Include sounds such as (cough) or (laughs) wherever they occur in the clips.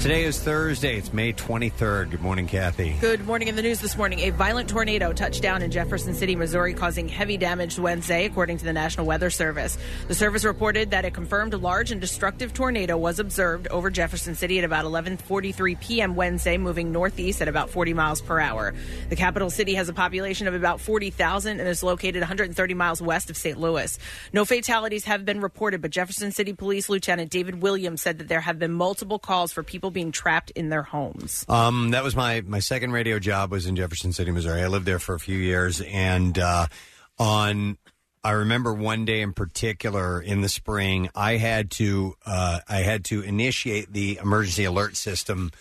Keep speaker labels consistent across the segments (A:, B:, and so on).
A: Today is Thursday. It's May 23rd. Good morning, Kathy.
B: Good morning. In the news this morning, a violent tornado touched down in Jefferson City, Missouri, causing heavy damage Wednesday, according to the National Weather Service. The service reported that a confirmed large and destructive tornado was observed over Jefferson City at about 11:43 p.m. Wednesday, moving northeast at about 40 miles per hour. The capital city has a population of about 40,000 and is located 130 miles west of St. Louis. No fatalities have been reported, but Jefferson City Police Lieutenant David Williams said that there have been multiple calls for people being trapped in their homes.
A: Um, that was my my second radio job was in Jefferson City, Missouri. I lived there for a few years, and uh, on I remember one day in particular in the spring, I had to uh, I had to initiate the emergency alert system.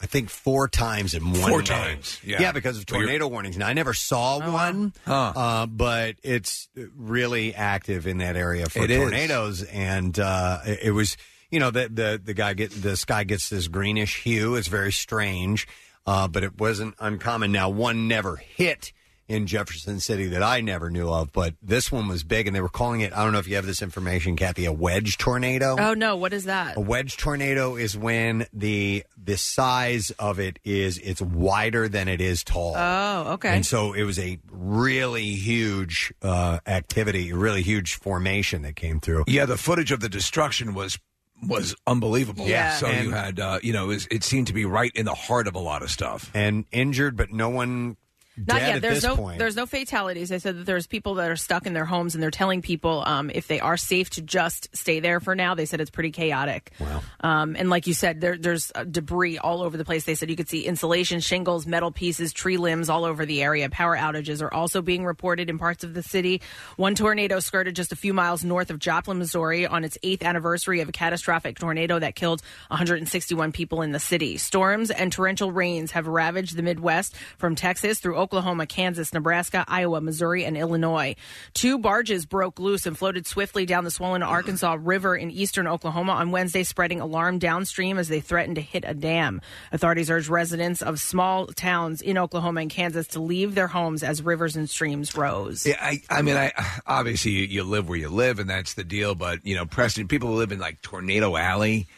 A: I think four times in one.
C: Four
A: day.
C: times, yeah.
A: because of
C: Well, you're-
A: tornado warnings. Now I never
B: Oh,
A: saw one, uh, but it's really active in that area for
D: It is.
A: tornadoes, and uh, it it was you know the the the guy get the sky gets this greenish hue. It's very strange, uh, but it wasn't uncommon. Now one never hit in Jefferson City that I never knew of, but this one was big, and they were calling it. I don't know if you have this information, Kathy, a wedge tornado.
B: Oh no, what is that?
A: A wedge tornado is when the the size of it is it's wider than it is tall.
D: Uh,
B: Oh, okay.
A: And so it was a really huge uh, activity, a really huge formation that came through.
D: Yeah, the footage of the destruction was was unbelievable.
A: Yeah.
D: So
A: And-
D: you had uh, you know it, was- it seemed to be right in the heart of a lot of stuff.
A: And injured, but no one
B: Not
A: dead
B: yet.
A: at
B: There's
A: this
B: no
A: point.
B: there's no fatalities. They said that there's people that are stuck in their homes and they're telling people um, if they are safe to just stay there for now. They said it's pretty chaotic. Wow. Um, and like you said, there, there's uh, debris all over the place. They said you could see insulation, shingles, metal pieces, tree limbs all over the area. Power outages are also being reported in parts of the city. One tornado skirted just a few miles north of Joplin, Missouri, on its eighth anniversary of a catastrophic tornado that killed 161 people in the city. Storms and torrential rains have ravaged the Midwest from Texas through Oklahoma, Kansas, Nebraska, Iowa, Missouri, and Illinois. Two barges broke loose and floated swiftly down the swollen Arkansas River in eastern Oklahoma on Wednesday, spreading alarm downstream as they threatened to hit a dam. Authorities urge residents of small towns in Oklahoma and Kansas to leave their homes as rivers and streams rose.
D: Yeah, I, I mean, I obviously you, you live where you live, and that's the deal. But you know, Preston, people who live in like Tornado Alley,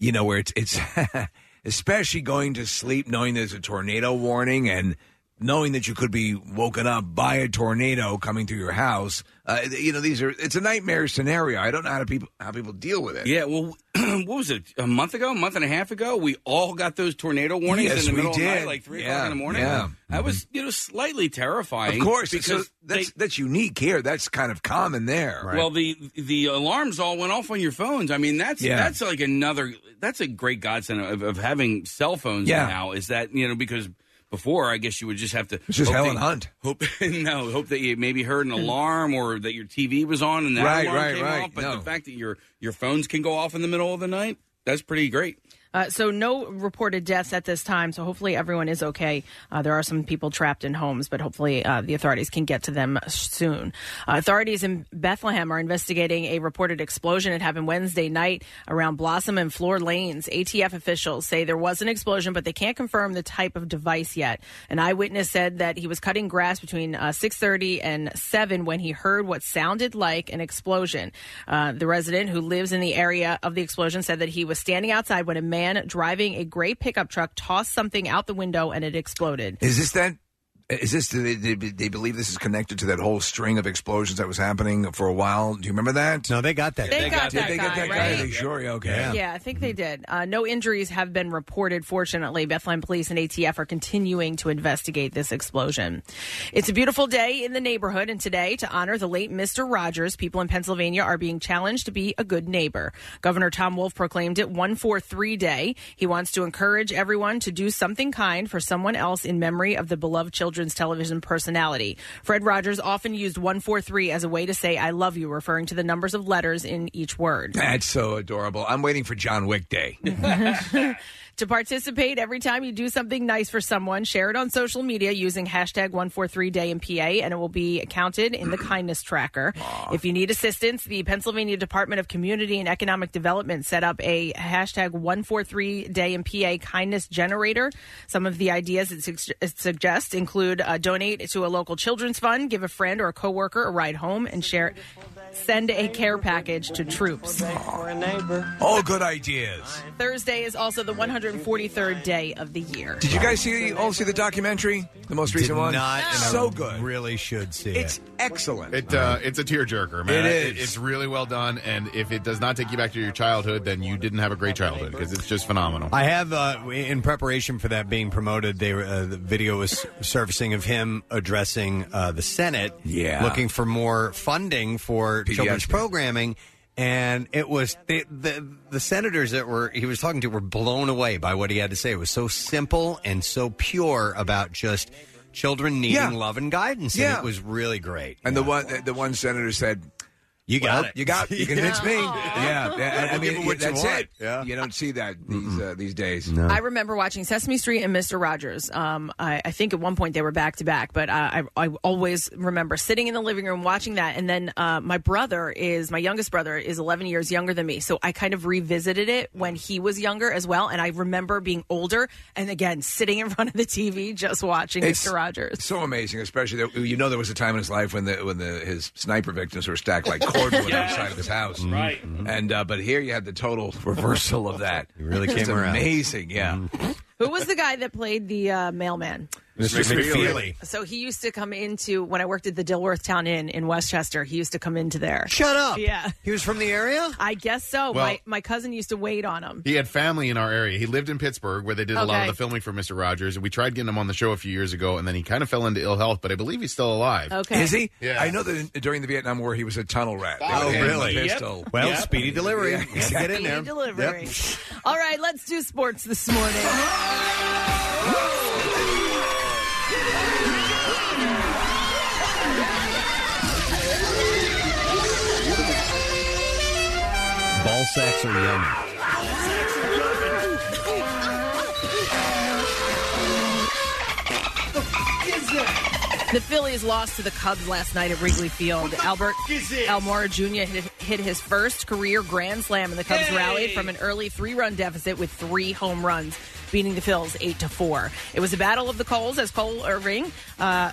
D: you know, where it's it's (laughs) especially going to sleep knowing there's a tornado warning and knowing that you could be woken up by a tornado coming through your house. Uh, you know, these are it's a nightmare scenario. I don't know how to people how people deal with it.
E: Yeah, well, (clears throat) what was it? A month ago, a month and a half ago, we all got those tornado warnings
D: Yes,
E: in the
D: we
E: middle of the
D: did.
E: night, like three
D: Yeah,
E: o'clock in the morning.
D: yeah. Mm-hmm.
E: that was you know slightly terrifying.
D: Of course,
E: because
D: because that's that's unique here. That's kind of common there.
E: well, the the alarms all went off on your phones. I mean, that's
D: Yeah.
E: that's like another that's a great godsend of, of having cell phones
D: Yeah.
E: now. Is that you know because. Before, I guess you would just have to
D: It's just
E: hope
D: hell
E: that-
D: and hunt.
E: Hope (laughs) no, hope that you maybe heard
D: (clears throat)
E: an alarm or that your TV was on and that
D: Right,
E: alarm
D: right,
E: came
D: right.
E: off. But
D: No.
E: the fact that your your phones can go off in the middle of the night, that's pretty great.
B: Uh, so no reported deaths at this time. So hopefully everyone is okay. Uh, there are some people trapped in homes, but hopefully uh, the authorities can get to them soon. Uh, authorities in Bethlehem are investigating a reported explosion. It happened Wednesday night around Blossom and Floor Lanes. ATF officials say there was an explosion, but they can't confirm the type of device yet. An eyewitness said that he was cutting grass between uh, 6:30 and 7 when he heard what sounded like an explosion. Uh, the resident who lives in the area of the explosion said that he was standing outside when a man driving a gray pickup truck tossed something out the window and it exploded.
D: Is this that? Is this? Do they, they, they believe this is connected to that whole string of explosions that was happening for a while? Do you remember that?
A: No, they got that.
B: They guy. got
D: Did
B: that
D: they got
B: guy,
D: that guy?
B: right?
D: They sure okay.
B: Yeah, I think they did. Uh, no injuries have been reported, fortunately. Bethlehem Police and ATF are continuing to investigate this explosion. It's a beautiful day in the neighborhood, and today, to honor the late Mr. Rogers, people in Pennsylvania are being challenged to be a good neighbor. Governor Tom Wolf proclaimed it 143 Day. He wants to encourage everyone to do something kind for someone else in memory of the beloved children's television personality. Fred Rogers often used 143 as a way to say, I love you, referring to the numbers of letters in each word.
D: That's so adorable. I'm waiting for John Wick Day.
B: To participate, every time you do something nice for someone, share it on social media using hashtag 143DayInPA, and it will be counted in the kindness tracker. If you need assistance, the Pennsylvania Department of Community and Economic Development set up a hashtag 143DayInPA kindness generator. Some of the ideas it, sug- it suggests include uh, donate to a local children's fund, give a friend or a coworker a ride home, and share. Send a care package to troops.
D: All good ideas.
B: Thursday is also the 143rd day of the year.
D: Did you guys see all see the documentary? The most recent
A: Did
D: one?
A: not, and I
D: so good.
A: Really should see
D: It's
A: it.
D: excellent.
C: It uh, it's a tearjerker, man.
D: It is.
C: It's really well done, and if it does not take you back to your childhood, then you didn't have a great childhood because it's just phenomenal.
A: I have, uh, in preparation for that being promoted, they were, uh, the video was surfacing of him addressing uh, the Senate,
D: Yeah.
A: looking for more funding for children's programming, and it was the, the the senators that were he was talking to were blown away by what he had to say. It was so simple and so pure about just children needing
D: Yeah.
A: love and guidance. and
D: Yeah.
A: it was really great.
D: And the one the- the one senator said,
A: You got
D: "Well,
A: it.
D: You
A: (laughs)
D: got you convinced me. Yeah, yeah, I, I
A: Give it
D: mean
A: what you
D: that's
A: want.
D: it. You don't see that these uh, these days.
B: I remember watching Sesame Street and Mister Rogers. Um, I, I think at one point they were back to back, but uh, I, I always remember sitting in the living room watching that. And then uh, my brother is my youngest brother is 11 years younger than me, so I kind of revisited it when he was younger as well. And I remember being older and again sitting in front of the TV just watching
D: It's
B: Mister Rogers.
D: So amazing, especially that you know there was a time in his life when the when the his sniper victims were stacked like
A: (laughs)
D: cordwood outside of his house,
A: Mm-hmm.
E: Right.
D: And uh, but here you had the total reversal of that. It
A: really
D: it's
A: came around. Mm-hmm.
D: Amazing, yeah.
B: Who was the guy that played the uh, mailman?
A: Mr. McFeely.
B: So he used to come into when I worked at the Dilworth Town Inn in Westchester. He used to come into there.
A: Shut up.
B: Yeah.
A: He was from the area?
B: I guess so.
C: Well-
B: my my cousin used to wait on him.
C: He had family in our area. He lived in Pittsburgh, where they did a lot
B: Okay.
C: of the filming for Mister Rogers, and we tried getting him on the show a few years ago, and then he kind of fell into ill health, but I believe he's still alive.
B: Okay.
D: Is he?
C: Yeah.
D: I know that during the Vietnam War he was a tunnel rat. They
A: Oh,
D: would hand him a Pistol.
A: Well, speedy delivery.
D: Yeah,
A: You have to Get in
B: Speedy
A: there. (laughs)
B: delivery. All right, let's do sports this morning.
A: Ball sacks are yummy.
B: The Phillies lost to the Cubs last night at Wrigley Field. Albert Almora Jr. Hit, hit his first career grand slam, and the Cubs rallied from an early three-run deficit with three home runs, beating the Phils eight to four. It was a battle of the Coles as Cole Irving. Uh,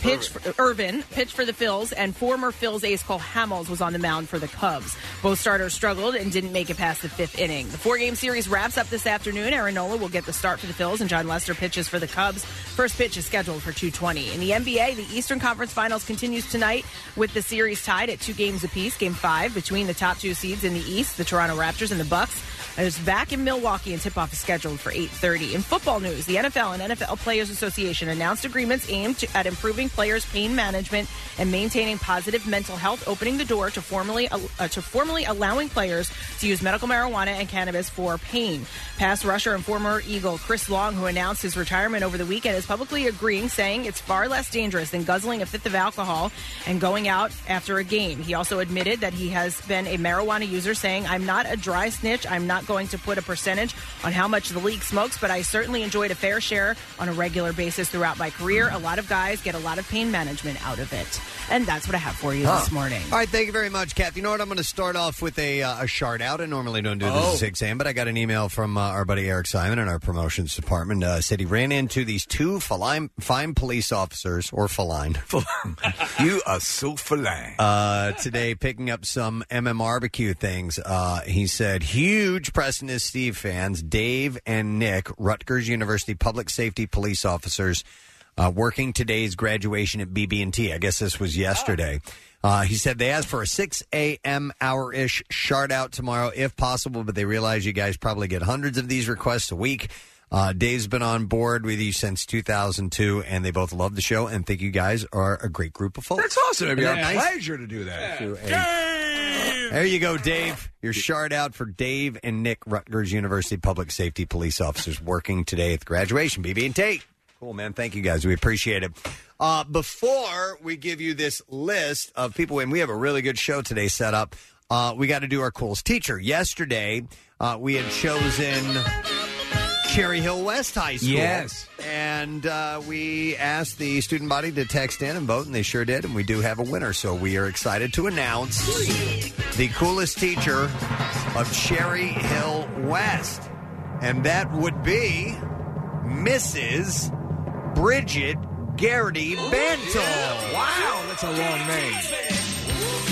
B: Pitch for, Irvin pitched for the Phils, and former Phils ace Cole Hamels was on the mound for the Cubs. Both starters struggled and didn't make it past the fifth inning. The four-game series wraps up this afternoon. Aaron Nola will get the start for the Phils, and John Lester pitches for the Cubs. First pitch is scheduled for 2:20. In the NBA, the Eastern Conference Finals continues tonight with the series tied at two games apiece. Game five between the top two seeds in the East, the Toronto Raptors and the Bucks. It's back in Milwaukee, and tip-off is scheduled for 8:30. In football news, the NFL and NFL Players Association announced agreements aimed to- at improving players' pain management and maintaining positive mental health, opening the door to formally uh, to formally allowing players to use medical marijuana and cannabis for pain. Past rusher and former Eagle Chris Long, who announced his retirement over the weekend, is publicly agreeing, saying it's far less dangerous than guzzling a fifth of alcohol and going out after a game. He also admitted that he has been a marijuana user, saying, I'm not a dry snitch. I'm not going to put a percentage on how much the league smokes, but I certainly enjoyed a fair share on a regular basis throughout my career. A lot of guys get a lot of pain management out of it. And that's what I have for you this morning.
A: All right, thank you very much, Kath. You know what? I'm going to start off with a, uh, a shard out. I normally don't do this
D: Oh.
A: at 6 a.m., but I got an email from uh, our buddy Eric Simon in our promotions department. Uh, said he ran into these two feline, fine police officers, or
B: (laughs)
A: feline,
D: you are so feline.
A: (laughs) uh, today picking up some MM barbecue things. Uh, he said, huge Preston is Steve fans, Dave and Nick, Rutgers University public safety police officers, uh, working today's graduation at BB&T. I guess this was yesterday. Uh, he said they asked for a 6 a.m. hour ish shard out tomorrow if possible, but they realize you guys probably get hundreds of these requests a week. Uh, Dave's been on board with you since 2002, and they both love the show and think you guys are a great group of folks.
D: That's awesome. It'd be
A: Isn't
D: our
A: that nice?
D: pleasure to do that.
A: There you go, Dave. Your shard out for Dave and Nick Rutgers University Public Safety Police Officers working today at the graduation. BB and Tate. Cool, man. Thank you guys. We appreciate it. Uh, before we give you this list of people, and we have a really good show today set up, uh, we got to do our coolest teacher. Yesterday, uh, we had chosen Cherry Hill West High School.
D: Yes.
A: And uh, we asked the student body to text in and vote, and they sure did. And we do have a winner. So we are excited to announce the coolest teacher of Cherry Hill West. And that would be Mrs. Bridget Garrity Bantle.
D: Wow, that's a long name.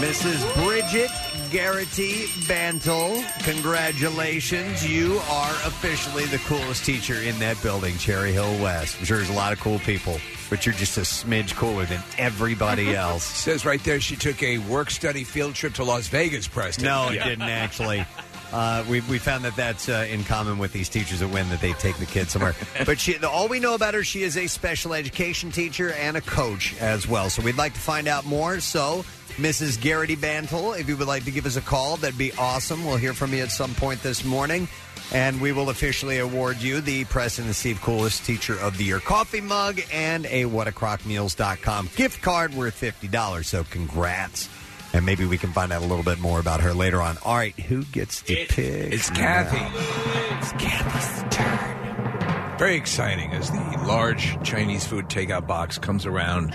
A: Mrs. Bridget Garrity Bantle, congratulations. You are officially the coolest teacher in that building, Cherry Hill West. I'm sure there's a lot of cool people, but you're just a smidge cooler than
D: (laughs)
A: everybody else.
D: Says right there she took a work study field trip to Las Vegas, Preston.
A: No, it didn't actually. Uh, we, we found that that's uh, in common with these teachers that win that they take the
D: (laughs)
A: kids somewhere. but she, all we know about her, she is a special education teacher and a coach as well. So we'd like to find out more. So, Mrs. Garrity Bantle, if you would like to give us a call, that'd be awesome. We'll hear from you at some point this morning. And we will officially award you the Preston and Steve Coolest Teacher of the Year coffee mug and a whatacrockmeals.com gift card worth $50. So, congrats. And maybe we can find out a little bit more about her later on. All right, who gets to pick?
D: It's Kathy. It's
A: Kathy's
D: turn. Very exciting as the large Chinese food takeout box comes around.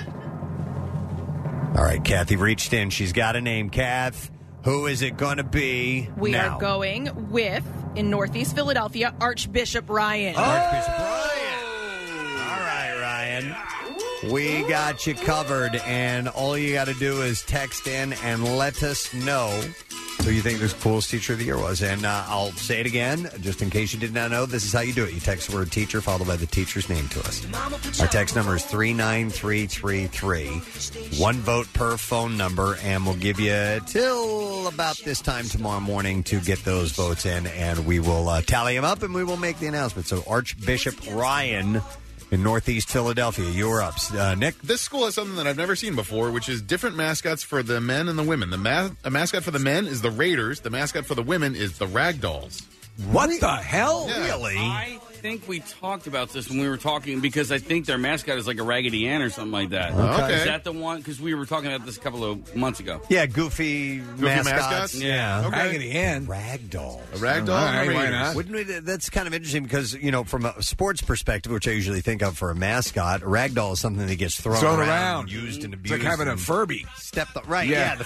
A: All right, Kathy reached in. She's got a name. Kath, who is it going to be?
B: We
A: now?
B: are going with in Northeast Philadelphia, Archbishop
A: Oh.
B: Ryan.
A: Archbishop Ryan. All right, Ryan. We got you covered, and all you got to do is text in and let us know who you think this coolest teacher of the year was. And uh, I'll say it again, just in case you did not know, this is how you do it. You text the word teacher followed by the teacher's name to us. Our text number is 39333. One vote per phone number, and we'll give you till about this time tomorrow morning to get those votes in, and we will uh, tally them up and we will make the announcement. So, Archbishop Ryan in Northeast Philadelphia, you're up. Uh, Nick?
C: This school has something that I've never seen before, which is different mascots for the men and the women. The ma- a mascot for the men is the Raiders. The mascot for the women is the Ragdolls.
D: What the
C: Oh,
D: hell?
A: Really?
E: I think we talked about this when we were talking because I think their mascot is like a Raggedy Ann or something like that.
A: Okay.
E: Is that the one? Because we were talking about this a couple of months ago.
A: Yeah, goofy, mascots.
E: mascots?
A: Yeah.
E: Yeah.
D: Okay. Raggedy Ann.
A: Ragdoll.
C: A Ragdoll.
D: All right,
C: and a
D: why
C: Raiders.
D: not?
A: Wouldn't we, that's kind of interesting because you know, from a sports perspective, which I usually think of for a mascot, a ragdoll is something that gets thrown,
D: Thrown
A: around,
D: around.
A: used and
D: It's
A: abused.
D: like having a
A: and
D: Furby.
A: stepped up, right? Yeah,
D: Yeah.
A: the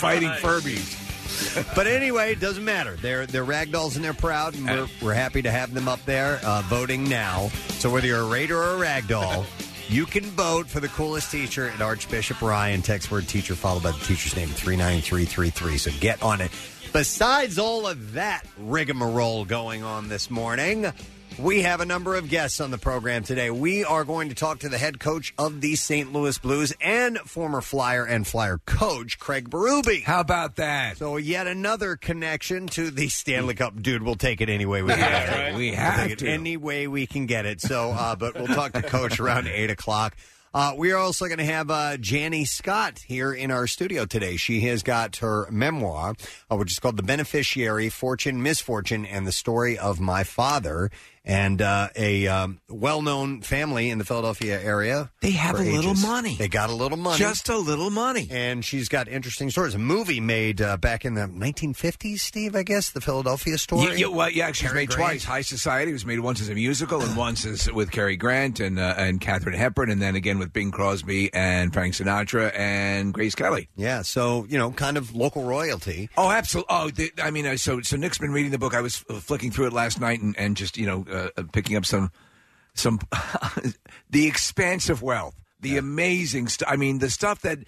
D: (laughs) Fighting Furbies.
A: (laughs) but anyway, it doesn't matter. They're they're ragdolls and they're proud, and we're, we're happy to have them up there uh, voting now. So whether you're a raider or
D: (laughs)
A: a ragdoll. You can vote for the coolest teacher at Archbishop Ryan. Text word teacher followed by the teacher's name 39333. So get on it. Besides all of that rigmarole going on this morning, we have a number of guests on the program today. We are going to talk to the head coach of the St. Louis Blues and former Flyer and Flyer coach, Craig Berube.
D: How about that?
A: So yet another connection to the Stanley Cup, dude. We'll take it any
D: (laughs)
A: way we can.
D: We
A: We'll take
D: have
A: it
D: to.
A: any way we can get it. So, uh, but we'll talk to Coach around (laughs) eight o'clock. Uh, we are also going to have uh, Janie Scott here in our studio today. She has got her memoir, uh, which is called "The Beneficiary: Fortune, Misfortune, and the Story of My Father." And uh, a um, well-known family in the Philadelphia area.
D: They have
A: for
D: a little
A: ages.
D: money.
A: They got a little money
D: Just a little money.
A: and she's got interesting stories. A movie made uh, back in the 1950s, Steve, I guess, the Philadelphia story.
D: Yeah, yeah, well, yeah, actually, it was
A: Cary
D: made
A: Grant.
D: twice. High Society was made once as a musical, and once as with Cary Grant and uh, and Catherine Hepburn, and then again with Bing Crosby and Frank Sinatra and Grace Kelly.
A: Yeah, so, you know, kind of local royalty.
D: Oh, absolutely. Oh, the, I mean, uh, so so Nick's been reading the book. I was uh, flicking through it last night and, and just you know uh, uh, picking up some some (laughs) the expanse of wealth, the amazing stuff. I mean, the stuff that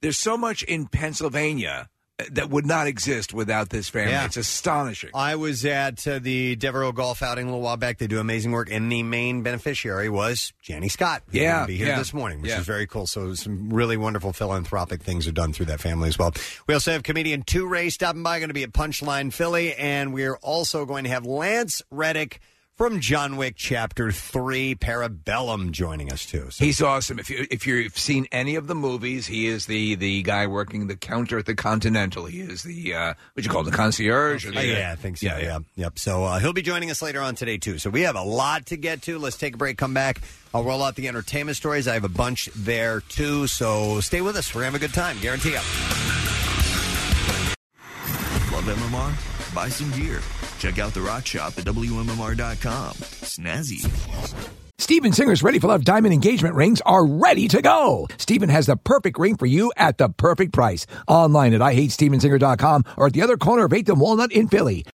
D: there's so much in Pennsylvania uh, that would not exist without this family.
A: Yeah.
D: It's astonishing.
A: I was at uh, the Devereaux Golf outing a little while back. They do amazing work, and the main beneficiary was Janie Scott. who's
D: Yeah,
A: gonna be here
D: yeah,
A: this morning, which
D: yeah.
A: is very cool. So some really wonderful philanthropic things are done through that family as well. We also have comedian Two Ray stopping by, going to be at Punchline Philly, and we are also going to have Lance Reddick from John Wick Chapter Three Parabellum joining us too. So
D: He's awesome. If you if you've seen any of the movies, he is the the guy working the counter at the Continental. He is the uh, what you call it, the concierge. Or the,
A: Uh, yeah, I think so. Yeah,
D: Yeah, yeah.
A: yep. So uh, he'll be joining us later on today too. So we have a lot to get to. Let's take a break. Come back. I'll roll out the entertainment stories. I have a bunch there too. So stay with us. We're gonna have a good time. Guarantee you.
F: Love MMR? buy some gear. Check out the rock shop at WMMR.com. Snazzy.
G: Stephen Singer's Ready for Love diamond engagement rings are ready to go. Stephen has the perfect ring for you at the perfect price. Online at IHateStevenSinger.com or at the other corner of 8th and Walnut in Philly.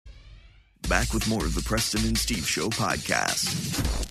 F: Back with more of the Preston and Steve Show podcast.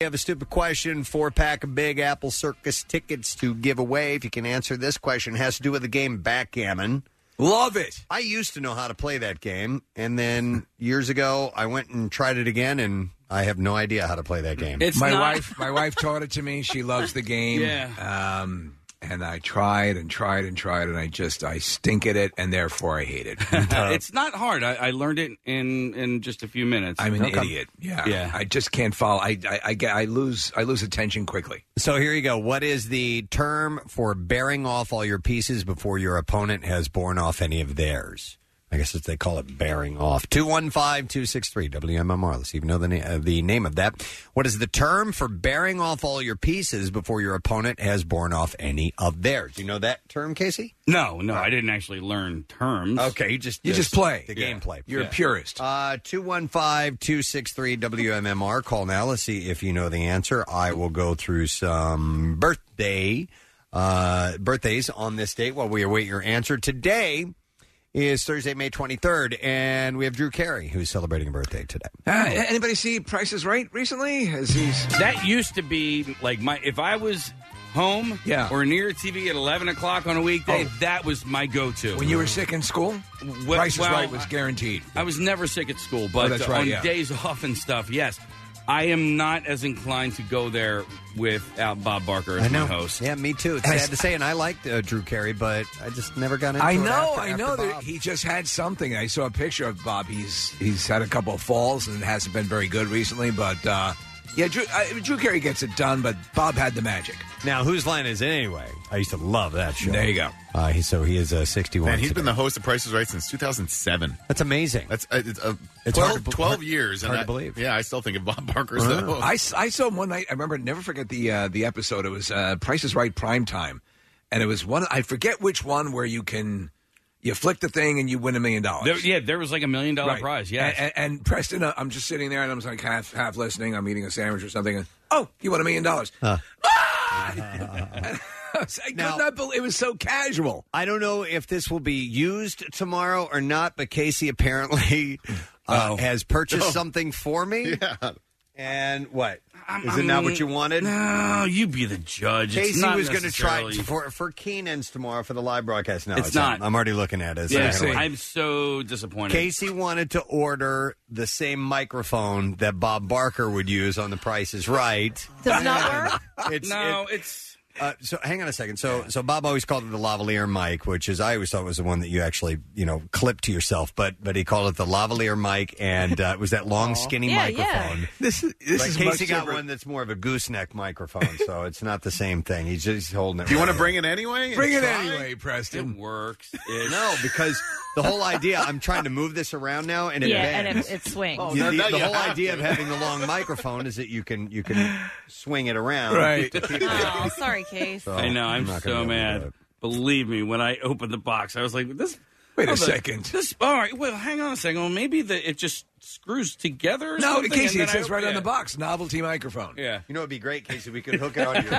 A: We have a stupid question, four pack of Big Apple Circus tickets to give away. If you can answer this question, it has to do with the game backgammon.
D: Love it.
A: I used to know how to play that game, and then years ago I went and tried it again, and I have no idea how to play that game.
D: my wife. My wife taught it to me. She loves the game. Yeah. Um, and I tried and tried and tried, and I just I stink at it, and therefore I hate it.
E: Uh, it's not hard. I, I learned it in in just a few minutes.
D: I'm an idiot. Yeah.
E: Yeah.
D: I just can't follow. I, I I get I lose I lose attention quickly.
A: So here you go. What is the term for bearing off all your pieces before your opponent has borne off any of theirs? I guess it's, they call it bearing off. 215 263 WMMR. Let's even know the, na- uh, the name of that. What is the term for bearing off all your pieces before your opponent has borne off any of theirs? Do you know that term, Casey?
E: No, no, I didn't actually learn terms.
A: Okay, you just
D: You just play
A: the gameplay.
D: You're
A: Yeah.
D: a purist.
A: Uh, 215-263-WMMR. Call now. Let's see if you know the answer. I will go through some birthday uh, birthdays on this date while we await your answer. Today is Thursday, May 23rd, and we have Drew Carey, who's celebrating a birthday today.
D: Ah, anybody see Price is Right recently? As he's
E: That used to be like my if I was home
D: Yeah. Oh.
E: or near TV at 11 o'clock on a weekday, that was my go to.
D: when you were sick in school, Price is Right was guaranteed.
E: I was never sick at school, but
D: Oh, that's right,
E: on
D: yeah.
E: days off and stuff, yes. I am not as inclined to go there without Bob Barker as my host.
A: Yeah, me too. It's
E: I-
A: sad to say, and I liked uh, Drew Carey, but I just never got into
D: I
A: it
D: know,
A: after-
D: I
A: after
D: know
A: Bob.
D: that he just had something. I saw a picture of Bob. He's he's had a couple of falls and hasn't been very good recently. But uh, yeah, Drew, I, Drew Carey gets it done. But Bob had the magic.
A: Now, whose line is it anyway? I used to love that show.
D: There you go.
A: Uh, he, so he is uh, 61.
C: Man, he's
A: today.
C: been the host of Price is Right since 2007.
A: That's amazing.
C: That's uh, it's, uh,
A: It's
C: 12,
A: hard to-
C: 12
A: hard-
C: years.
A: hard to
C: I,
A: believe.
C: Yeah, I still think of Bob Barker as the host.
D: I, s- I saw him one night. I remember never forget the uh, the episode. It was uh, Price is Right prime time, and it was one. I forget which one where you can you flick the thing and you win a million
E: There,
D: dollars.
E: yeah, there was like a million dollar
D: Oh, Right.
E: prize. Yes.
D: and, and, and Preston, uh, I'm just sitting there and I'm like half half listening. I'm eating a sandwich or something. And, oh, you won a million dollars! (laughs) I could not believe it was so casual.
A: I don't know if this will be used tomorrow or not, but Casey apparently uh, has purchased something for me. Yeah. And what? Is it not what you wanted?
E: No, you be the judge. It's
A: Casey
E: not
A: was going to try it
E: necessarily-
A: for, for Keenan's tomorrow for the live broadcast. No,
E: It's
A: it's,
E: not.
A: I'm already looking at it. It's
E: Yeah,
A: not gonna work.
E: I'm so disappointed. (laughs)
A: Casey wanted to order the same microphone that Bob Barker would use on The Price is Right.
B: Does not work.
A: It's,
E: no, it's
A: Uh, so hang on a second. So so Bob always called it the lavalier mic, which is I always thought was the one that you actually you know clip to yourself, but but he called it the lavalier mic, and uh, it was
D: (laughs)
A: that long skinny
B: Yeah, yeah.
A: microphone.
D: This is
A: But Casey got one that's more of a gooseneck microphone, so it's not the same thing. He's just holding it.
C: Do you
A: right
C: want to
A: here.
C: bring it anyway? and
D: Bring it
C: try?
D: anyway,
E: it
D: Preston.
E: works.
A: No, because the whole idea. I'm trying to move this around now, and it
B: Yeah, and
A: bends.
B: it, it swings.
A: The-
C: now-
A: the,
C: now
A: the
C: Oh, you
A: whole
C: have
A: idea
C: to.
A: of having the long microphone is that you can
D: (laughs)
A: you can swing it around.
D: Right.
A: to keep it-
B: Oh, sorry, Case.
A: so
E: I know. I'm,
A: not gonna be able to
E: so
A: do
E: mad.
A: it.
E: Believe me, when I opened the box, I was like, "This."
D: Wait a
E: oh, the-
D: second.
E: This. All right. Well, hang on a second. Well, maybe the it just screws together. Or
D: No,
E: something,
D: Casey,
E: and
D: it
E: then
D: says
E: I-
D: right on
E: yeah.
D: the box, novelty microphone.
E: Yeah.
A: You know, it'd be great, Casey. We
D: (laughs)
A: could hook it on. Your,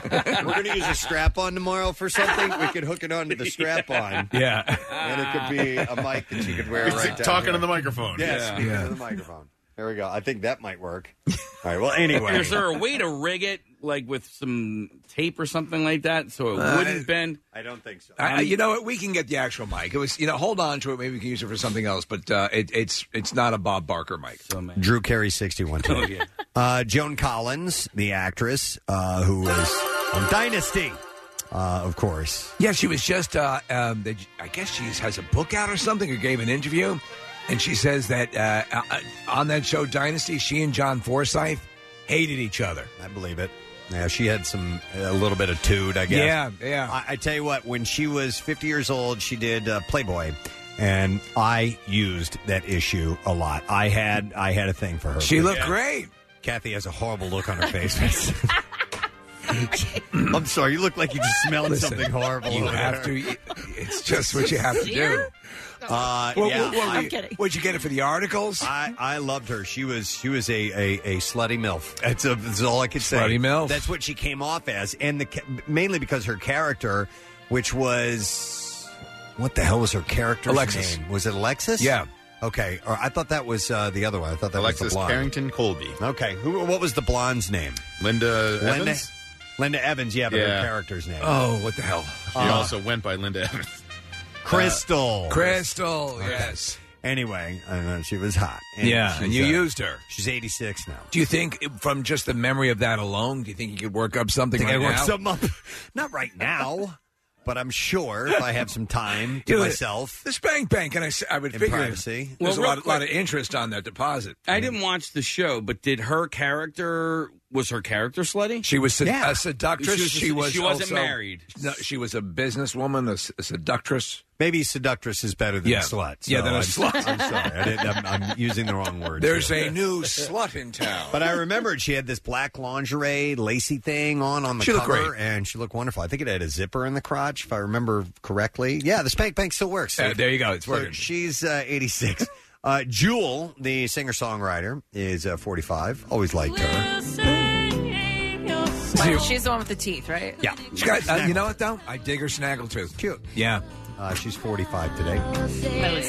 A: we're going to use a strap on tomorrow for something. We could hook it onto the strap
E: (laughs)
A: on,
D: Yeah.
A: and it could be a mic that you could wear
C: It's
A: right down
C: talking
A: here.
C: on the microphone.
A: Yeah,
E: Yeah.
A: speaking to the microphone. There we go. I think that might work. All right. Well, anyway,
E: Is there a way to rig it like with some tape or something like that so it
D: Uh,
E: wouldn't bend?
A: I don't think so.
D: I, I- you know what? We can get the actual mic. It was, you know, hold on to it. Maybe we can use it for something else. But uh, it, it's it's not a Bob Barker mic.
E: So man.
A: Drew Carey, sixty-one.
E: Oh, yeah.
A: Uh, Joan Collins, the actress uh, who was on Dynasty, uh, of course.
D: Yeah, she was just. Uh, um, they, I guess she has a book out or something, or gave an interview, and she says that uh, uh, on that show Dynasty, she and John Forsythe hated each other.
A: I believe it. Yeah, she had some a little bit of toot, I guess.
D: Yeah, yeah.
A: I, I tell you what, when she was 50 years old, she did uh, Playboy, and I used that issue a lot. I had I had a thing for her.
D: She looked great.
A: Kathy has a horrible look on her face. (laughs) I'm sorry, you look like you just smelled
D: Listen,
A: something horrible.
D: You
A: over
D: have
A: there.
D: to. It's just what you have to do.
A: Uh,
D: Well,
A: yeah,
D: well, well,
A: I-
D: you- What'd you get it for the articles?
A: I, I loved her. She was she was a a, a slutty milf. That's, a, that's all I could say.
D: Slutty milf.
A: That's what she came off as, and the ca- mainly because her character, which was what the hell was her character's
D: Alexis.
A: name? Was it Alexis?
D: Yeah.
A: Okay. Or I thought that was uh, the other one. I thought that was
C: Alexis
A: the blonde.
C: Carrington Colby.
A: Okay. Who? What was the blonde's name?
D: Uh,
C: Linda
A: Linda.
C: Evans.
A: Linda Evans. Yeah, but her
C: Yeah.
A: character's name. Uh,
D: oh, what the hell?
C: She also went by Linda Evans. (laughs)
A: Crystal.
D: Crystal, yes.
A: Anyway, I know, she was hot.
D: Yeah,
A: she's,
D: and you
A: uh,
D: used her.
A: She's 86 now.
D: Do you think, from just the memory of that alone, do you think you could work up something
A: think
D: right
A: I work
D: now?
A: something up. (laughs) Not right now, but I'm sure if I have some time to
D: Dude,
A: myself
D: This bank bank, and I, s- I would
A: in
D: figure
A: privacy.
D: there's
E: Well,
D: a
E: real
D: lot, lot of interest on that deposit.
E: I didn't watch the show, but did her character was her character slutty?
D: She was sed-
A: Yeah.
D: a seductress.
E: She was-
D: She, was
E: she wasn't
D: also-
E: married.
D: No, she was a businesswoman, a, s- a seductress.
A: Maybe seductress is better than
D: Yeah.
A: slut.
D: Yeah, than a
A: I'm,
D: slut.
A: I'm sorry. I didn't, I'm, I'm using the wrong word.
D: There's
A: here.
D: a new slut in town.
A: But I remembered she had this black lingerie, lacy thing on on the
D: She looked
A: cover,
D: great.
A: and she looked wonderful. I think it had a zipper in the crotch, if I remember correctly. Yeah, the spank bank still works.
D: Uh, there you go. It's
A: So
D: working.
A: she's uh, 86. Uh, Jewel, the singer songwriter, is uh, 45. Always liked her.
B: She's the one with the teeth, right?
A: Yeah.
D: She got, uh, you know what though? I dig her snaggletooth.
A: Cute.
D: Yeah,
A: Uh, she's 45 today.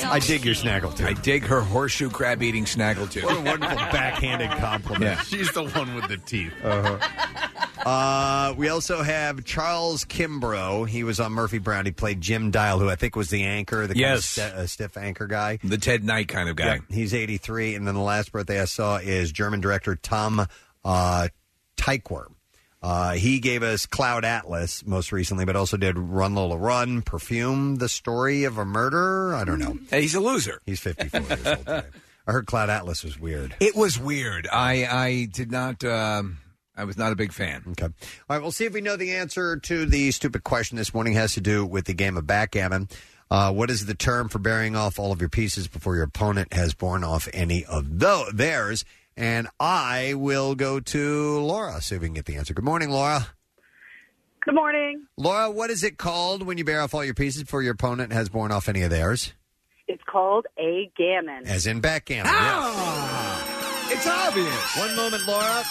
A: I dig your snaggle
D: I
A: tooth.
D: dig her horseshoe crab eating snaggletooth.
A: What a
D: (laughs)
A: wonderful backhanded compliment.
C: She's the one with the teeth.
A: Uh-huh. Uh, we also have Charles Kimbrough. He was on Murphy Brown. He played Jim Dial, who I think was the anchor, the kind of
D: Yes.
A: sti- uh, stiff anchor guy.
D: The Ted Knight kind of guy.
A: Yeah, he's 83. And then the last birthday I saw is German director Tom uh, Tykwer. Uh, he gave us Cloud Atlas most recently, but also did Run Lola Run, Perfume, The Story of a Murder. I don't know.
D: Hey, he's a loser.
A: He's 54 years old
D: (laughs)
A: today. I heard Cloud Atlas was weird.
D: It was weird. I I did not. Um, I was not a big fan.
A: Okay. All right. We'll see if we know the answer to the stupid question this morning. Has to do with the game of backgammon. Uh, what is the term for bearing off all of your pieces before your opponent has borne off any of tho- theirs? And I will go to Laura, see if we can get the answer. Good morning, Laura.
H: Good morning.
A: Laura, what is it called when you bear off all your pieces before your opponent has borne off any of theirs?
H: It's called a gammon.
A: As in backgammon.
H: Ah!
D: Ah! It's obvious.
A: One moment, Laura.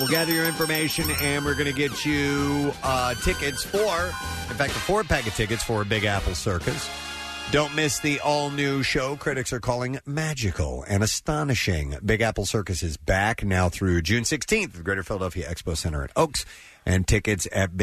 A: We'll gather your information and we're going to get you uh, tickets for, in fact, a four pack of tickets for Big Apple Circus. Don't miss the all new show critics are calling magical and astonishing. Big Apple Circus is back now through June 16th at the Greater Philadelphia Expo Center at Oaks. And tickets at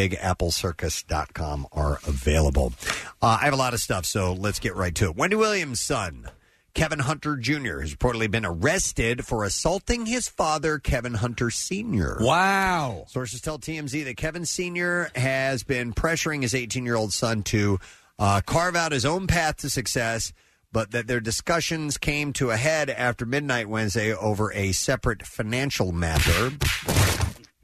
A: bigapplecircus.com are available. Uh, I have a lot of stuff, so let's get right to it. Wendy Williams' son, Kevin Hunter Jr., has reportedly been arrested for assaulting his father, Kevin Hunter Sr.
D: Wow.
A: Sources tell TMZ that Kevin Sr. has been pressuring his 18 year old son to uh, carve out his own path to success, but that their discussions came to a head after midnight Wednesday over a separate financial matter.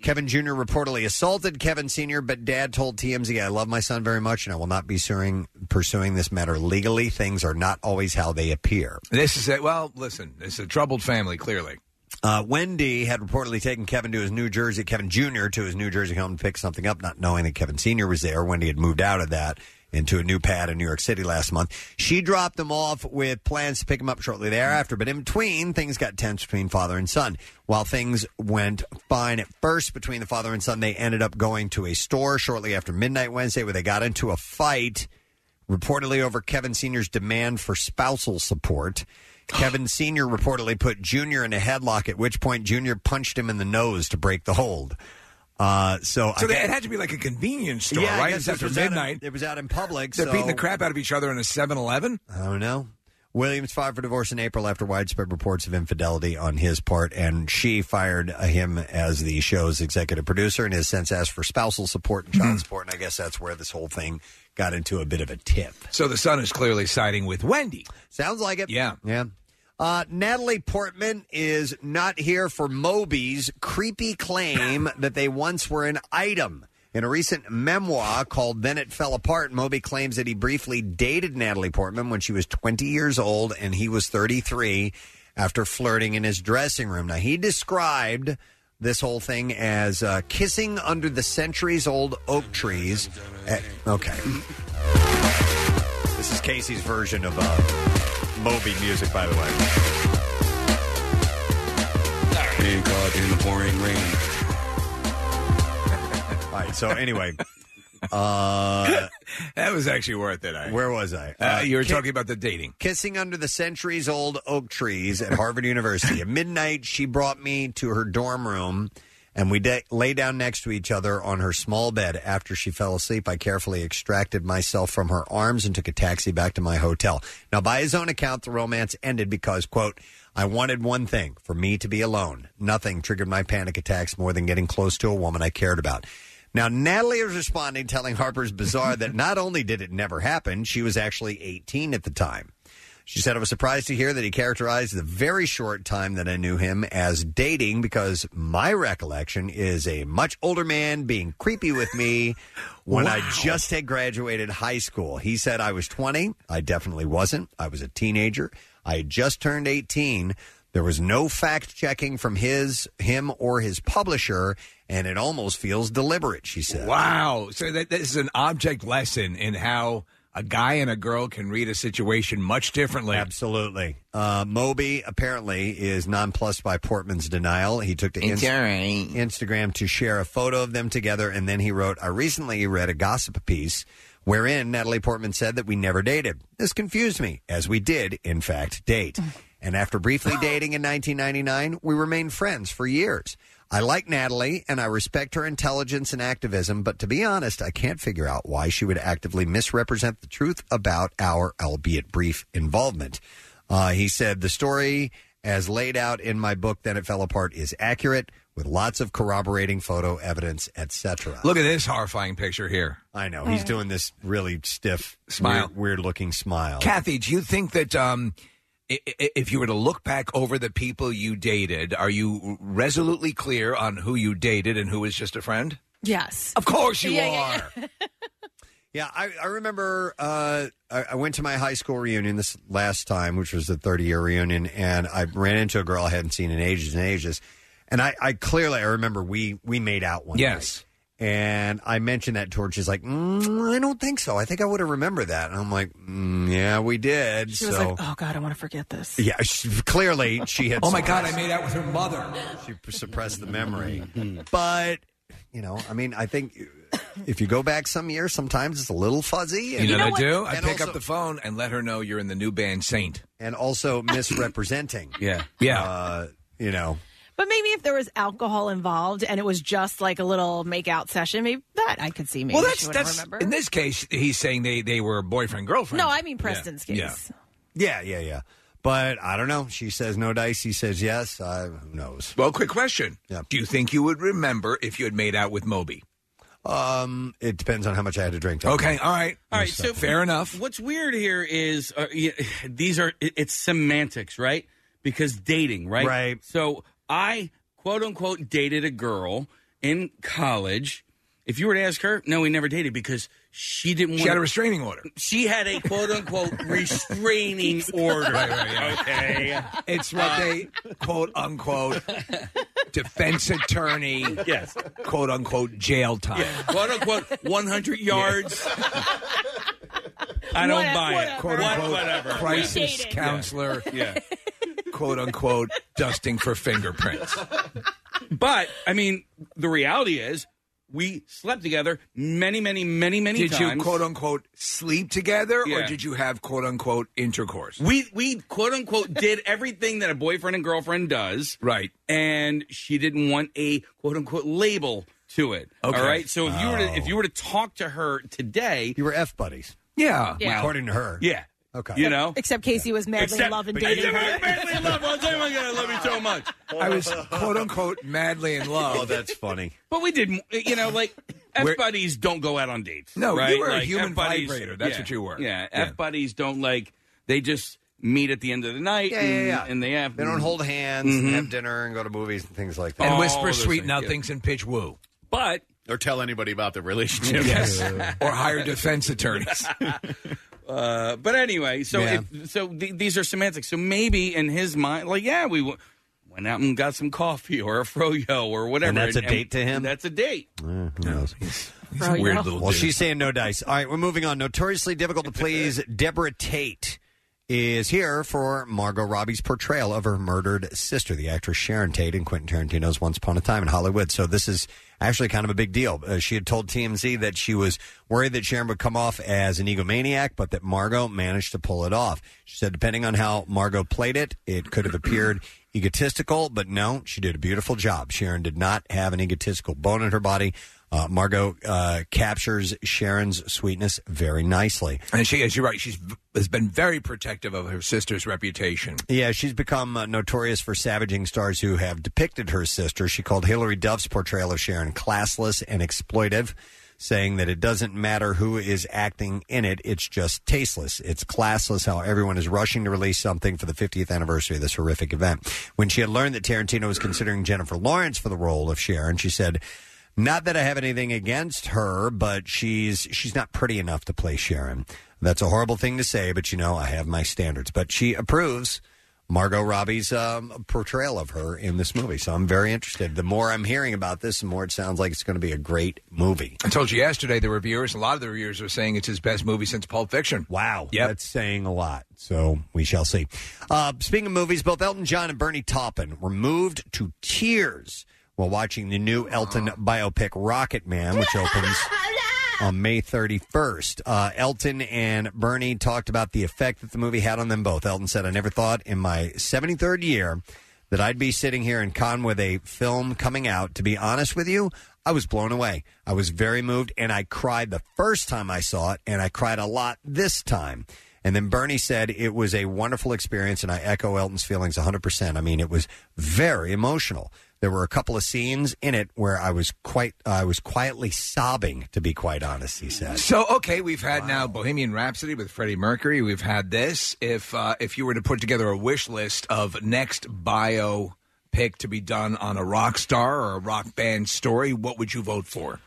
A: Kevin Jr. reportedly assaulted Kevin Sr., but dad told TMZ, I love my son very much and I will not be suing, pursuing this matter legally. Things are not always how they appear.
D: This is it. Well, listen, it's a troubled family. Clearly,
A: Uh, Wendy had reportedly taken Kevin to his New Jersey, Kevin Jr. to his New Jersey home to pick something up, not knowing that Kevin Sr. was there. Wendy had moved out of that into a new pad in New York City last month. She dropped him off with plans to pick him up shortly thereafter, but in between, things got tense between father and son. While things went fine at first between the father and son, they ended up going to a store shortly after midnight Wednesday where they got into a fight reportedly over Kevin Sr.'s demand for
D: (sighs)
A: spousal support. Kevin Sr. reportedly put Jr. in a headlock, at which point Jr. punched him in the nose to break the hold. Uh, so
D: so
A: I
D: they,
A: guess-
D: it had to be like a convenience store,
A: yeah, I
D: right?
A: guess
D: It's
A: this
D: after
A: was out in-
D: midnight.
A: it was out in public.
D: They're
A: so-
D: beating the crap out of each other in a 7-Eleven.
A: I don't know. Williams filed for divorce in April after widespread reports of infidelity on his part, and she fired uh, him as the show's executive producer and has since asked for spousal support and
D: Mm-hmm.
A: child support. And I guess that's where this whole thing got into a bit of a tiff.
D: So the son is clearly siding with Wendy.
A: Sounds like it.
D: Yeah.
A: Yeah. Uh, Natalie Portman is not here for Moby's creepy
D: (laughs)
A: claim that they once were an item. In a recent memoir called Then It Fell Apart, Moby claims that he briefly dated Natalie Portman when she was 20 years old and he was 33 after flirting in his dressing room. Now, he described this whole thing as uh, kissing under the centuries old oak trees. at- okay. This is Casey's version of uh, Moby music, by the way.
E: Being caught in the pouring rain.
A: (laughs) All right.
D: (laughs)
A: So anyway, uh,
D: that was (laughs) actually worth it. I,
A: where was I?
D: Uh, you were
A: ki-
D: talking about the dating.
A: Kissing under the centuries old oak trees at Harvard University. At midnight, she brought me to her dorm room and we de- lay down next to each other on her small bed. After she fell asleep, I carefully extracted myself from her arms and took a taxi back to my hotel. Now, by his own account, the romance ended because, quote, I wanted one thing for me to be alone. Nothing triggered my panic attacks more than getting close to a woman I cared about. Now, Natalie is responding, telling Harper's Bazaar that not only did it never happen, she was actually 18 at the time. She said, I was surprised to hear that he characterized the very short time that I knew him as dating because my recollection is a much older man being creepy with me when I just had graduated high school. He said I was 20. I definitely wasn't. I was a teenager. I had just turned 18. There was no fact checking from his him or his publisher, and it almost feels deliberate, she said.
D: Wow. So that, that is an object lesson in how a guy and a girl can read a situation much differently.
A: Absolutely. Uh, Moby apparently is nonplussed by Portman's denial. He took to
D: It's all
A: Instagram to share a photo of them together, and then he wrote, I recently read a gossip piece wherein Natalie Portman said that we never dated. This confused me, as we did, in fact, date. And after briefly dating in 1999, we remained friends for years. I like Natalie and I respect her intelligence and activism, but to be honest, I can't figure out why she would actively misrepresent the truth about our, albeit brief, involvement. Uh, he said, The story, as laid out in my book, Then It Fell Apart, is accurate with lots of corroborating photo evidence, etc.
D: Look at this horrifying picture here.
A: I know. He's doing this really stiff,
D: Smile.
A: weird looking smile.
D: Kathy, do you think that um, i- i- if you were to look back over the people you dated, are you resolutely clear on who you dated and who was just a friend?
B: Yes.
D: Of course you
B: Yeah, yeah,
D: are.
A: Yeah, I, I remember uh, I, I went to my high school reunion this last time, which was the 30 year reunion, and I ran into a girl I hadn't seen in ages and ages. And I, I clearly I remember we we made out one yes. And I mentioned that to her. She's like, mm, I don't think so. I think I would have remembered that. And I'm like, mm, Yeah, we did.
B: She
A: so,
B: was like, "Oh God, I want to forget this."
A: yeah, she, clearly she had.
D: Oh my God,
A: suppressed-
D: I made out with her mother.
A: She suppressed the memory. but Mm-hmm. you know, I mean, I think if you go back some years, sometimes it's a little fuzzy.
D: You know,
A: and-
D: what I do? I
A: And
D: pick
A: also-
D: up the phone and let her know you're in the new band Saint.
A: and also misrepresenting.
E: yeah,
D: (laughs) yeah.
A: Uh, you know,
B: But maybe if there was alcohol involved and it was just like a little make-out session, maybe that I could see. Maybe
D: well,
B: she
D: that's
B: wouldn't
D: that's
B: remember.
D: in this case. He's saying they they were boyfriend girlfriend.
B: No, I mean Preston's case.
A: yeah, yeah, yeah. But I don't know. She says no dice. He says yes. I, who knows?
D: Well, quick question. Do you think you would remember if you had made out with Moby?
A: Um, it depends on how much I had to drink.
D: Okay, all right,
E: All right, so
D: fair enough.
E: What's weird here is uh, y- these are it- it's semantics, right? Because dating, right?
A: Right.
E: So I quote unquote dated a girl in college. If you were to ask her, no, we never dated because she didn't.
D: She
E: want
D: had a restraining order.
E: She had a
D: (laughs)
E: quote unquote restraining order. Okay.
D: It's what they quote
E: (laughs)
D: unquote defense attorney
E: Yes.
D: quote unquote jail time.
E: Quote unquote 100 yards. I don't
B: Whatever,
E: buy it.
D: Quote
E: What-
D: unquote
E: whatever.
B: We
D: crisis
B: dated.
D: counselor.
E: (laughs) Yeah.
D: Quote unquote dusting for fingerprints.
E: But I mean, the reality is, we slept together many, many, many, many
D: Did
E: times.
D: you quote unquote sleep together
E: Yeah.
D: or did you have quote unquote intercourse?
E: we we quote unquote (laughs) did everything that a boyfriend and girlfriend does,
D: Right.
E: and she didn't want a quote unquote label to it.
D: Okay.
E: All right. So if you were
A: Oh.
E: to, if you were to talk to her today,
A: You were f buddies,
D: Yeah.
B: Yeah.
A: according to her.
E: yeah,
A: Okay.
E: you know.
B: Except Casey was madly in love and dating
E: Except-
B: her.
E: madly in love.
B: (laughs)
E: I'll tell you, I'm gonna love you so much.
D: I was quote unquote madly in love.
A: Oh, that's funny.
E: But we didn't, you know,
A: (laughs)
E: like F buddies don't go out on dates.
D: No, you
E: right?
D: were a
E: like,
D: human
E: F-buddies-
D: vibrator. That's
E: yeah,
D: what you were.
E: Yeah,
D: Yeah.
E: F buddies don't like they just meet at the end of the Mm-hmm. night.
A: Yeah,
E: and,
A: yeah, yeah.
E: and they have
A: They don't hold hands and have dinner and go to movies and things like that.
D: and
E: all
D: whisper
E: those
D: sweet
E: things, yeah.
D: nothings and pitch
E: (laughs)
D: woo.
E: But
C: Or tell anybody about the relationship.
D: or hire defense attorneys.
E: uh, but anyway, so
A: Yeah.
E: if, so th- these are semantics. So maybe in his mind, like yeah, we w- went out and got some coffee or a froyo or whatever.
A: And that's a date to him?
E: That's a date. (laughs)
A: Yeah, who knows?
E: a Right, weird yeah. little
A: well,
E: dude.
A: she's saying no dice. All right, we're moving on. Notoriously difficult to please. Deborah Tate is here for Margot Robbie's portrayal of her murdered sister, the actress Sharon Tate in Quentin Tarantino's Once Upon a Time in Hollywood. So this is actually kind of a big deal. Uh, she had told TMZ that she was worried that Sharon would come off as an egomaniac, but that Margot managed to pull it off. She said, depending on how Margot played it, it could have appeared egotistical, but no, she did a beautiful job. Sharon did not have an egotistical bone in her body. Uh, Margot uh, captures Sharon's sweetness very nicely.
D: And she is. You're right. She's v- has been very protective of her sister's reputation.
A: Yeah, she's become uh, notorious for savaging stars who have depicted her sister. She called Hilary Duff's portrayal of Sharon classless and exploitive, saying that it doesn't matter who is acting in it, it's just tasteless. It's classless how everyone is rushing to release something for the 50th anniversary of this horrific event. When she had learned that Tarantino was considering Jennifer Lawrence for the role of Sharon, she said, not that I have anything against her, but she's she's not pretty enough to play Sharon. That's a horrible thing to say, but you know I have my standards. But she approves Margot Robbie's um, portrayal of her in this movie, so I'm very interested. The more I'm hearing about this, the more it sounds like it's going to be a great movie.
D: I told you yesterday. The reviewers, a lot of the reviewers, are saying it's his best movie since Pulp Fiction.
A: Wow. Yeah, that's saying a lot. So we shall see. Uh, speaking of movies, both Elton John and Bernie Taupin were moved to tears while watching the new Elton biopic Rocket Man, which opens on May 31st. Uh, Elton and Bernie talked about the effect that the movie had on them both. Elton said, I never thought in my 73rd year that I'd be sitting here in con with a film coming out. To be honest with you, I was blown away. I was very moved, and I cried the first time I saw it, and I cried a lot this time. And then Bernie said it was a wonderful experience, and I echo Elton's feelings 100%. I mean, it was very emotional. There were a couple of scenes in it where I was quite, uh, I was quietly sobbing, to be quite honest. He said.
D: So okay, we've had now Bohemian Rhapsody with Freddie Mercury. We've had this. If uh, if you were to put together a wish list of next bio pick to be done on a rock star or a rock band story, what would you vote for?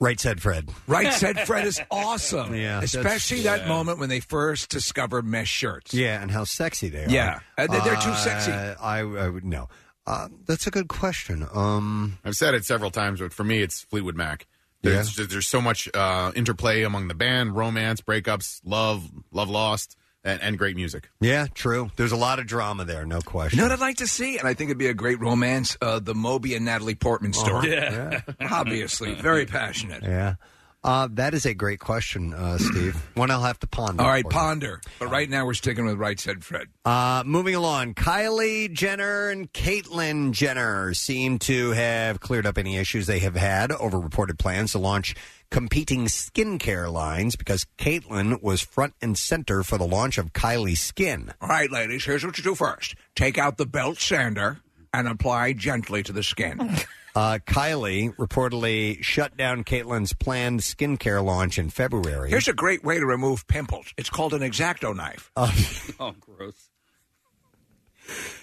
A: Right said Fred.
D: Right said Fred
A: (laughs)
D: is awesome.
A: Yeah, that's-
D: especially that
A: yeah.
D: moment when they first discovered mesh shirts.
A: Yeah, and how sexy they are.
D: Yeah. Uh, they- they're too sexy.
A: Uh, I, I would no. Uh, that's a good question. Um,
C: I've said it several times, but for me, it's Fleetwood Mac. There's just- there's so much uh, interplay among the band, romance, breakups, love, love lost, and, and great music.
A: yeah, true. There's a lot of drama there, no question.
D: You know what I'd like to see, and I think it'd be a great romance: uh, the Moby and Natalie Portman story.
A: Uh-huh.
D: (laughs)
A: (laughs)
D: obviously, very passionate.
A: Yeah. Uh, that is a great question, uh, Steve. One I'll have to ponder.
D: All right,
A: for you.
D: ponder. But right now, we're sticking with right said Fred.
A: Uh, moving along, Kylie Jenner and Caitlyn Jenner seem to have cleared up any issues they have had over reported plans to launch competing skincare lines because Caitlyn was front and center for the launch of Kylie Skin.
D: All right, ladies, here's what you do first take out the belt sander and apply gently to the
A: (laughs)
D: skin.
A: Uh, Kylie reportedly shut down Caitlyn's planned skincare launch in February.
D: Here's a great way to remove pimples it's called an exacto knife.
A: Uh,
E: oh, gross.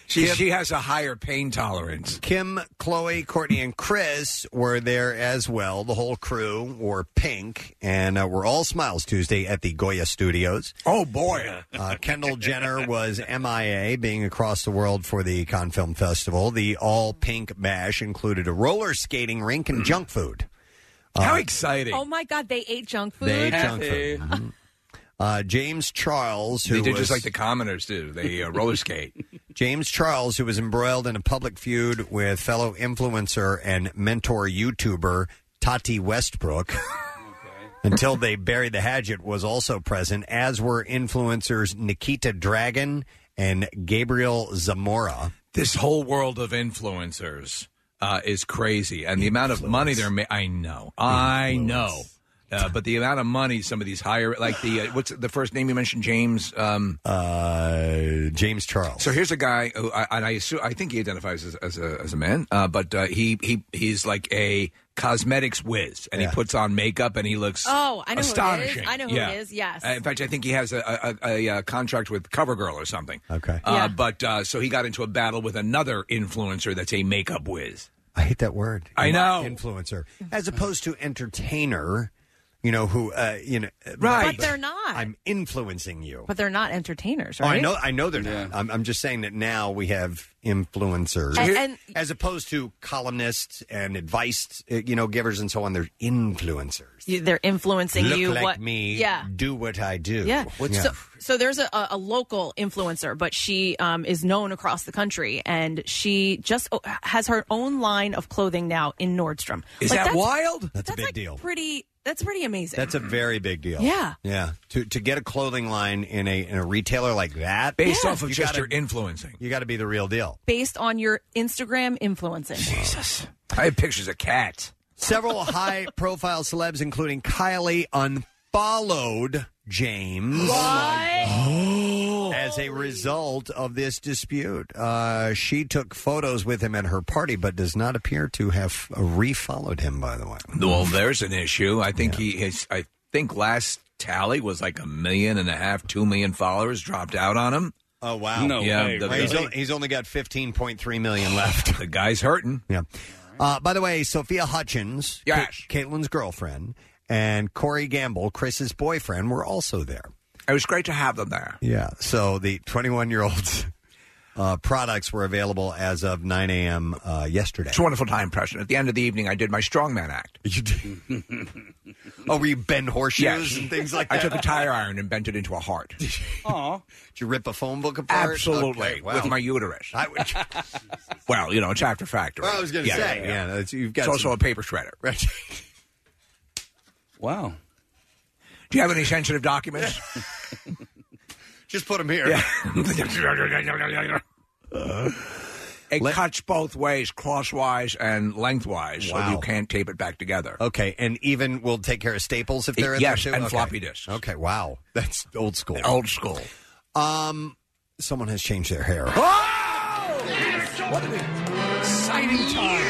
D: She, she has a higher pain tolerance.
A: Kim, Chloe, Courtney, and Chris were there as well. The whole crew wore pink and uh, were all smiles Tuesday at the Goya Studios.
D: Oh, boy.
A: Uh, Kendall Jenner was MIA, being across the world for the Cannes Film Festival. The all pink bash included a roller skating rink and junk food.
D: Hmm.
A: Uh,
D: How exciting!
B: Oh my God, they ate junk food.
A: They ate junk food. Mhm. Uh, James Charles, who
D: They did
A: was
D: just like the commoners do. They
A: (laughs)
D: uh, roller skate.
A: James Charles, who was embroiled in a public feud with fellow influencer and mentor YouTuber Tati Westbrook. Until they buried the Hadget was also present, as were influencers Nikita Dragon and Gabriel Zamora.
D: This whole world of influencers uh, is crazy, and the amount of money they're making. I know, I know, uh, but the amount of money some of these higher, like the uh, what's the first name you mentioned, James. Um,
A: uh, James Charles.
D: So here's a guy, who I, and I assume I think he identifies as, as a as a man, uh, but uh, he he he's like a cosmetics whiz, and
B: Yeah.
D: he puts on makeup and he looks
B: Oh, I know who it
D: astonishing.
B: is. I know who
D: Yeah.
B: it is. Yes.
D: Uh, In fact, I think he has a, a, a, a contract with CoverGirl or something.
A: Okay.
D: Uh,
B: Yeah.
D: But uh, so he got into a battle with another influencer that's a makeup whiz.
A: I hate that word.
D: I know.
A: Influencer. As opposed to entertainer. you know, who, uh, you know,
B: Right. But they're not.
A: I'm influencing you.
B: But they're not entertainers,
A: Oh,
B: right?
A: I know, I know they're not. I'm, I'm just saying that now we have influencers,
B: And- and-
A: as opposed to columnists and advice, uh, you know, givers and so on. They're influencers.
B: You- They're influencing
A: Look
B: you.
A: like
B: what?
A: me.
B: Yeah.
A: Do what I do.
B: Yeah. So, so there's a, a local influencer, but she um, is known across the country, and she just o- has her own line of clothing now in Nordstrom.
A: Is that
B: that's-
A: wild? That's a
B: That's,
A: big
B: like
A: deal.
B: Pretty. That's pretty amazing.
A: That's a very big deal.
B: Yeah.
A: Yeah. To to get a clothing line in a in a retailer like that
B: Based Yeah. off of
A: you
D: just
A: gotta-
D: your influencing.
A: You got to be the real deal.
B: based on your Instagram influencing.
D: Jesus. I have pictures of cats.
A: Several high profile celebs, including Kylie, unfollowed James. (gasps) As a result of this dispute, uh, she took photos with him at her party, but does not appear to have uh, refollowed him. By the way,
D: Well, there's an issue. I think he his I think last tally was like a million and a half, two million followers dropped out on him.
A: Oh wow!
D: yeah, the-
A: Well, he's, only, he's only got fifteen point three million
D: (laughs)
A: left.
D: the guy's hurting.
A: Yeah. Uh, by the way, Sophia Hutchins, Ca- Caitlin's girlfriend, and Corey Gamble, Chris's boyfriend, were also there.
D: It was great to have them there.
A: Yeah. So the 21 year olds (laughs) uh, products were available as of 9 a.m. Uh, yesterday.
D: It's a wonderful time, Preston. At the end of the evening, I did my strongman act.
A: You did. oh, were you bend horseshoes and things like
D: I
A: that?
D: took a tire iron and bent it into a heart. (laughs)
E: Aw.
A: Did you rip a phone book apart?
D: Absolutely,
A: Okay, wow.
D: with my uterus.
A: I
D: (laughs)
A: (laughs)
D: well, you know, it's after factory.
A: Well, I was gonna say, yeah, that's- you've got
D: it's also
A: some-
D: a paper shredder.
A: (laughs) Right.
E: wow.
D: Do you have any sensitive documents?
A: (laughs) Just put them here. (laughs)
D: it cuts both ways, crosswise and lengthwise, so you
A: Wow.
D: can't tape it back together.
A: Okay, and even we'll take care of staples if they're in
D: yes,
A: there too.
D: and
A: Okay.
D: floppy disks.
A: Okay, wow, that's old school.
D: Old school.
A: Um, someone has changed
D: (laughs)
A: their hair.
D: What an exciting time!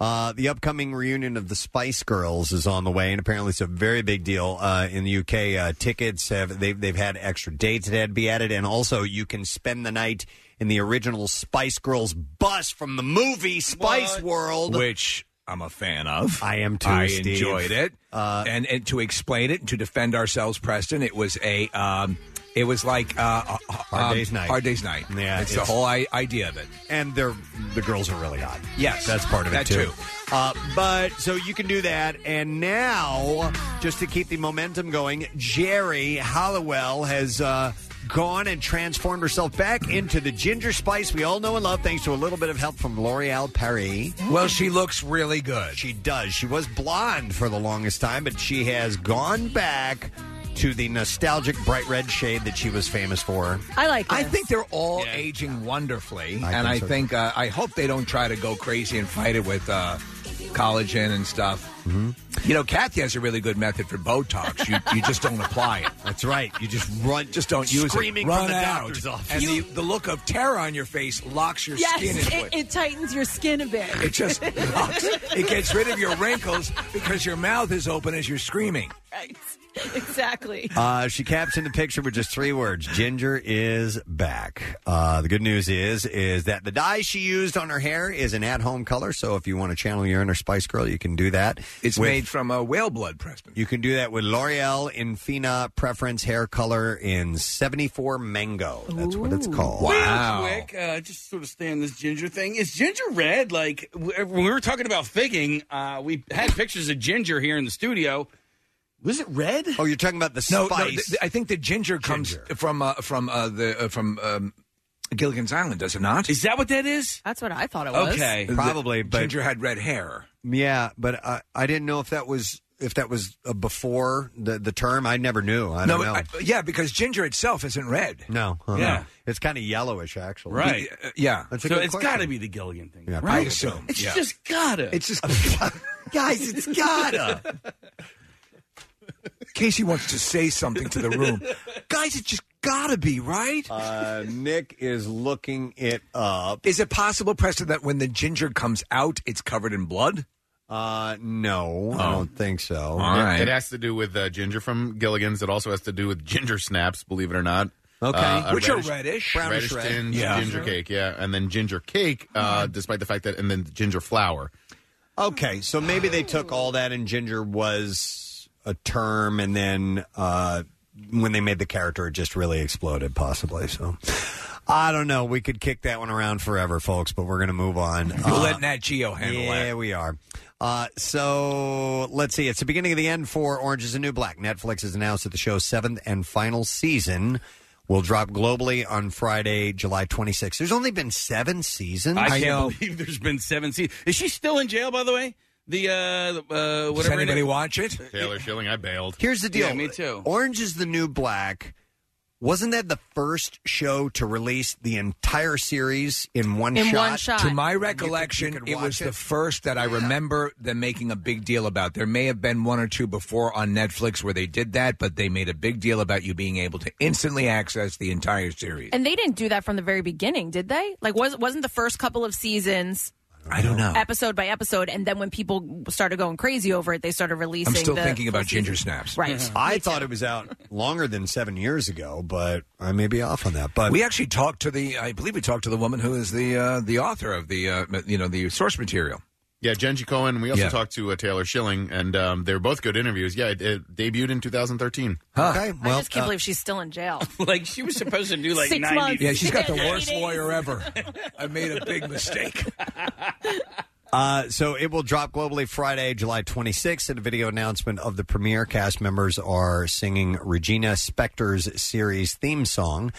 A: Uh, the upcoming reunion of the Spice Girls is on the way, and apparently it's a very big deal uh, in the UK. Uh, tickets have they've they've had extra dates that had to be added, and also you can spend the night in the original Spice Girls bus from the movie Spice World,
D: which I'm a fan of.
A: I am too.
D: I
A: Steve.
D: enjoyed it,
A: Uh,
D: and and to explain it and to defend ourselves, Preston, it was a um, it was like uh, a-
A: Um, Hard Day's Night.
D: Hard days night.
A: Yeah,
D: it's, the
A: it's-
D: whole I- idea of it.
A: and they're the girls are really hot.
D: Yes.
A: that's part of it
D: That
A: too.
D: too.
A: Uh, but so you can do that, and now just to keep the momentum going, Jerry Hollowell has uh, gone and transformed herself back into the ginger spice we all know and love, thanks to a little bit of help from L'Oreal Paris.
D: Well, she looks really good.
A: She does. She was blonde for the longest time, but she has gone back to the nostalgic bright red shade that she was famous for.
B: I like.
D: I think they're all aging wonderfully,
A: I
D: and
A: think
D: I
A: so,
D: think uh, I hope they don't try to go crazy and fight it with uh, collagen and stuff.
A: Mm-hmm.
D: You know, Kathy has a really good method for Botox. You, you just don't apply it.
A: That's right. You just run.
D: Just don't use
A: Screaming
D: it. Run
A: from the
D: out.
A: doctor's office.
D: And the, the look of terror on your face locks your
B: yes,
D: skin into
B: it,
D: it.
B: it tightens your skin a bit.
D: It just locks. it
B: (laughs)
D: gets rid of your wrinkles because your mouth is open as you're screaming.
B: right. Exactly.
A: Uh, she captioned the picture with just three words: "Ginger is back." Uh, the good news is is that the dye she used on her hair is an at-home color. So if you want to channel your inner Spice Girl, you can do that.
D: It's
A: with-
D: made from uh, whale blood, Preston.
A: You can do that with L'Oreal Infina Preference Hair Color in 74 Mango. That's what it's called.
E: Real quick, uh, just sort of stay on this ginger thing. Is ginger red? Like w- uh, when we were talking about figging, uh, we had pictures of ginger here in the studio. Was it red?
A: Oh, you're talking about the
D: No, no
E: spice.
D: th- th- I think the ginger comes from uh, from uh, the uh, from um, Gilligan's Island, does it not?
E: Is that what that is?
B: That's what I thought it was.
D: Okay,
A: Probably,
D: The-
A: but-
D: ginger had red hair.
A: Yeah, but I, I didn't know if that was if that was uh, before the the term. I never knew. I don't
D: no,
A: know.
D: I- yeah, because ginger itself isn't red.
A: no, huh.
D: Yeah.
A: it's kind of yellowish actually.
E: Right.
D: Uh, yeah,
A: That's a
E: so
A: good
E: it's
A: question.
E: got to be the Gilligan thing,
A: Yeah,
E: right?
A: I
D: assume,
E: It's
D: yeah.
E: just gotta.
D: It's just
A: guys, it's gotta.
D: Casey wants to say something to the room. Guys, it just gotta be right.
A: Uh, Nick is looking it up.
D: Is it possible, Preston, that when the ginger comes out, it's covered in blood?
A: Uh, no, I don't think so.
D: Oh. All right.
C: It has to do with uh, ginger from Gilligan's. It also has to do with ginger snaps, believe it or not.
A: Okay.
C: Uh, a
D: Which are reddish.
C: reddish,
D: Brownish red.
C: tinge
D: Yeah.
C: ginger cake, yeah, and then ginger cake, uh, despite the fact that, and then ginger flour.
A: Okay, so maybe they took all that and ginger was a term, and then uh, when they made the character, it just really exploded, possibly. So I don't know. We could kick that one around forever, folks, but we're going to move on.
D: We're
A: Uh,
D: letting that Geo handle
A: yeah,
D: that.
A: we are. Uh, so let's see. It's the beginning of the end for Orange is the New Black. Netflix has announced that the show's seventh and final season will drop globally on Friday, July 26th. There's only been seven seasons.
E: I can't believe there's been seven seasons. Is she still in jail, by the way? The uh, uh whatever.
D: anybody watch it?
C: Taylor Schilling, I bailed.
A: Here's the deal.
E: Yeah, me too.
A: Orange is the New Black. Wasn't that the first show to release the entire series in one
B: In
A: shot?
B: one shot.
D: To my recollection,
A: could
D: it was
A: watch
D: the
A: it?
D: first that I remember them making a big deal about. There may have been one or two before on Netflix where they did that, but they made a big deal about you being able to instantly access the entire series.
B: And they didn't do that from the very beginning, did they? Like, was wasn't the first couple of seasons
D: I don't know.
B: episode by episode, and then when people started going crazy over it, they started releasing.
D: I'm still
B: the
D: thinking
B: full
D: about
B: season.
D: Ginger Snaps.
B: Right.
A: I thought it was out longer than seven years ago, but I may be off on that. But
D: We actually talked to the, I believe we talked to the woman who is the uh, the author of the, uh, you know, the source material.
C: Yeah, Genji Cohen. We also
D: Yeah.
C: talked to uh, Taylor Schilling, and um, they're both good interviews. Yeah, it, it debuted in 2013.
A: okay,
B: I
A: well,
B: just can't
A: uh,
B: believe she's still in jail.
E: Like she was supposed to do like
B: Six
E: 90.
B: months.
D: Yeah, she's got
B: (laughs)
D: the
B: Yeah,
D: worst
B: it is.
D: lawyer
B: (laughs)
D: ever. I made a big
A: (laughs)
E: (laughs)
D: mistake.
A: Uh, so it will drop globally Friday, July 26th. And a video announcement of the premiere cast members are singing Regina Spector's series theme song.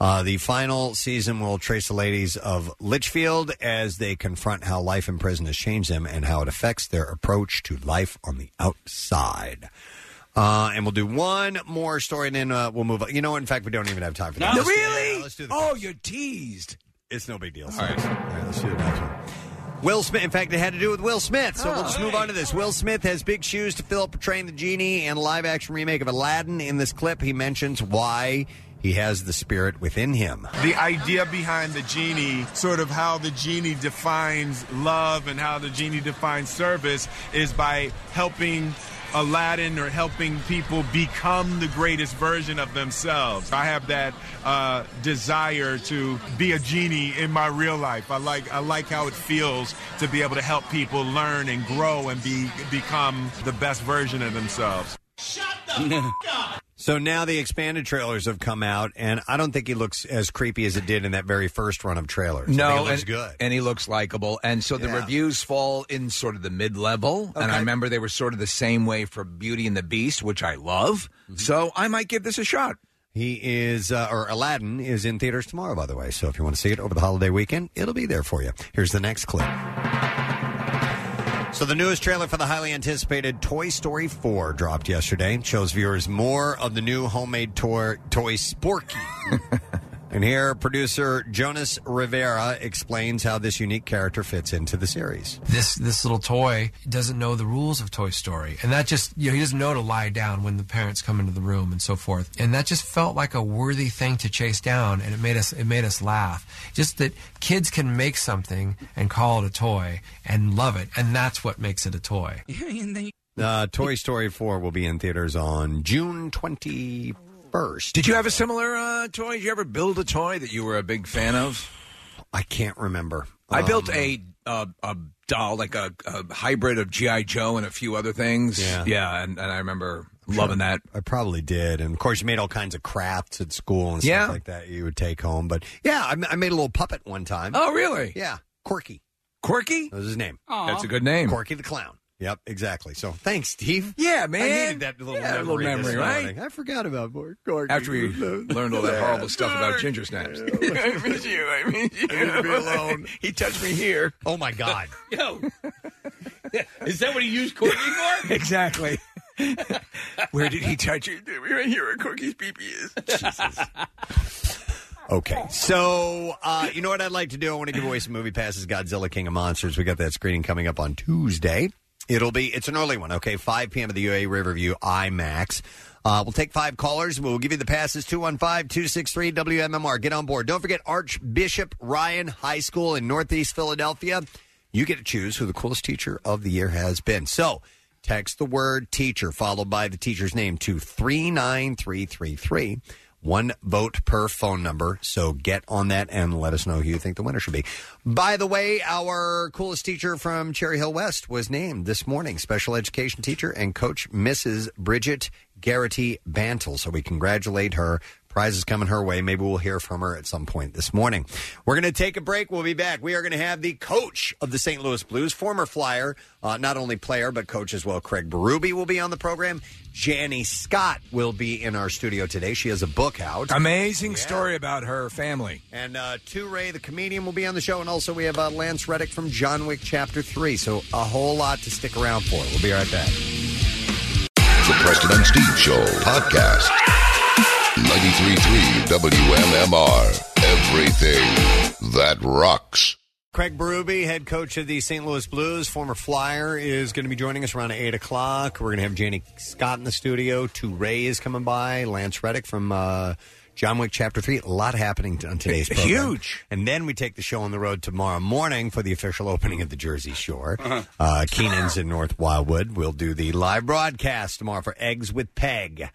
A: Uh, the final season will trace the ladies of Litchfield as they confront how life in prison has changed them and how it affects their approach to life on the outside. Uh, and we'll do one more story and then uh, we'll move on. You know what? In fact, we don't even have time for that.
D: No,
A: Let's do-
D: really?
A: yeah, let's do the
D: oh, you're teased.
A: It's no big deal.
D: All right.
A: All right, let's do the next one. Will Smith. In fact, it had to do with Will Smith, so we'll just move on to this. Will Smith has big shoes to fill portraying the genie and live action remake of Aladdin. In this clip, he mentions why he has the spirit within him.
I: the idea behind the genie, sort of how the genie defines love and how the genie defines service, is by helping Aladdin or helping people become the greatest version of themselves. I have that uh, desire to be a genie in my real life. I like I like how it feels to be able to help people learn and grow and be become the best version of themselves.
A: (laughs) So now the expanded trailers have come out, and I don't think he looks as creepy as it did in that very first run of trailers. I think it looks
D: and,
A: good.
D: and he looks likable. And so the
A: Yeah.
D: reviews fall in sort of the mid level. And
A: Okay.
D: I remember they were sort of the same way for Beauty and the Beast, which I love. So I might give this a shot.
A: Mm-hmm. He is, uh, or Aladdin is in theaters tomorrow, by the way. So if you want to see it over the holiday weekend, it'll be there for you. Here's the next clip. So the newest trailer for the highly anticipated Toy Story 4 dropped yesterday. It Shows viewers more of the new homemade toy,
D: (laughs)
A: toy Sporky. and here, producer Jonas Rivera explains how this unique character fits into the series.
J: (laughs) this this little toy doesn't know the rules of Toy Story, and that just you know he doesn't know to lie down when the parents come into the room and so forth, and that just felt like a worthy thing to chase down, and it made us it made us laugh. Just that kids can make something and call it a toy and love it, and that's what makes it a toy.
A: Uh, toy Story 4 will be in theaters on June 21st.
D: Did you have a similar uh, toy? Did you ever build a toy that you were a big fan of?
A: I can't remember.
D: I built
A: Um,
D: a uh, a doll, like a, a hybrid of G.I. Joe and a few other things.
A: Yeah.
D: and, and I remember loving that.
A: I probably did, and of course, you made all kinds of crafts at school and stuff
D: Yeah.
A: like that. You would take home, but yeah, I, I made a little puppet one time.
D: Oh, really?
A: Yeah, Corky.
D: Quirky?
A: That was his name.
D: That's a good name.
A: Corky the clown. Yep, exactly. So thanks, Steve.
D: Yeah, man.
A: I needed that little
D: Yeah, a
A: memory,
D: little
A: this
D: memory, right?
A: morning. I forgot about Mor- Corky.
D: After we learned all that horrible stuff about ginger
A: (laughs)
D: snaps. (laughs) I miss you. I (laughs) miss you. alone. (laughs) he touched me here.
A: oh my
D: (laughs)
A: God,
E: Yo, is that what he used Courtney
A: (laughs)
E: for?
D: Exactly. (laughs) Where did he touch you? Right here where Corky's peepee is.
K: (laughs)
A: Okay, so uh, you know what I'd like to do? I want to give away some movie passes. Godzilla King of Monsters. We got that screening coming up on Tuesday. It'll be it's an early one. Okay, 5 p.m. at the UA Riverview IMAX. Uh, we'll take five callers. We'll give you the passes 215 263 WMMR. Get on board. Don't forget Archbishop Ryan High School in Northeast Philadelphia. You get to choose who the coolest teacher of the year has been. So text the word teacher followed by the teacher's name to 39333. One vote per phone number. So get on that and let us know who you think the winner should be. By the way, our coolest teacher from Cherry Hill West was named this morning special education teacher and coach Mrs. Bridget Garrity Bantle. So we congratulate her. Prize is coming her way. Maybe we'll hear from her at some point this morning. We're going to take a break. We'll be back. We are going to have the coach of the St. Louis Blues, former Flyer, uh, not only player, but coach as well. Craig Berube will be on the program. Janie Scott will be in our studio today. She has a book out.
D: Amazing story about her family.
A: And uh, Two Ray, the comedian, will be on the show. And also, we have uh, Lance Reddick from John Wick Chapter 3. So, a whole lot to stick around for. We'll be right back.
L: The Preston and Steve Show podcast. 93.3 WMMR. Everything that rocks.
A: Craig Berube, head coach of the St. Louis Blues, former Flyer, is going to be joining us around 8 o'clock. We're going to have Janie Scott in the studio. Two Ray is coming by. Lance Reddick from uh, John Wick Chapter 3. A lot happening
D: (laughs)
A: on today's program.
D: Huge.
A: And then we take the show on the road tomorrow morning for the official opening of the Jersey Shore.
D: Uh-huh.
A: uh Keenan's in North Wildwood. We'll do the live broadcast tomorrow for Eggs with Peg.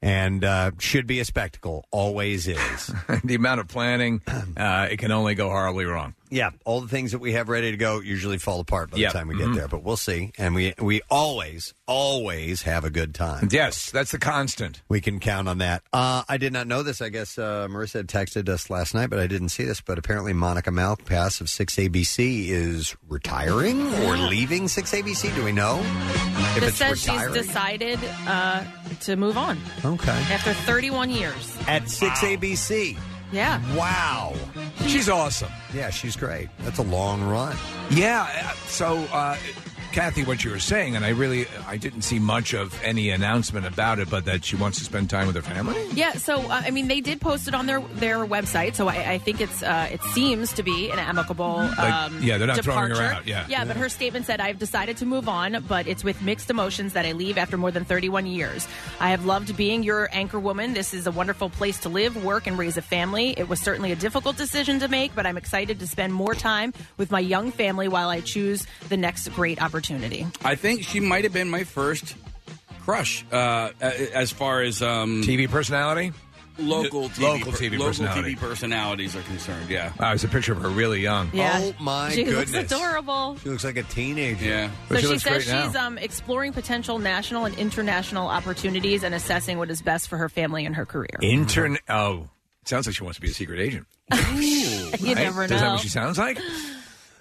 A: And uh, should be a spectacle. Always is.
D: (laughs) the amount of planning, uh, it can only go horribly wrong.
A: Yeah, all the things that we have ready to go usually fall apart by
D: Yep.
A: the time we get
D: Mhm.
A: there, but we'll see. And we we always always have a good time.
D: Yes, that's the constant.
A: We can count on that. Uh, I did not know this. I guess uh, Marissa had texted us last night, but I didn't see this. But apparently, Monica Malpass of 6ABC is retiring
B: (gasps)
A: or leaving 6ABC. Do we know if
B: This
A: it's
B: says
A: retiring?
B: she's decided uh, to move on
A: okay.
B: after 31 years.
A: At 6ABC.
B: Yeah.
A: Wow.
D: She's awesome.
A: Yeah, she's great. That's a long run.
D: Yeah. uh, So, uh, Kathy, what you were saying, and I really, I didn't see much of any announcement about it, but that she wants to spend time with her family.
B: Yeah, so uh, I mean, they did post it on their their website, so I, I think it's uh, it seems to be an amicable. Um,
D: yeah, they're not throwing her
B: departure.
D: out, yeah.
B: yeah, but her statement said, "I've decided to move on, but it's with mixed emotions that I leave after more than 31 years. I have loved being your anchor woman. This is a wonderful place to live, work, and raise a family. It was certainly a difficult decision to make, but I'm excited to spend more time with my young family while I choose the next great opportunity."
E: I think she might have been my first crush uh, a- as far as um,
D: TV personality?
E: Local TV,
D: Local
E: per-
D: TV
E: local
D: personality.
E: TV personalities are concerned, yeah.
D: Wow, it's a picture of her really young.
B: Yeah.
A: Oh my
B: she
A: goodness.
B: looks adorable.
A: She looks like a teenager.
E: Yeah.
B: so she, says she's um, exploring potential national and international opportunities and assessing what is best for her family and her career.
D: Intern. Oh, sounds like she wants to be a secret agent.
B: you
D: Right?
B: never know.
D: Is that what she sounds like?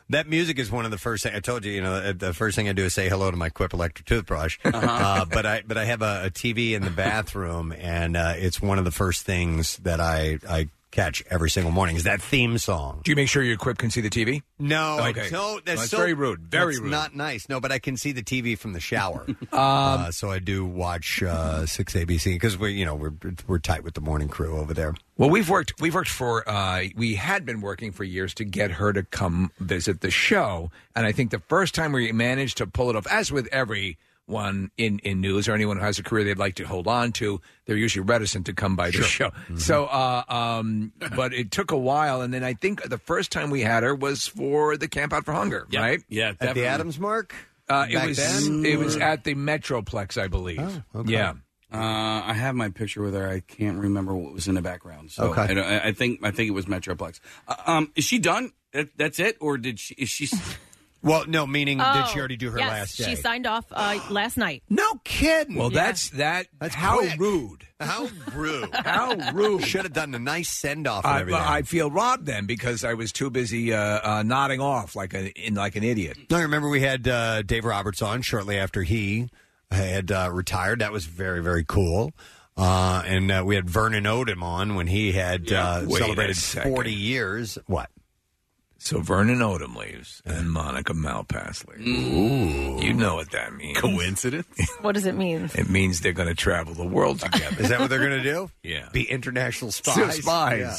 A: That music is one of the first thing I told you. You know, uh, the first thing I do is say hello to my Quip electric toothbrush.
D: Uh-huh.
A: uh but I but I have a, a TV in the bathroom, and uh, it's one of the first things that I I catch every single morning is that theme song.
D: Do you make sure your quip can see the TV?
A: No, I
D: okay.
A: don't. That's, so,
D: very rude. Very
A: that's
D: rude. Um,
A: Not nice. No, but I can see the TV from
D: (laughs)
A: the shower. uh, so I do watch uh, six ABC because we you know we're we're tight with the morning crew over there.
D: Well, we've worked. We've worked for. Uh, we had been working for years to get her to come visit the show, and I think the first time we managed to pull it off, as with everyone in, in news or anyone who has a career they'd like to hold on to, they're usually reticent to come by the show.
E: Mm-hmm.
D: So, uh, um, but it took a while, and then I think the first time we had her was for the Camp Out for Hunger, right?
E: Yeah,
A: At the Adams Mark.
D: Uh, it
A: Back
D: was
A: then? Oh,
D: it was at the Metroplex, I believe. Yeah.
E: Uh, I have my picture with her. I can't remember what was in the background. So
D: Okay.
E: I, don't- I- I think I think it was Metroplex. Uh, um, is she done? That, that's it, or did she? Is she?
D: (laughs)
A: Well, no. Meaning,
B: Oh, yes, She signed off uh, last night.
A: No kidding.
D: Well, that's that. That's how
A: quick.
D: rude. (laughs)
A: How rude.
B: (laughs)
D: How rude.
A: Should have done a nice send off and
D: I,
A: everything.
D: I feel robbed then because I was too busy uh, uh, nodding off like an in, like an idiot.
A: No, I remember we had uh, Dave Roberts on shortly after he had uh, retired. That was very, very cool. Uh, and uh, we had Vernon Odom on when he had uh,
D: Wait a
A: celebrated
D: second.
A: 40 years. What?
D: So Vernon Odom leaves and Monica Malpass leaves. Ooh. You know what that means.
C: Coincidence?
B: What does it mean?
D: (laughs) It means they're going to travel the world together.
A: Is that what they're going to do?
D: Yeah.
A: Be international spies.
D: Spies.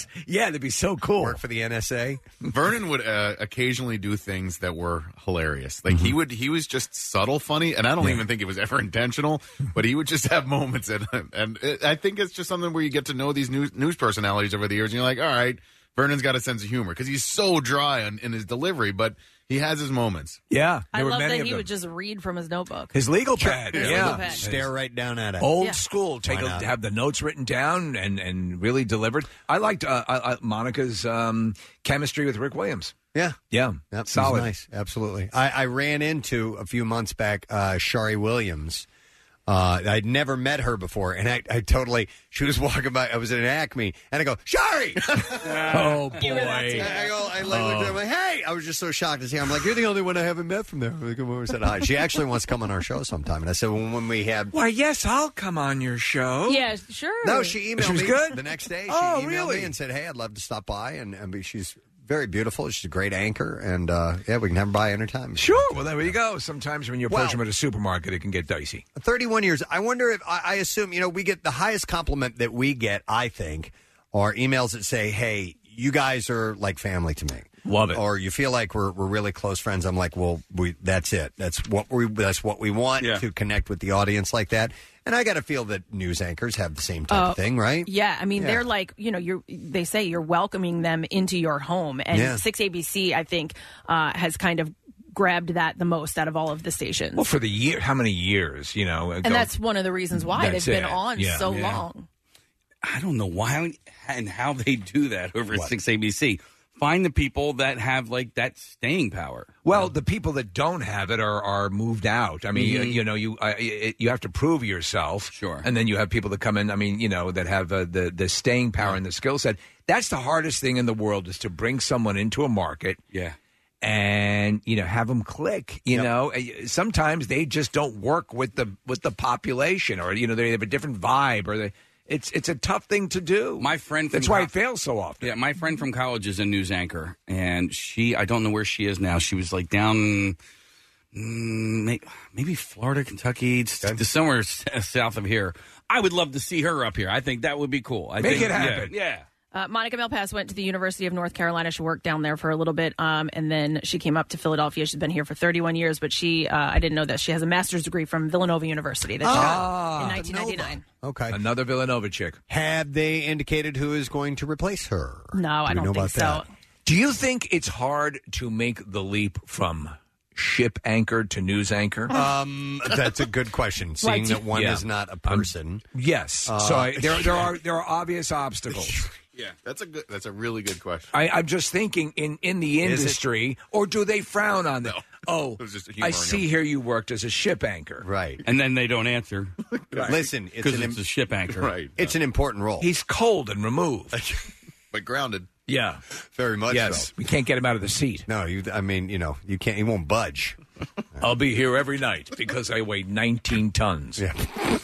D: spies. Yeah. that'd be so cool. Work
A: for the NSA.
C: Vernon would uh, occasionally do things that were hilarious. Like he would, he was just subtle funny, and I don't even think it was ever intentional. But he would just have moments, and and it, I think it's just something where you get to know these news news personalities over the years, and you're like, all right, Vernon's got a sense of humor because he's so dry in, in his delivery, but He has his moments.
D: Yeah,
B: I love that he would just read from his notebook.
D: His legal pad,
B: His
D: yeah,
B: legal pad.
A: Stare right down at it.
D: Old
B: Yeah.
D: school. Take
A: Why
D: a,
A: not?
D: have the notes written down and and really delivered. I liked uh, I, I, Monica's um, chemistry with Rick Williams.
A: Yeah,
D: yeah,
A: that's
D: solid.
A: Nice, absolutely. I, I ran into a few months back uh, Shari Williams. Uh, I'd never met her before, and I, I totally she was (laughs) walking by. I was in an Acme, and I go Shari. (laughs)
D: oh boy!
A: I, go, I like, looked at her, I'm like, hey, I was just so shocked to see. her. I'm like, you're the only one I haven't met from there. I come over and said hi. She actually wants to come on our show sometime, and I said, well, when we have
D: Why, yes, I'll come on your show.
B: Yeah, sure.
A: No, she emailed
D: She was
A: me
D: good?
A: the next day. She
D: Oh,
A: emailed
D: really?
A: me and said, "Hey, I'd love to stop by." And, and be- she's very beautiful. She's a great anchor, and uh, yeah, we can have her by anytime.
D: Sure. Well, there you go. Sometimes when you approach them at a supermarket, it can get dicey.
A: 31 years. I wonder if I, I assume you know we get the highest compliment that we get. I think are emails that say, "Hey, you guys are like family to me." Love it. Or you feel like we're we're really close friends. I'm like, well, we that's it. That's what we that's what we want
M: Yeah.
A: to connect with the audience like that. And I got to feel that news anchors have the same type
B: Oh,
A: of thing, right?
B: Yeah, I mean
A: Yeah.
B: they're like you know you're they say you're welcoming them into your home, and
A: Yeah.
B: six ABC I think uh, has kind of grabbed that the most out of all of the stations,
D: Well, for the year, how many years? You know,
B: and that's one of the reasons why they've
E: That's
B: been
E: it.
B: on
E: Yeah.
B: so
E: Yeah.
B: long.
E: I don't know why and how they do that over at 6ABC. Find the people that have like that staying power. Um,
D: Well, the people that don't have it are are moved out. I mean,
E: Mhm.
D: uh, you know, you uh, it, you have to prove yourself. Sure. And then you have people that come in. I mean, you know, that have uh, the the staying power and the skill set. That's the hardest thing in the world is to bring someone into a market.
E: Yeah.
D: And you know, have them click. You know, Uh, sometimes they just don't work with the with the population, or you know, they have a different vibe, or they. It's it's a tough thing to do.
E: My friend,
D: That's why it fails so often.
E: Yeah, my friend from college is a news anchor, and she I don't know where she is now. She was like down mm, may- maybe Florida, Kentucky, s- somewhere s- south of here. I would love to see her up here. I think that would be cool. I
D: Make
E: think-
D: it happen.
E: Yeah. yeah.
B: Uh, Monica Malpass went to the University of North Carolina. She worked down there for a little bit, um, and then she came up to Philadelphia. She's been here for 31 years, but she uh, I didn't know this. She has a master's degree from Villanova University that she
D: Ah,
B: got in 1999.
A: Okay.
D: Another Villanova chick.
A: Have they indicated who is going to replace her?
B: No, I
A: Do we
B: don't
A: know
B: think
A: about
B: so.
A: that?
D: Do you think it's hard to make the leap from ship anchor to news anchor?
A: (laughs) Um, that's a good question. Seeing
D: Right.
A: that one
D: Yeah. Um,
A: is not a person.
D: yes.
A: Uh,
D: so I, there, there are there are obvious
A: (laughs)
D: obstacles.
C: Yeah, that's a good. That's a really good question.
D: I, I'm just thinking in in the
C: Is it-
D: industry, or do they frown on them? (laughs) Oh,
C: was just
D: I
C: humoring
D: see. Here you worked as a ship anchor,
A: right?
E: And then they don't answer.
A: Listen, it's
E: because
A: an
E: it's,
A: im-
E: a ship anchor,
A: Right. It's an important role.
D: He's cold and removed,
C: but grounded.
D: Yeah,
A: very (laughs) much.
D: Yes,
A: so.
D: we can't get him out of the seat.
A: No, you. I mean, you know, you can't. He won't budge.
D: I'll be here every night because I weigh 19 tons.
A: Yeah. (laughs)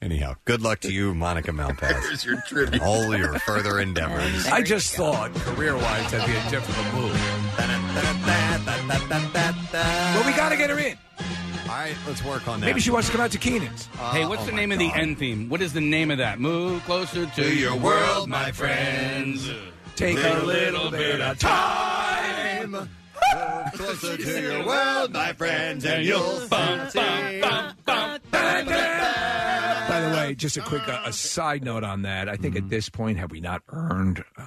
A: Anyhow, good luck to you, Monica (laughs) Malpass.
C: Here's your tribute.
A: All your further (laughs) endeavors.
D: I just thought career wise that'd be a difficult move. Well, we got to get her in.
A: All right, let's work Uh, oh on that.
D: Maybe she wants to come out to Keenan's.
E: hey, what's the name of the end theme? What is the name of that? Move closer to, your world, my friends.
D: Take
E: a little bit of
A: time. (laughs) Closer to your world, my friends, and you'll fancy.
D: By the way, just a quick uh, a side note on that. I
A: Mm-hmm.
D: think at this point, have we not earned uh,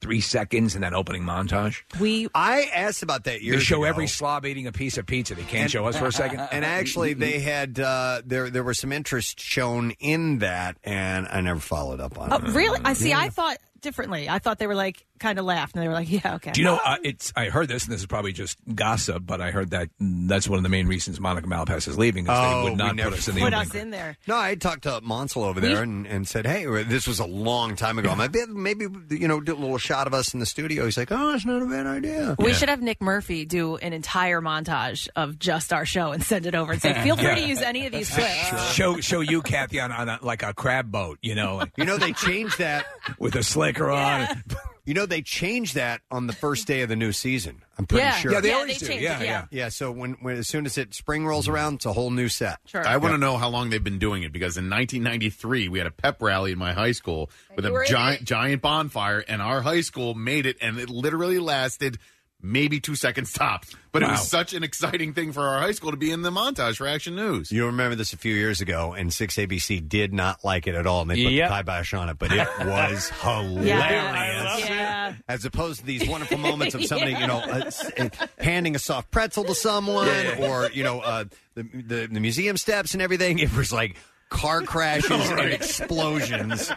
D: three seconds in that opening montage?
B: We.
A: I asked about that
D: They
A: years
D: show
A: ago.
D: every slob eating a piece of pizza. They can't
A: And-
D: show us for a second.
A: (laughs)
D: (laughs)
A: And actually, they had uh, there there was some interest shown in that, and I never followed up on
B: Oh,
A: it.
B: really? I see. I thought differently. I thought they were like kind of laughed, and they were like, (laughs) "Yeah, okay."
D: Do you know? Uh, it's I heard this, and this is probably just gossip, but I heard that that's one of the main reasons Monica Malpass is leaving. Is
A: Oh,
D: they
A: we
D: would not
A: never-
D: put us in the
B: Put
D: opening.
B: us in there.
A: No, I talked to Monsel over there and, and said, "Hey, this was a long time ago. I'm like, "Yeah, maybe you know, do a little shot of us in the studio." He's like, "Oh, it's not a bad idea."
B: We should have Nick Murphy do an entire montage of just our show and send it over and say, "Feel free
D: Yeah.
B: to use any of these clips."
D: show show you Kathy on, on a, like a crab boat, you know,
A: You know, they changed that
D: with a slicker on.
A: (laughs) You know, they changed that on the first day of the new season. I'm pretty
D: Yeah.
A: sure.
D: Yeah, they Yeah, always they do. changed Yeah, it, yeah. yeah.
A: So when, when as soon as it spring rolls around, it's a whole new set.
C: Mm-hmm. I want to know how long they've been doing it because in 1993 we had a pep rally in my high school with
B: you were
C: a
B: in
C: giant giant bonfire, and our high school made it, and it literally lasted maybe two seconds tops. But it
A: Wow.
C: was such an exciting thing for our high school to be in the montage for Action News.
A: You remember this a few years ago, and 6ABC did not like it at all, and they put
C: Yep. (laughs)
A: the kibosh on Oh, it, but it was hilarious.
B: Yeah, Yeah.
A: As opposed to these wonderful moments
M: (laughs)
A: of somebody, you know, uh, s- uh, handing a soft pretzel to someone,
M: Yeah, yeah.
A: or you know, uh, the, the the museum steps and everything. It was like car crashes and
M: Right.
A: explosions,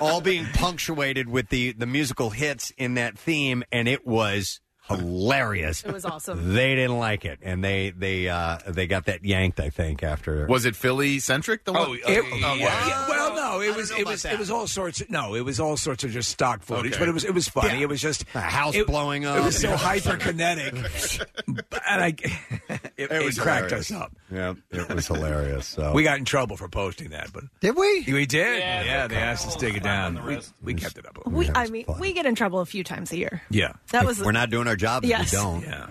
A: all being punctuated with the the musical hits in that theme, and it was hilarious.
B: It was awesome.
A: They didn't like it, and they they uh, they got that yanked. I think after
C: Was it Philly centric? The one?
D: Oh, it- yeah, yeah. Well, no, it was it was it was all sorts. Of, no, it was all sorts of just stock footage,
A: Okay.
D: but it was it was funny. It was just
A: A house
D: it-
A: blowing up.
D: It was so
A: Yeah. (laughs)
D: hyperkinetic, But- and I it, it cracked us up.
A: Yeah, it was hilarious. So
D: We got in trouble for posting that, but
A: did we?
D: We did. Yeah, they asked us to take it down. We, we kept it up. a little.
N: We, I mean, we get in trouble a few times a year.
D: Yeah,
N: That was-
A: We're not doing our job if
N: Yes.
A: we don't.
D: Yeah.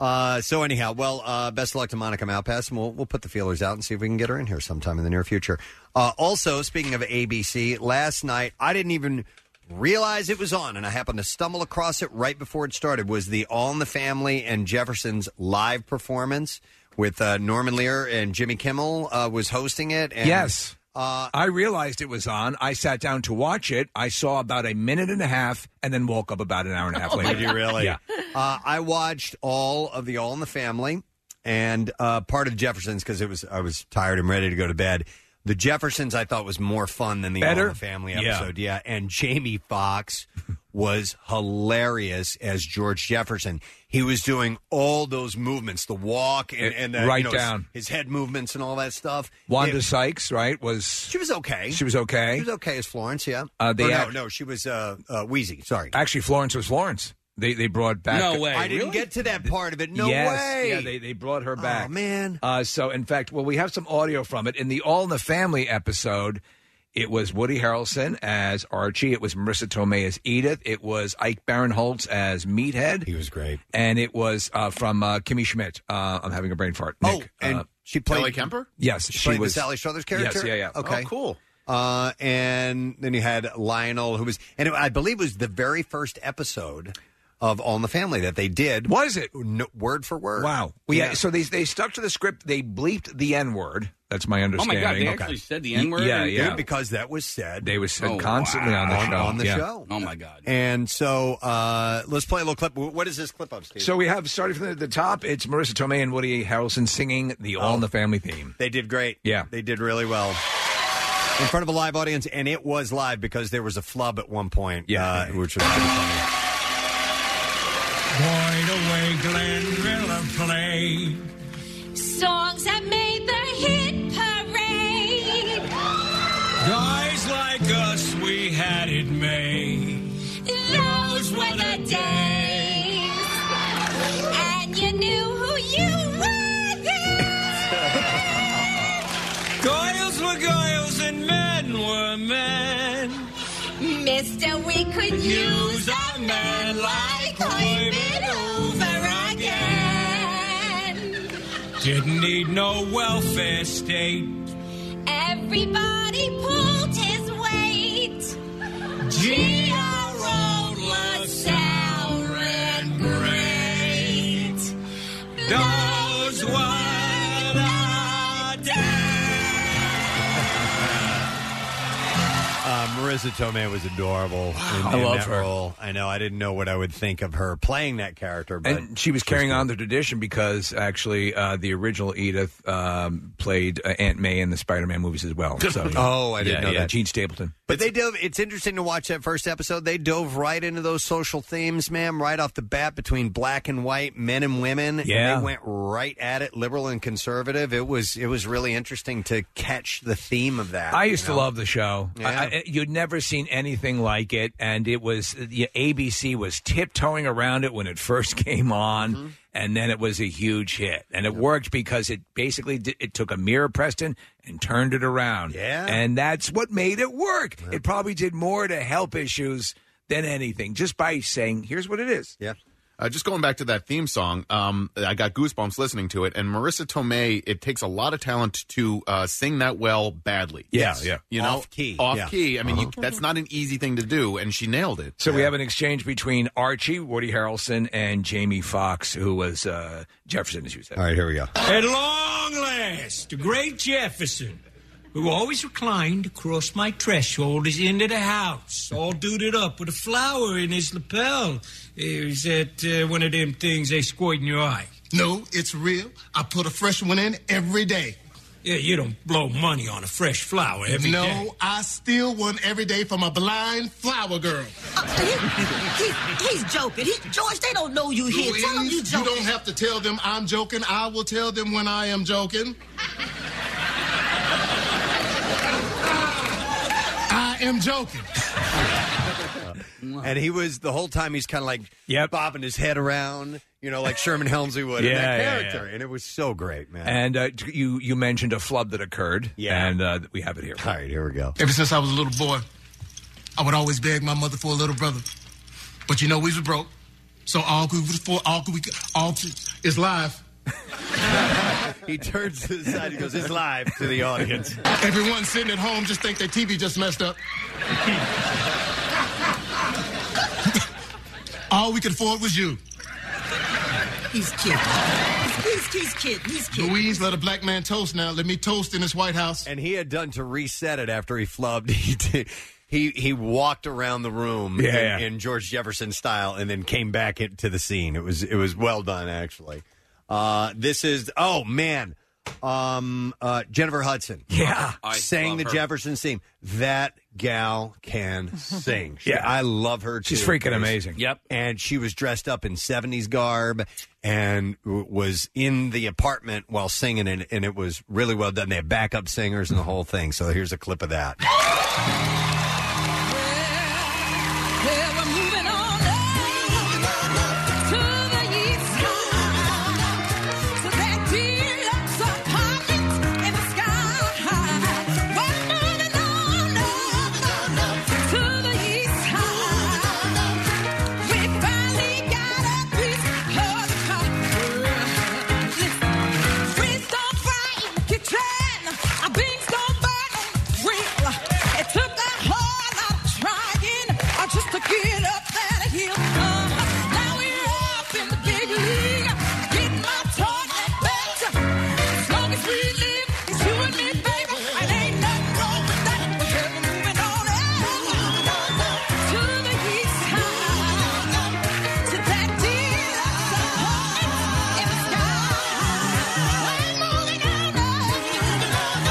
A: Uh, so anyhow, well, uh, best of luck to Monica Malpass, and we'll we'll put the feelers out and see if we can get her in here sometime in the near future. Uh, also, speaking of ABC, last night I didn't even realize it was on, and I happened to stumble across it right before it started. Was the All in the Family and Jefferson's live performance with uh, Norman Lear and Jimmy Kimmel uh, was hosting it? And, uh,
D: yes. I realized it was on. I sat down to watch it. I saw about a minute and a half, and then woke up about an hour (laughs) and a half
A: Oh,
D: later.
A: Did you really?
D: Yeah.
A: Uh, I watched all of the All in the Family and uh, part of Jefferson's because it was I was tired and ready to go to bed. The Jeffersons I thought was more fun than the All
D: Better?
A: in the Family
D: Yeah.
A: episode. Yeah, and Jamie
D: (laughs)
A: Foxx was hilarious as George Jefferson. He was doing all those movements, the walk and, and uh, you
D: Eh, Right
A: know,
D: down.
A: his, his head movements and all that stuff.
D: Wanda
A: It-
D: Sykes, right? Was
A: she was okay?
D: She was okay.
A: She was okay as Florence. Yeah.
D: Uh, they
A: Or
D: act-
A: Oh, no, no, she was uh, uh, Wheezy. Sorry.
D: Actually, Florence was Florence. They they brought back.
A: I didn't get to that part of it. No
D: Yes.
A: way.
D: Yeah, they, they brought her back.
A: Oh, man.
D: Uh, so, in fact, well, we have some audio from it. In the All in the Family episode, it was Woody Harrelson as Archie. It was Marissa Tomei as Edith. It was Ike Barinholtz as Meathead. He
A: was great.
D: And it was uh, from uh, Kimmy Schmidt. Uh, I'm having a brain fart. Nick,
A: oh, and
D: uh,
A: she played
C: Kelly Kemper?
D: Yes,
A: she,
D: she
A: played
D: was-
A: the Sally Struthers
D: Yes,
A: character.
D: yeah, yeah. Oh,
A: Okay,
C: cool.
A: Uh, and then you had Lionel, who was, and it, I believe was the very first episode of All in the Family that they did.
D: Was it
A: word for word?
D: Wow. Well, yeah. So they they stuck to the script. They bleeped the N word. That's my
A: Oh, God,
D: understanding.
A: they actually
E: said
A: the N-word?
D: Yeah,
A: They
D: yeah.
A: did because that was said.
D: They were said
A: Oh,
D: constantly on the
A: wow.
D: show.
A: On the
D: yeah.
A: show.
E: Oh my God.
A: And so uh, let's play a little clip. What is this clip of, Steve?
D: So we have starting from the, the top. It's Marissa Tomei and Woody Harrelson singing the All in the Family theme.
A: They did great.
D: Yeah.
A: They did really well. In front of a live audience, and it was live because there was a flub at one point. Yeah. Uh, which was
O: Boyd away, Glenn Rilla played.
K: Songs that made the hit parade.
O: Guys like us, we had it made.
K: Those were the days. And you knew who you were then.
O: Girls were girls and men were men.
K: Mister, we could use a man like Hoyman over again.
O: Didn't need no welfare state.
K: Everybody pulled his weight. G.R.O. LaSalle ran great.
O: Those were the
A: Uh, Marissa Tomei was adorable. in-
D: I
A: in
D: love
A: that
D: her.
A: role. I know. I didn't know what I would think of her playing that character, but
D: And she was carrying on the tradition because actually uh, the original Edith um, played uh, Aunt May in the Spider-Man movies as well. So,
A: (laughs) Oh, I didn't
D: Yeah,
A: know
D: yeah,
A: that.
D: Gene Stapleton.
A: But they dove. It's interesting to watch that first episode. They dove right into those social themes, ma'am, right off the bat between black and white, men and women.
D: Yeah.
A: and they went right at it, liberal and conservative. It was it was really interesting to catch the theme of that.
D: I used
A: you
D: to
A: know?
D: love the show. I-
A: Yeah.
D: I- you'd never seen anything like it, and it was the ABC was tiptoeing around it when it first (laughs) came on,
A: Mm-hmm.
D: and then it was a huge hit, and it worked because it basically di it took a mirror Preston and turned it around. Yeah, and that's what made it work. It probably did more to help issues than anything, just by saying, "Here's what it is."
A: Yeah.
C: Uh, just going back to that theme song, um, I got goosebumps listening to it. And Marissa Tomei, it takes a lot of talent to uh, sing that well badly.
D: Yeah, yeah.
C: You know,
D: Off key.
C: Off
D: Yeah. Uh-huh.
C: key. I mean, you, that's not an easy thing to do, and she nailed it.
D: So we have an exchange between Archie, Woody Harrelson, and Jamie Foxx, who was uh, Jefferson, as you said. All
A: right, here we go.
O: At long last, the great Jefferson,
M: who always reclined across my threshold is into the house, all duded up with a flower in his lapel. Is that uh, one of them things they squirt in your eye?
P: No, it's real. I put a fresh one in every day.
M: Yeah, you don't blow money on a fresh flower every day.
P: no, I steal one every day from a blind flower girl.
Q: Uh, He, he's joking. He, George, they don't know you here. Tell them you
P: Louise, you
Q: joking.
P: don't have to tell them I'm joking. I will tell them when I am joking. I am joking.
A: And he was the whole time he's kind of like bobbing his head around, you know, like Sherman Helmsley would in
D: Yeah,
A: that
D: yeah,
A: character. And it was so great, man.
D: And uh, t- you you mentioned a flub that occurred. Yeah, and uh, we have it here. All
A: right, here we go.
P: Ever since I was a little boy, I would always beg my mother for a little brother. But you know, we was broke. So all we was for, all we all is live.
A: he turns to the side. He goes, "It's live to the audience."
P: Everyone sitting at home just think their TV just messed up. (laughs) all we could afford was you.
Q: He's kidding. He's, he's kidding. He's kidding.
P: Louise, let a black man toast now. Let me toast in this White House.
A: And he had done to reset it after he flubbed. (laughs) He did, he he walked around the room in-
D: Yeah.
A: in, George Jefferson style, and then came back it, to the scene. It was it was well done actually. Uh, this is oh man, um, uh, Jennifer Hudson. Yeah,
D: I
A: sang
D: love
A: the
D: her.
A: Jefferson theme. That gal
D: (laughs)
A: can sing. She-
D: Yeah.
A: I love her.
D: She's
A: too.
D: freaking amazing.
A: Yep. And she was dressed up in 70s garb and w- was in the apartment while singing, and, and it was really well done. They had backup singers and the whole thing. So here's a clip of that.
K: Yeah, we're moving on up to the east side. So that dear love's apartment in the sky. We're moving on up to the east side. We finally got a piece of the cake. Freeze don't fry in the kitchen. Our beans don't burn on the grill. It took a whole lot of trying uh, just to get up that hill. Uh, now we're up in the big league. I get my toilet back. As long as we live, it's you and me, baby. And ain't nothing wrong with that. We're just moving on up to the east side. To that deal in the sky. We're moving on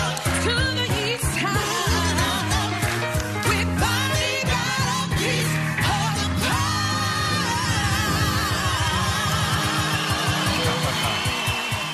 K: up to the east side. We finally got a piece of the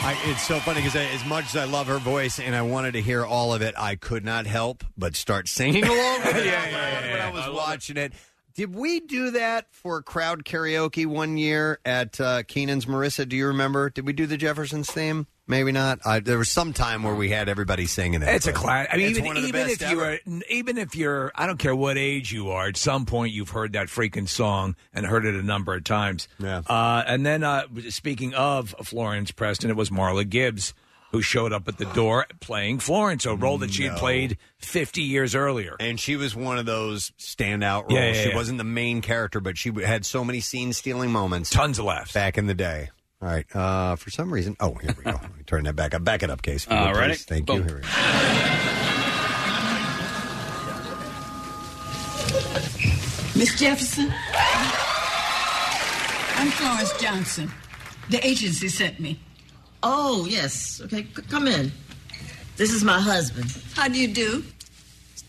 A: I, it's so funny because as much as I love her voice and I wanted to hear all of it, I could not help but start singing along with it.
K: Yeah,
A: when I- when I was watching it. Did we do that for crowd karaoke one year at uh, Keenan's Marissa? Do you remember? Did we do the Jeffersons theme? Maybe not. I, there was some time where we had everybody singing that.
D: It's a
A: but
D: class. I mean,
A: it's
D: even,
A: one of the
D: even
A: best
D: if you
A: ever.
D: are, even if you're, I don't care what age you are. At some point, you've heard that freaking song and heard it a number of times. Yeah. Uh, and then, uh, speaking of Florence Preston, it was Marla Gibbs who showed up at the door playing Florence, a role that she had
A: No.
D: played 50 years earlier.
A: And she was one of those standout roles.
D: Yeah, yeah,
A: she
D: yeah.
A: wasn't the main character, but she had so many scene stealing moments.
D: Tons of laughs.
A: Back in the day. All right. Uh, for some reason. Oh, here we go. Let me turn that back up. Back it up, Case. if you would,
E: All right.
A: please. Thank you.
E: Boom.
A: Here we go.
R: Miss Jefferson? I'm Florence Johnson. The agency sent me.
Q: Oh, yes. Okay, c- come in. This is my husband.
R: How do you do?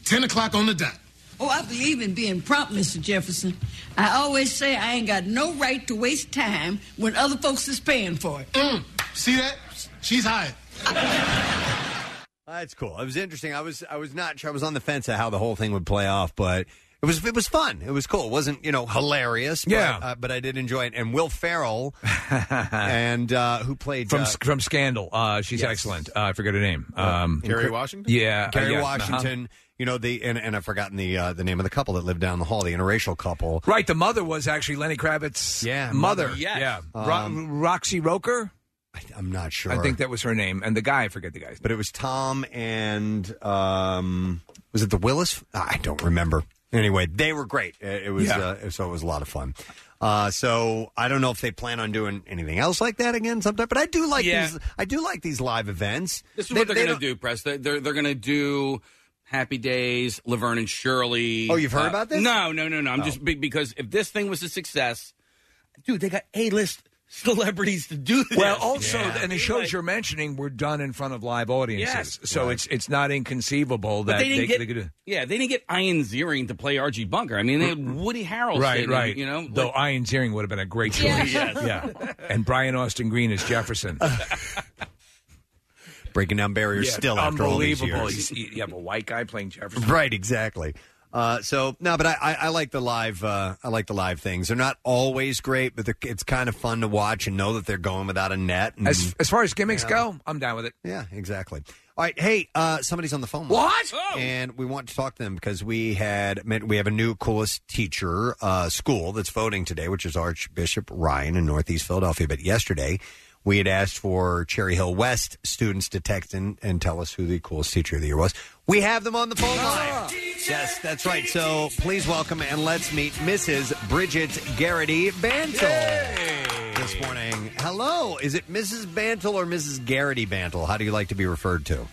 P: 10 o'clock on the dot.
R: Oh, I believe in being prompt, Mr. Jefferson. I always say I ain't got no right to waste time when other folks is paying for it.
P: Mm, See that? She's hired.
A: That's cool. It was interesting. I was I was not sure. I was on the fence at how the whole thing would play off, but it was it was fun. It was cool. It wasn't you know hilarious. But,
D: Yeah.
A: uh, but I did enjoy it. And
D: (laughs)
A: Will Farrell, and uh, who played
D: From
A: uh, Oh,
D: S- from Scandal, uh, she's excellent. Uh, I forget her name. Um,
A: Carrie
C: Washington?
D: Yeah, uh,
A: Kerry
D: yeah, uh-huh.
A: Washington. You know the and, and I've forgotten the uh, the name of the couple that lived down the hall, the interracial couple.
D: Right, the mother was actually Lenny Kravitz's
A: Yeah,
D: mother.
A: mother. Yes.
D: Yeah,
A: Um,
D: Ro- Roxy Roker.
A: I'm not sure.
D: I think that was her name, and the guy I forget the guy's.
A: But it was Tom and um, was it the Willis? I don't remember. Anyway, they were great. It it was
D: Yeah.
A: uh, so it was a lot of fun. Uh, so I don't know if they plan on doing anything else like that again sometime. But I do like
E: Yeah.
A: these. I do like these live events.
E: This is
A: They-
E: what they're
A: they
E: going
A: don't-
E: to do, press. They're they're, they're going to do Happy Days, Laverne and Shirley. Uh,
A: Oh, you've heard about this? Oh.
E: No, no, no, no. I'm just be- because if this thing was a success, dude, they got A list celebrities to do this.
D: Well, also, and the shows you're mentioning were done in front of live audiences,
E: Yes.
D: so it's it's not inconceivable that
E: But they didn't get,
D: could.
E: yeah, they didn't get Ian Ziering to play R.G. Bunker. I mean, they had Woody Harrelson.
D: Right, right.
E: You know,
D: though Ian Ziering would have been a great choice.
E: Yeah. Yes.
D: Yeah, and Brian Austin Green is Jefferson.
A: breaking down barriers
D: Yeah,
A: still after all these
D: unbelievable.
A: years.
D: You, see- you have a white guy playing Jefferson.
A: Right, exactly. Uh, so no, but I, I, I like the live. Uh, I like the live things. They're not always great, but they're- it's kind of fun to watch and know that they're going without a net. And,
D: As as far as gimmicks
A: Yeah.
D: go, I'm down with it.
A: Yeah, exactly. All right, hey, uh, somebody's on the phone.
D: What?
A: And we want to talk to them because we had meant we have a new coolest teacher uh, school that's voting today, which is Archbishop Ryan in Northeast Philadelphia. But yesterday, we had asked for Cherry Hill West students to text in and tell us who the coolest teacher of the year was. We have them on the phone
D: Ah.
A: line. Yes, that's right. So please welcome and let's meet Mrs. Bridget Garrity Bantle this morning. Hello, is it Mrs. Bantle or Mrs. Garrity Bantle? How do you like to be referred to?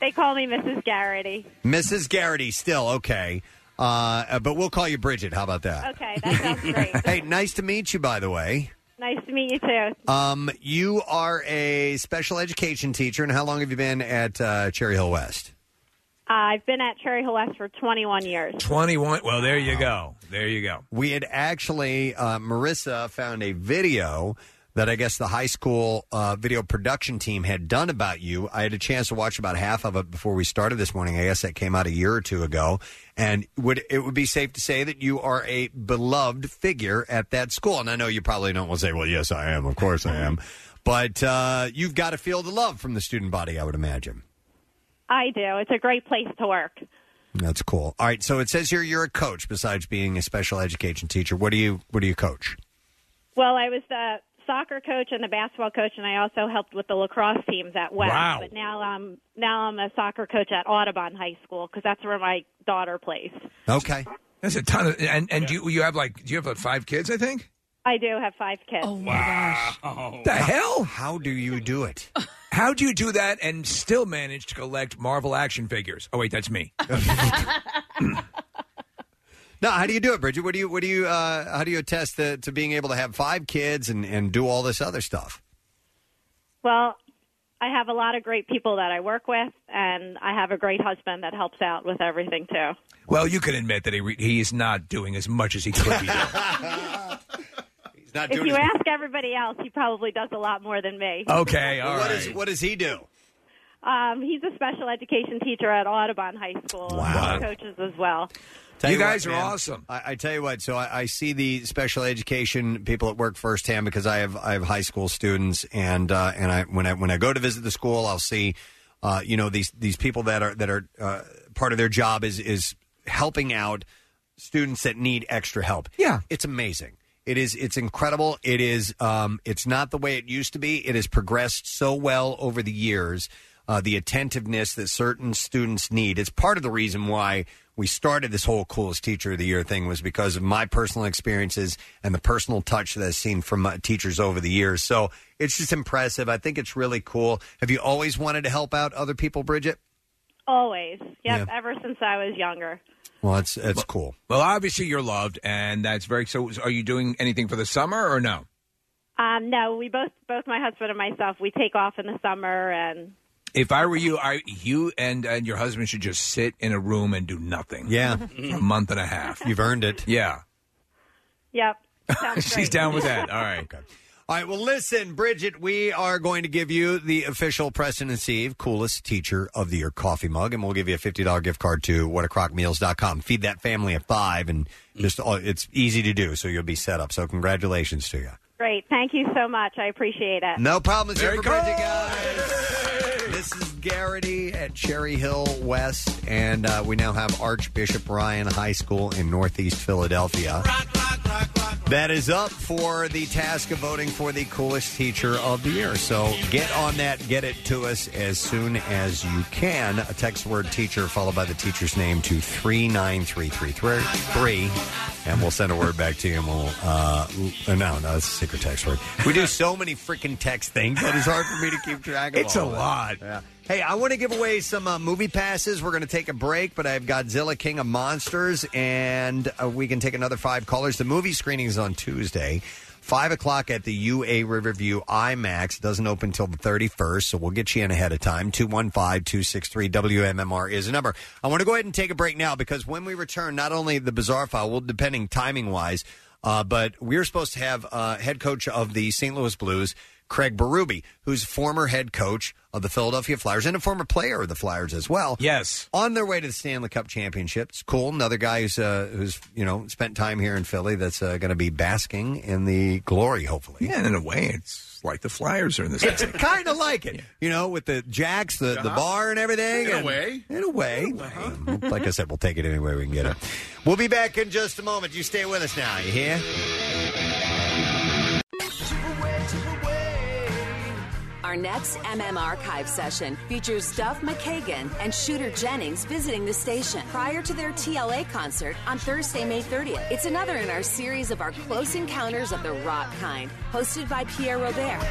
S: They call me Mrs. Garrity.
A: Mrs. Garrity, still okay. Uh, Uh, but we'll call you Bridget. How about that?
S: Okay, that
A: (laughs)
S: sounds great.
A: Hey, nice to meet you, by the way.
S: nice to meet you too.
A: Um, you are a special education teacher, and how long have you been at uh, Cherry Hill West?
S: Uh, I've been at Cherry Hill West for 21 years.
D: 21. Well, there you go. There you go.
A: We had actually, uh, Marissa found a video that I guess the high school uh, video production team had done about you. I had a chance to watch about half of it before we started this morning. I guess that came out a year or two ago. And would it would be safe to say that you are a beloved figure at that school? And I know you probably don't want to say, "Well, yes, I am. Of course, I am." But uh, you've got to feel the love from the student body, I would imagine.
S: I do. It's a great place to work.
A: That's cool. All right, so it says here you're a coach besides being a special education teacher. What do you what do you coach?
S: Well, I was the soccer coach and the basketball coach, and I also helped with the lacrosse teams at West.
A: Wow.
S: But now I'm now I'm a soccer coach at Audubon High School because that's where my daughter plays.
A: Okay.
D: That's a ton of and and do you you have like do you have like five kids? I think.
S: I do have five kids. Oh
D: Wow. The hell?
A: How do you do it?
D: (laughs) How do you do that and still manage to collect Marvel action figures? Oh wait, that's me.
A: No, how do you do it, Bridget? What do you what do you uh, how do you attest to, to being able to have five kids and, and do all this other stuff?
S: Well, I have a lot of great people that I work with, and I have a great husband that helps out with everything too.
D: Well, you can admit that he re- he is not doing as much as he could be doing.
A: (laughs) He's not
S: If you ask everybody else, he probably does a lot more than me. (laughs)
D: Okay, all right.
A: What does- what does he do?
S: Um, he's a special education teacher at Audubon High School.
A: Wow.
S: He coaches as well.
A: Tell
D: You
A: what,
D: guys are
A: man,
D: awesome.
A: I, I tell you what. So I, I see the special education people at work firsthand because I have I have high school students, and uh, and I when I when I go to visit the school, I'll see, uh, you know these these people that are that are uh, part of their job is is helping out students that need extra help. Yeah, it's amazing. It is. It's incredible. It is. Um, it's not the way it used to be. It has progressed so well over the years. Uh, the attentiveness that certain students need. It's part of the reason why we started this whole coolest teacher of the year thing was because of my personal experiences and the personal touch that I've seen from uh, teachers over the years. So it's just impressive. I think it's really cool. Have you always wanted to help out other people, Bridget?
S: Always. Yep,
A: Yeah.
S: ever since I was younger.
A: Well, that's that's cool.
D: Well, obviously you're loved, and that's very. So, are you doing anything for the summer or no?
S: Um, no, we both, both my husband and myself, we take off in the summer and
D: If I were you, I you and and your husband should just sit in a room and do nothing.
A: Yeah,
D: a month and a half.
A: You've earned it.
D: Yeah, (laughs)
S: yep.
D: she's down with that. All right. Okay.
A: All right. Well, listen, Bridget, we are going to give you the official Preston and Steve Coolest Teacher of the Year coffee mug, and we'll give you a $50 gift card to whatacrockmeals.com. Feed that family a five, and just all, it's easy to do, so you'll be set up. So, congratulations to you.
S: (laughs) Great. Thank you so much. I appreciate it.
A: No problem. It's here for Bridget, guys. This is Garrity at Cherry Hill West, and uh, we now have Archbishop Ryan High School in Northeast Philadelphia. That is up for the task of voting for the coolest teacher of the year. So get on that. Get it to us as soon as you can. A text word teacher followed by the teacher's name to 39333. And we'll send a word back to you and we'll, uh, l- no, no, that's a secret text word. We do so many freaking text things that it's hard for me to keep track of.
D: It's
A: all
D: a
A: of it.
D: lot.
A: Yeah. Hey, I want to give away some uh, movie passes. We're going to take a break, but I have Godzilla King of Monsters, and uh, we can take another five callers. The movie screening is on Tuesday, 5 o'clock at the UA Riverview IMAX. doesn't open until the 31st, so we'll get you in ahead of time. 215 263 WMMR is the number. I want to go ahead and take a break now because when we return, not only the bizarre file, well, depending timing wise, uh, but we're supposed to have uh, head coach of the St. Louis Blues, Craig Berube, who's former head coach of the Philadelphia Flyers and a former player of the Flyers as well. Yes, on their way to the Stanley Cup championship. It's cool. Another guy who's uh, who's you know spent time here in Philly that's uh, going to be basking in the glory, hopefully.
D: Yeah, in a way, it's like the Flyers are
A: (laughs)
D: in this.
A: It's
D: thing.
A: kind of like (laughs) it, you know, with the jacks, the, the
D: Uh-huh.
A: bar, and everything.
D: In a
A: and-
D: way.
A: in a way. (laughs) Like I said, we'll take it any way we can get it. We'll be back in just a moment. You stay with us now. You hear?
T: Our next MM Archive session features Duff McKagan and Shooter Jennings visiting the station prior to their TLA concert on Thursday, May 30th. It's another in our series of our Close Encounters of the Rock Kind, hosted by Pierre Robert.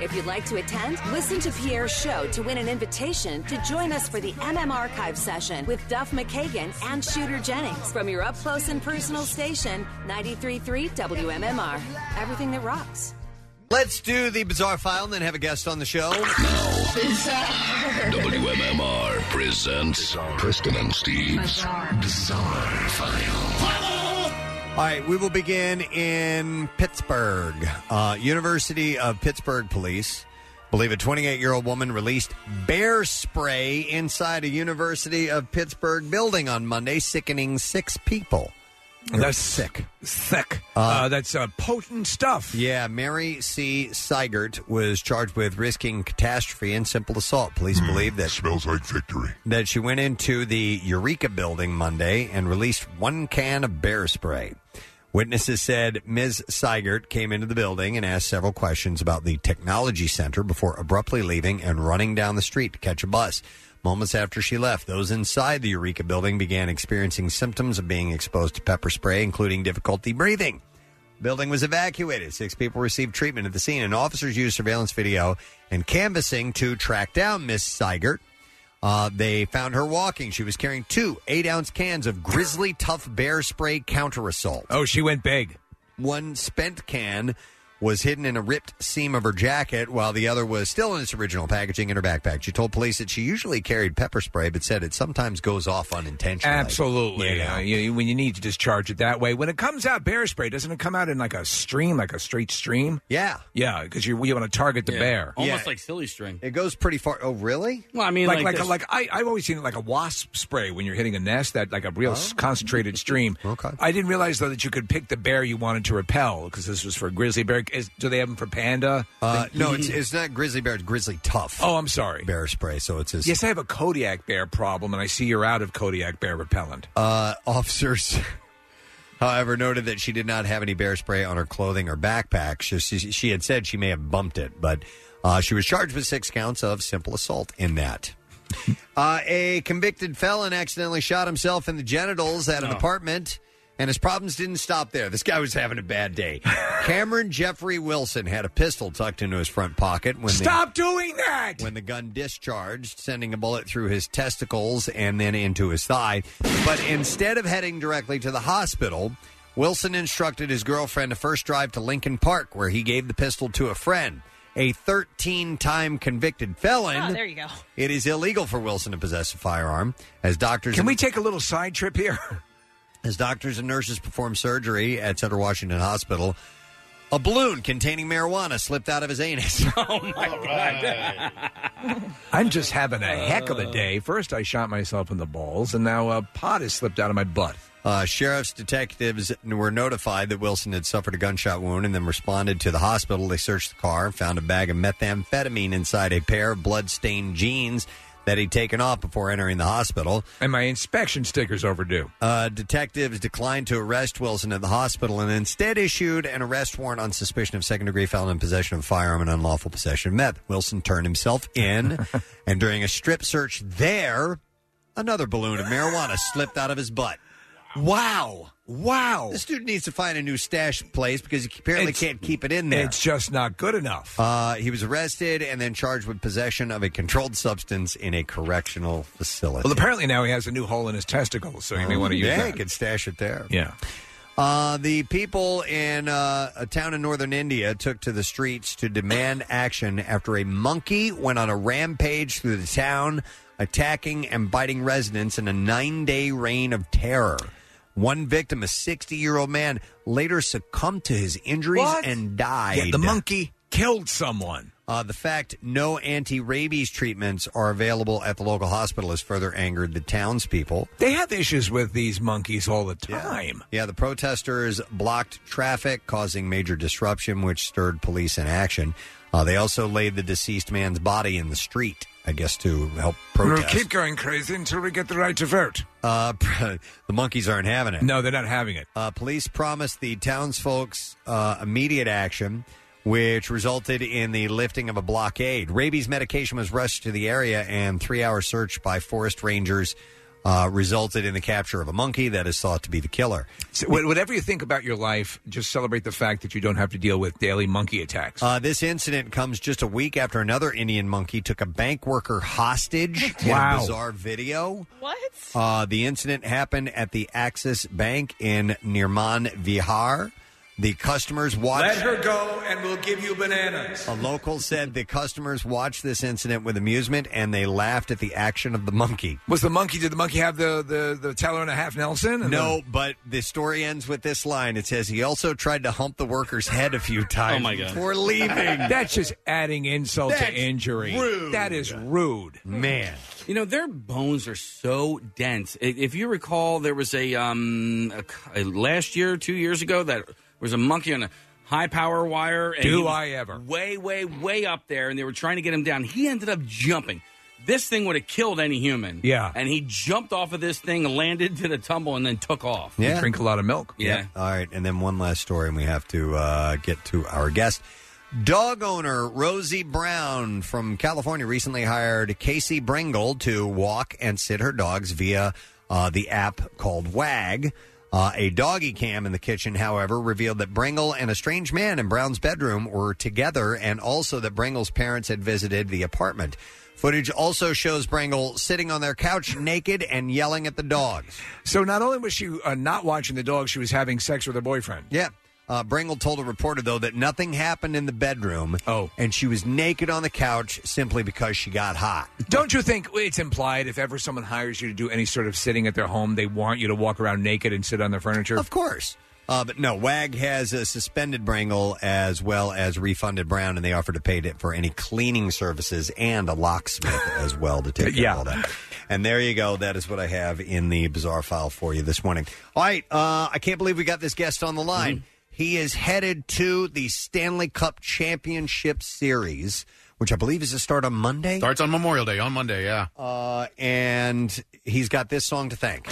T: If you'd like to attend, listen to Pierre's show to win an invitation to join us for the MM Archive session with Duff McKagan and Shooter Jennings from your up close and personal station, 933 WMMR. Everything that rocks.
A: Let's do the bizarre file and then have a guest on the show.
L: WMMR presents Preston and Steve's Bizarre, File.
A: All right, we will begin in Pittsburgh. Uh, University of Pittsburgh police believe a 28 year old woman released bear spray inside a University of Pittsburgh building on Monday, sickening six people.
D: That's
A: sick.
D: Thick.
A: Uh,
D: Uh, that's uh, potent stuff.
A: Yeah, Mary C. Seigert was charged with risking catastrophe and simple assault. Police believe that
L: Hmm. smells like victory.
A: That she went into the Eureka building Monday and released one can of bear spray. Witnesses said Ms. Seigert came into the building and asked several questions about the technology center before abruptly leaving and running down the street to catch a bus. Moments after she left, those inside the Eureka building began experiencing symptoms of being exposed to pepper spray, including difficulty breathing. Building was evacuated. Six people received treatment at the scene, and officers used surveillance video and canvassing to track down Miss Seigert. Uh, they found her walking. She was carrying two eight ounce cans of Grizzly Tough Bear Spray Counter Assault.
D: Oh, she went big.
A: One spent can was hidden in a ripped seam of her jacket, while the other was still in its original packaging in her backpack. She told police that she usually carried pepper spray, but said it sometimes goes off unintentionally.
D: Absolutely.
A: You know?
D: Uh, you- when you need to discharge it that way. When it comes out bear spray, doesn't it come out in like a stream, like a straight stream?
A: Yeah.
D: Yeah, because you, you want to target the
E: Yeah.
D: bear.
E: Almost like silly string.
A: It goes pretty far. Oh, really?
E: Well, I mean,
D: like
E: like
D: like
E: this.
D: like, I I've always seen it like a wasp spray when you're hitting a nest that like a real
A: Oh.
D: s concentrated
A: (laughs)
D: stream. Okay. I didn't realize though that you could pick the bear you wanted to repel because this was for grizzly bear. Is, do they have them for panda?
A: Uh,
D: They-
A: no, it's, it's not grizzly bear. It's grizzly tough.
D: Oh, I'm sorry.
A: Bear spray. So it's his.
D: yes. I have a Kodiak bear problem, and I see you're out of Kodiak bear repellent.
A: Uh, (laughs) officers, however, noted that she did not have any bear spray on her clothing or backpack. She, she, she had said she may have bumped it, but uh, she was charged with six counts of simple assault in that. Uh, a convicted felon accidentally shot himself in the genitals at an
D: Oh.
A: apartment, and his problems didn't stop there. This guy was having a
D: (laughs)
A: bad day. Cameron Jeffrey Wilson had a pistol tucked into his front pocket when the-
D: Stop doing that.
A: when the gun discharged, sending a bullet through his testicles and then into his thigh. But instead of heading directly to the hospital, Wilson instructed his girlfriend to first drive to Lincoln Park, where he gave the pistol to a friend. A 13 time convicted felon.
B: Oh,
E: (laughs)
B: there you go.
A: It is illegal for Wilson to possess a firearm. As doctors.
D: Can we take a little side trip here? (laughs)
A: As doctors and nurses perform surgery at Central Washington Hospital, a balloon containing marijuana slipped out of his
D: (laughs)
A: anus.
D: I'm just having a heck of a
E: Uh.
D: day. First, I shot myself in the balls, and now uh, a pot has slipped out of my butt.
A: Uh, sheriff's detectives were notified that Wilson had suffered a gunshot wound and then responded to the hospital. They searched the car and found a bag of methamphetamine inside a pair of blood-stained jeans that he'd taken off before entering the hospital.
D: And my inspection sticker's overdue.
A: Uh, detectives declined to arrest Wilson at the hospital and instead issued an arrest warrant on suspicion of second degree felon in possession of a firearm and unlawful possession of meth. Wilson turned himself
D: (laughs)
A: in, and during a strip search there, another balloon of marijuana slipped out of his butt. Wow. Wow. This dude needs to find a new stash place because he apparently can't keep it in there.
D: It's just not good enough.
A: Uh, he was arrested and then charged with possession of a controlled substance in a correctional facility.
D: Well, apparently now he has a new hole in his testicles, so you may
A: Oh,
D: want to use
A: yeah,
D: that.
A: he could stash it there.
D: Yeah.
A: Uh, the people in uh, a town in northern India took to the streets to demand action after a monkey went on a rampage through the town, attacking and biting residents in a nine day reign of terror. One victim, a 60 year old man, later succumbed to his injuries
D: What?
A: and died.
D: Yeah, the monkey killed someone.
A: Uh, the fact no anti rabies treatments are available at the local hospital has further angered the townspeople.
D: They have issues with these monkeys all the time.
A: Yeah, the protesters blocked traffic, causing major disruption, which stirred police in action. Uh, they also laid the deceased man's body in the street, I guess, to help
D: We'll
A: protest.
D: keep going crazy until we get the right to vote.
A: Uh, (laughs) the monkeys aren't having it.
D: No, they're not having it.
A: Uh, police promised the townsfolk's uh, immediate action, which resulted in the lifting of a blockade. Rabies medication was rushed to the area, and three-hour search by forest rangers uh, resulted in the capture of a monkey that is thought to be the killer.
D: So, wh- whatever you think about your life, just celebrate the fact that you don't have to deal with daily monkey attacks.
A: Uh, this incident comes just a week after another Indian monkey took a bank worker hostage in
D: Wow.
A: a bizarre video. What? Uh, the incident happened at the Axis Bank in Nirman Vihar. The customers watched.
D: go, and we'll give you bananas.
A: A local said the customers watched this incident with amusement and they laughed at the action of the monkey.
D: Was the monkey? Did the monkey have the the the teller and a half Nelson? And
A: No,
D: the-
A: but the story ends with this line. It says he also tried to hump the worker's head a few times before leaving.
D: That's just adding insult
E: That's
D: to injury.
E: rude.
D: That is rude,
A: man.
E: You know their bones are so dense. I- If you recall, there was a, um, a c- a last year, two years ago, that was a monkey on a high power wire. And
D: Do
E: he was
D: I ever.
E: Way, way, way up there, and they were trying to get him down. He ended up jumping. This thing would have killed any human.
D: Yeah.
E: and he jumped off of this thing, landed to the tumble, and then took off.
A: Yeah.
D: Drink a lot of milk.
E: Yeah.
A: Yep. All right. And then one last story, and we have to uh, get to our guest. Dog owner Rosie Brown from California recently hired Casey Bringle to walk and sit her dogs via uh, the app called Wag. Uh, a doggy cam in the kitchen, however, revealed that Bringle and a strange man in Brown's bedroom were together, and also that Bringle's parents had visited the apartment. Footage also shows Bringle sitting on their couch naked and yelling at the dogs.
D: So not only was she uh, not watching the dog, she was having sex with her boyfriend.
A: Yeah. Uh, Bringle told a reporter, though, that nothing happened in the bedroom. Oh. And she was naked on the couch simply because she got hot.
D: Don't you think it's implied if ever someone hires you to do any sort of sitting at their home, they want you to walk around naked and sit on their furniture? Of
A: course. Uh, but no, WAG has uh, suspended Bringle as well as refunded Brown, and they offered to pay it for any cleaning services and
D: (laughs)
A: a locksmith as well to take care of all that. And there you go. That is what I have in the bizarre file for you this morning. All right. Uh, I can't believe we got this guest on the line. He is headed to the Stanley Cup Championship Series, which I believe is to start on Monday.
C: Starts on Memorial Day, on Monday, yeah.
A: Uh, and he's got this song to thank.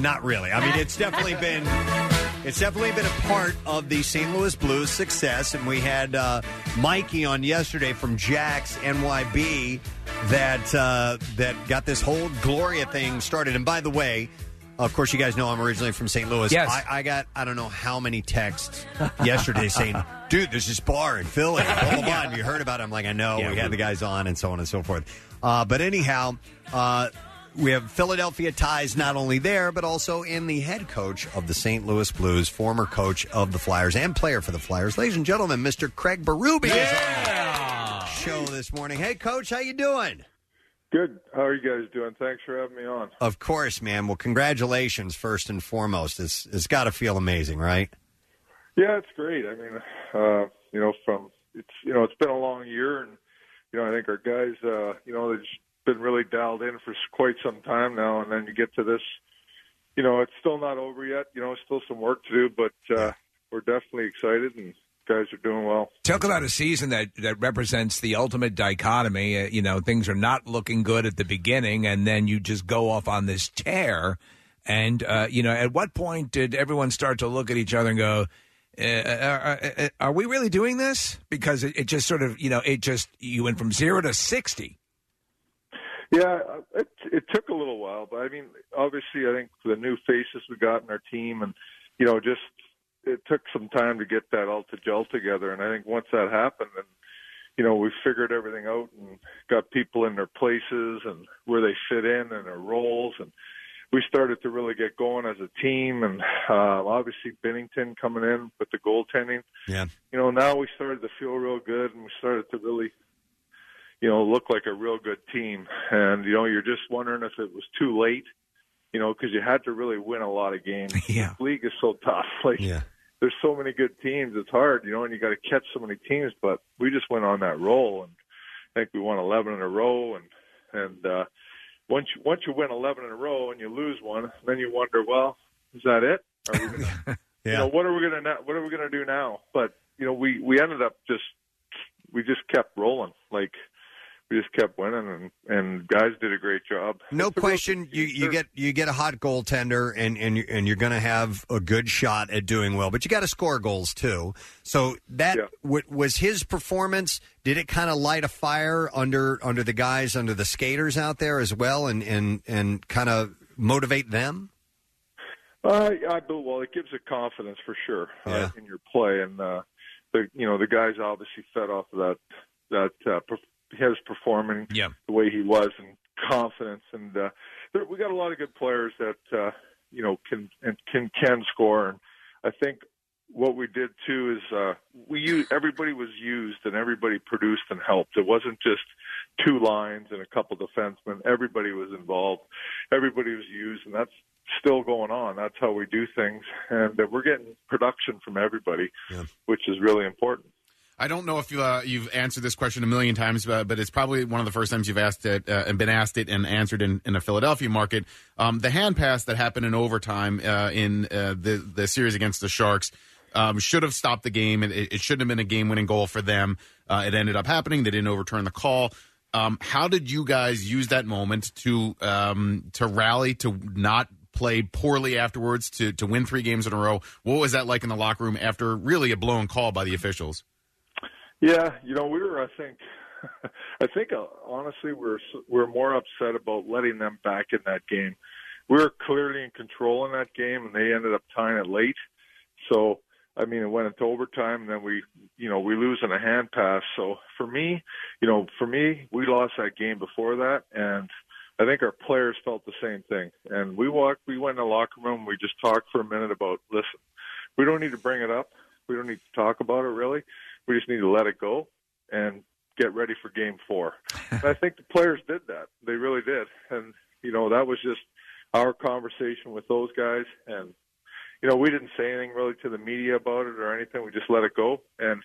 A: Not really. I mean, it's definitely been it's definitely been a part of the St. Louis Blues success. And we had uh, Mikey on yesterday from Jack's NYB that uh, that got this whole Gloria thing started. And by the way. Of course, you guys know I'm originally from St. Louis.
D: Yes.
A: I, I got I don't know how many texts yesterday saying, "Dude, there's this bar in Philly." Blah, blah, blah. And you heard about it. I'm like, I know. we had the guys on, and so on and so forth. Uh, but anyhow, uh, we have Philadelphia ties not only there, but also in the head coach of the St. Louis Blues, former coach of the Flyers and player for the Flyers, ladies and gentlemen, Mr. Craig Berube is on the show this morning. Hey, coach, how you doing?
U: Good. How are you guys doing? Thanks for having me on.
A: Of course, man. Well, congratulations first and foremost. It's it's got to feel amazing, right?
U: Yeah, it's great. I mean, uh, you know, from it's you know, it's been a long year, and you know, I think our guys, uh, you know, they've just been really dialed in for s- quite some time now, and then you get to this, you know, it's still not over yet. You know, still some work to do, but uh, we're definitely excited, and guys are doing well.
D: Talk about a season that, that represents the ultimate dichotomy. Uh, you know, things are not looking good at the beginning, and then you just go off on this tear. And, uh, you know, at what point did everyone start to look at each other and go, uh, are, are, are we really doing this? Because it, it just sort of, you know, it just, you went from zero to 60.
U: Yeah, uh, it, it took a little while, but I mean, obviously, I think the new faces we got in our team, and you know, just it took some time to get that all to gel together. And I think once that happened, and you know, we figured everything out and got people in their places and where they fit in and their roles, and we started to really get going as a team. And uh, obviously, Bennington coming in with the goaltending,
A: Yeah.
U: you know, now we started to feel real good, and we started to really you know, look like a real good team. And, you know, you're just wondering if it was too late, you know, because you had to really win a lot of
A: (laughs)
U: games.
D: yeah.
U: The league is so tough. (laughs) Like,
A: yeah.
U: there's so many good teams. It's hard, you know, and you got to catch so many teams. But we just went on that roll, and I think we won 11 in a row. And, and, uh, once you, once you win 11 in a row and you lose one, then you wonder, well, is that it? Are we gonna,
A: (laughs)
U: You know, what are we gonna na- what are we gonna do now? But you know, we we ended up just we just kept rolling. Like we just kept winning, and and guys did a great job.
A: No question, you, you get you get a hot goaltender, and and you- and you're going to have a good shot at doing well. But you got to score goals too. So that wa- was his performance. Did it kind of light a fire under under the guys, under the skaters out there as well, and and and kind of motivate them?
U: Uh, yeah, I bel- well, it gives a confidence for sure uh, in your play, and uh, the you know the guys obviously fed off of that that uh, perf- his performing
D: Yeah.
U: the way he was and confidence, and uh, there, we got a lot of good players that uh, you know can and can can score. And I think what we did too is uh, we used, everybody was used and everybody produced and helped. It wasn't just two lines and a couple defensemen. Everybody was involved. Everybody was used, and that's still going on. That's how we do things, and uh, we're getting production from everybody, which is really important.
C: I don't know if you, uh, you've answered this question a million times, uh, but it's probably one of the first times you've asked it uh, and been asked it and answered in, in a Philadelphia market. Um, the hand pass that happened in overtime uh, in uh, the the series against the Sharks um, should have stopped the game. It, it shouldn't have been a game winning goal for them. Uh, it ended up happening. They didn't overturn the call. Um, how did you guys use that moment to um, to rally to not play poorly afterwards to to win three games in a row? What was that like in the locker room after really a blown call by the officials?
U: Yeah, you know, we were. I think, (laughs) I think uh, honestly, we're we're more upset about letting them back in that game. We were clearly in control in that game, and they ended up tying it late. So, I mean, it went into overtime, and then we, you know, we lose in a hand pass. So for me, you know, for me, we lost that game before that, and I think our players felt the same thing. And we walked, we went in the locker room, we just talked for a minute about, listen, we don't need to bring it up, we don't need to talk about it really. We just need to let it go and get ready for game four. and I think the players did that. They really did. And, you know, that was just our conversation with those guys. And, you know, we didn't say anything really to the media about it or anything. We just let it go. And,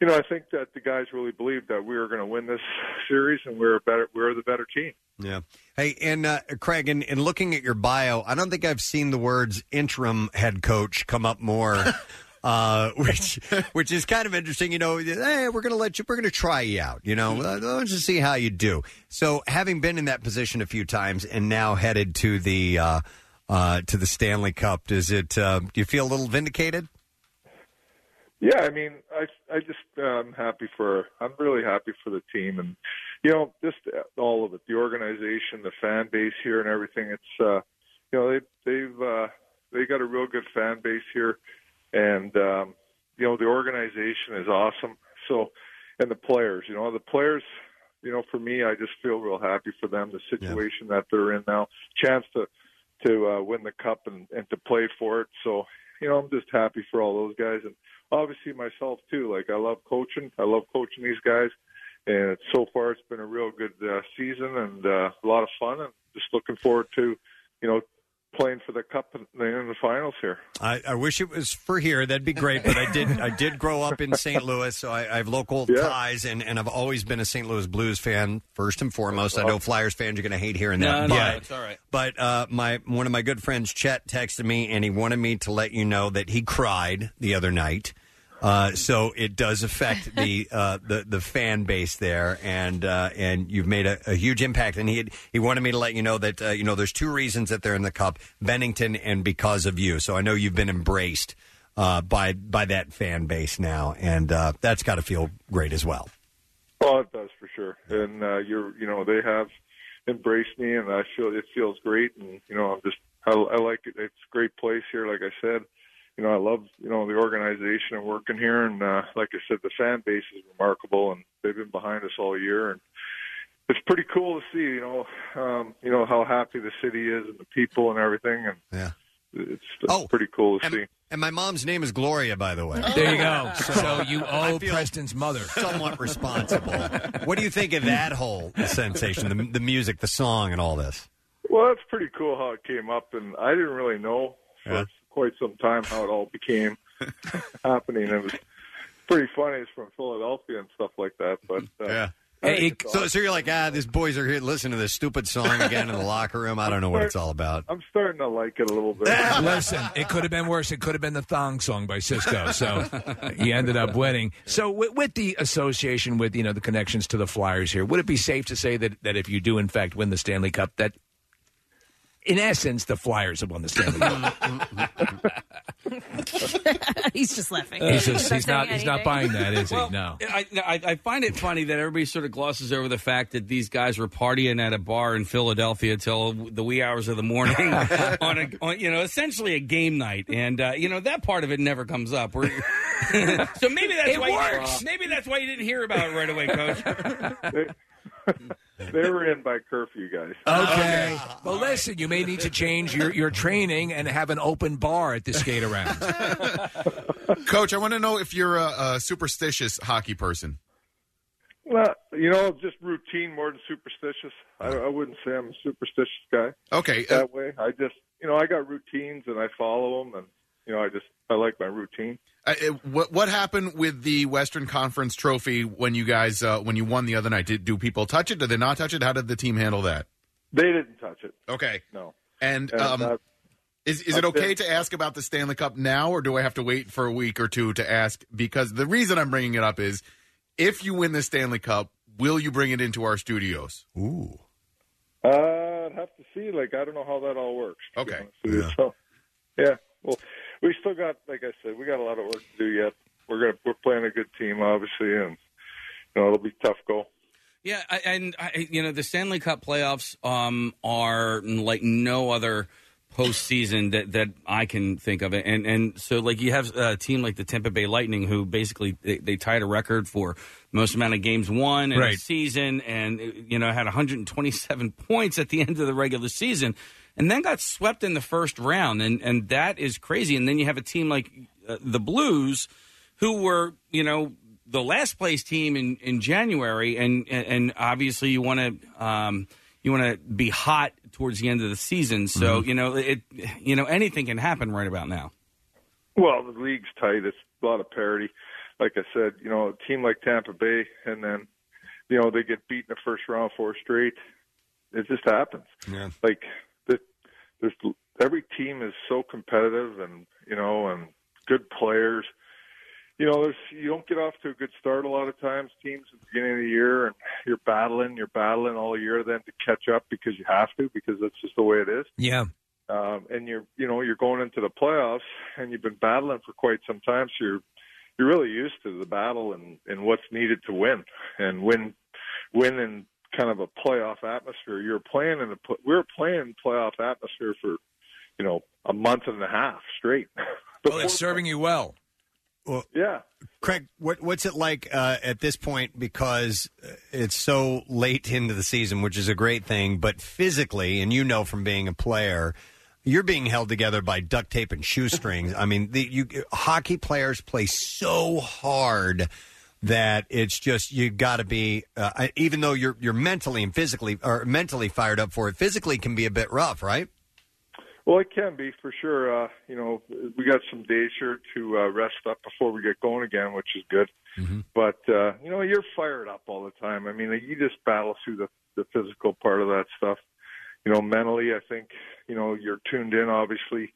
U: you know, I think that the guys really believed that we were going to win this series and we were better, we were the better team.
A: Yeah. Hey, and uh, Craig, in, in looking at your bio, I don't think I've seen the words interim head coach come up more, uh, which which is kind of interesting. You know, hey, we're going to let you, we're going to try you out. You know, Uh, let's just see how you do. So, having been in that position a few times and now headed to the uh, uh, to the Stanley Cup, does it? Uh, do you feel a little vindicated?
U: Yeah, I mean, I I just uh, I'm happy for I'm really happy for the team and you know just all of it, the organization, the fan base here, and everything. It's uh, you know they they've uh, they got a real good fan base here, and um, you know the organization is awesome. So and the players, you know the players, you know for me, I just feel real happy for them. The situation that they're in now, chance to to uh, win the cup and, and to play for it. So you know I'm just happy for all those guys and obviously myself too. Like I love coaching. I love coaching these guys, and it's- so far it's been a real good uh, season and uh, a lot of fun. And just looking forward to, you know, playing for the cup in the, in the finals here.
A: I, I wish it was for here. That'd be great. But I did. I did grow up in St. Louis, so I, I have local ties, and, and I've always been a St. Louis Blues fan first and foremost. I know Flyers fans are going to hate hearing
E: No,
A: that,
E: no,
A: but
E: it's all right.
A: but uh, my one of my good friends, Chet, texted me, and he wanted me to let you know that he cried the other night Uh, so it does affect
E: (laughs)
A: the uh, the the fan base there, and uh, and you've made a, a huge impact. And he had, he wanted me to let you know that uh, you know there's two reasons that they're in the cup: Bennington and because of you. So I know you've been embraced uh, by by that fan base now, and uh, that's got to feel great as well.
U: Oh, it does for sure. And uh, you're, you know, they have embraced me, and I feel it feels great. And you know, I'm just, I, I like it. It's a great place here. Like I said, you know, I love, you know, the organization and working here. And uh, like I said, the fan base is remarkable, and they've been behind us all year. And it's pretty cool to see, you know, um, you know how happy the city is and the people and everything. And
A: yeah, Oh,
U: it's, it's pretty cool to see.
A: And my mom's name is Gloria, by the way.
D: There you
A: (laughs)
D: go. So you owe
A: I feel
D: Preston's mother.
A: Somewhat responsible. What do you think of that whole sensation? (laughs) The, the music, the song, and all this.
U: (laughs) Well, it's pretty cool how it came up, and I didn't really know for
A: Yeah.
U: quite some time how it all became happening. It was pretty funny. It's from Philadelphia and stuff like that, but uh, yeah.
A: so, so you're like, ah, these boys are here listening to this stupid song again in the locker room. I don't know what it's all about.
U: I'm starting to like it
A: (laughs)
U: a little bit.
D: Listen, it could have been worse. It could have been the thong song by Cisco. So he ended up winning. So with, with the association, with you know the connections to the Flyers here, would it be safe to say that that if you do in fact win the Stanley Cup, that in essence the Flyers have won the Stanley
U: (laughs)
D: Cup?
B: (laughs) he's just laughing.
D: He's just- he's not- he's not buying that, is he?
E: Well,
D: No.
E: I, I, I find it funny that everybody sort of glosses over the fact that these guys were partying at a bar in Philadelphia till the wee hours of the morning
D: (laughs)
E: on a, on, you know, essentially a game night, and uh, you know that part of it never comes up. We're, (laughs) so maybe that's
K: It
E: why you-
K: works.
E: maybe that's why you didn't hear about it right away, Coach.
U: they were in by curfew, guys.
D: Okay. Well, listen, you may need to change your, your training and have an open bar at the skate around.
C: Coach, I want to know if you're a, a superstitious hockey person.
U: Well, you know, just routine more than superstitious. I, I wouldn't say I'm a superstitious guy.
C: Okay, uh,
U: that way, I just, you know, I got routines and I follow them, and you know, I just, I like my routine.
C: Uh, it- what what happened with the Western Conference Trophy when you guys uh, when you won the other night? Did do people touch it? Did they not touch it? How did the team handle that?
U: They didn't touch it.
C: Okay,
U: no.
C: And
U: And,
C: um,
U: uh,
C: is is it
U: I've
C: okay
U: been-
C: to ask about the Stanley Cup now, or do I have to wait for a week or two to ask? Because the reason I'm bringing it up is, if you win the Stanley Cup, will you bring it into our studios?
A: Ooh.
U: Uh, I'd have to see. Like, I don't know how that all works.
C: Okay.
U: Yeah. So, yeah. Well, we still got, like I said, we got a lot of work to do yet. We're gonna, we're playing a good team, obviously, and you know, it'll be a tough goal.
E: Yeah, I, and I, you know the Stanley Cup playoffs um, are like no other postseason that that I can think of, and and so like you have a team like the Tampa Bay Lightning who basically they, they tied a record for most amount of games won in a
D: Right.
E: season, and you know had 127 (laughs) points at the end of the regular season, and then got swept in the first round, and and that is crazy. And then you have a team like uh, the Blues who were you know the last place team in, in January, and and obviously you want to um, you want to be hot towards the end of the season. So you know it you know anything can happen right about now.
U: Well, the league's tight. It's a lot of parity. Like I said, you know, a team like Tampa Bay, and then, you know, they get beat in the first round four straight. It just happens.
A: Yeah.
U: Like, the, there's every team is so competitive, and you know, and good players. You know, there's you don't get off to a good start a lot of times. Teams at the beginning of the year, and you're battling, you're battling all year, then to catch up because you have to, because that's just the way it is
D: Yeah.
U: um, and you're you know you're going into the playoffs and you've been battling for quite some time, so you're you're really used to the battle and and what's needed to win and win win in kind of a playoff atmosphere. You're playing in a pl- we were playing playoff atmosphere for you know a month and a half straight. (laughs)
D: Well, it's serving you well.
A: Well,
U: yeah.
A: Craig, what what's it like uh, at this point? Because uh, it's so late into the season, which is a great thing, but physically, and you know from being a player, you're being held together by duct tape and
U: (laughs)
A: shoestrings. I mean, the, you hockey players play so hard that it's just you got to be. Uh, I- even though you're you're mentally and physically or mentally fired up for it, physically can be a bit rough, right?
U: Well, it can be for sure. Uh, you know, we got some days here to uh, rest up before we get going again, which is good.
A: Mm-hmm.
U: But uh, you know, you're fired up all the time. I mean, you just battle through the the physical part of that stuff. You know, mentally, I think you know you're tuned in. Obviously,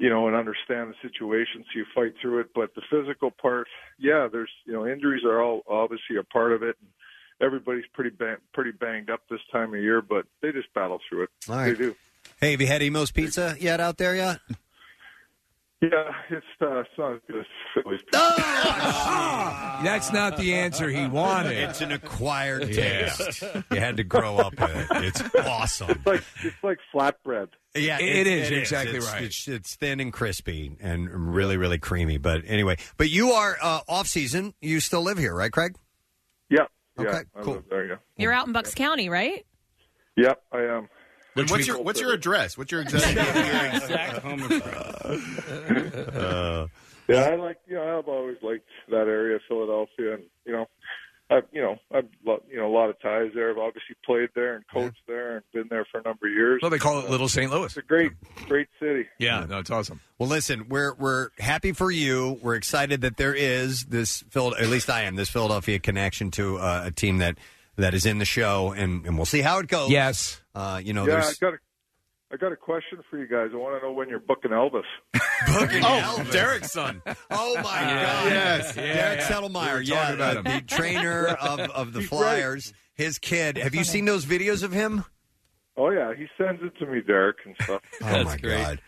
U: you know, and understand the situation so you fight through it. But the physical part, yeah, there's you know injuries are all obviously a part of it. And everybody's pretty bang, pretty banged up this time of year, but they just battle through it.
A: All right.
U: They do.
A: Hey, have you had Emo's Pizza yet out there yet?
U: Yeah, (laughs) it's uh, it's not as good as Philly's.
D: That's not the answer he wanted.
A: It's an acquired
D: Yeah.
A: taste.
U: (laughs)
A: You had to grow up with it. (laughs) It's awesome.
U: It's like it's like flatbread.
A: (laughs) Yeah, It's- It's, it's thin and crispy and really, really creamy. But anyway, but you are uh, off season. You still live here, right, Craig?
U: Yeah.
A: Okay,
U: yeah, I
A: cool.
U: live There you go.
B: You're out in Bucks County, right?
U: Yep, I am.
C: And what's your what's your address? What's your (laughs) exact, exact home address?
A: Uh.
U: (laughs) yeah, I like you know I've always liked that area of Philadelphia, and you know, I've you know I've lo- you know a lot of ties there. I've obviously played there and coached there and been there for a number of years. Uh,
D: Well, they call it Little St. Louis.
U: It's a great, great city.
D: Yeah, no, it's awesome.
A: Well, listen, we're we're happy for you. We're excited that there is this Phil. At least I am this Philadelphia connection to uh, a team that that is in the show, and, and we'll see how it goes.
D: Yes,
A: uh, you know,
U: yeah, I
A: there's
U: got a, I got a question for you guys. I want to know when you're booking Elvis.
C: oh, Derek's son.
A: Oh my God!
C: Yes,
A: Derek Settlemyer, yeah, uh, the
D: (laughs)
A: trainer of of the Flyers. His kid. Have you seen those videos of him?
U: Oh yeah, he sends it to me, Derek, and stuff.
A: Oh my God!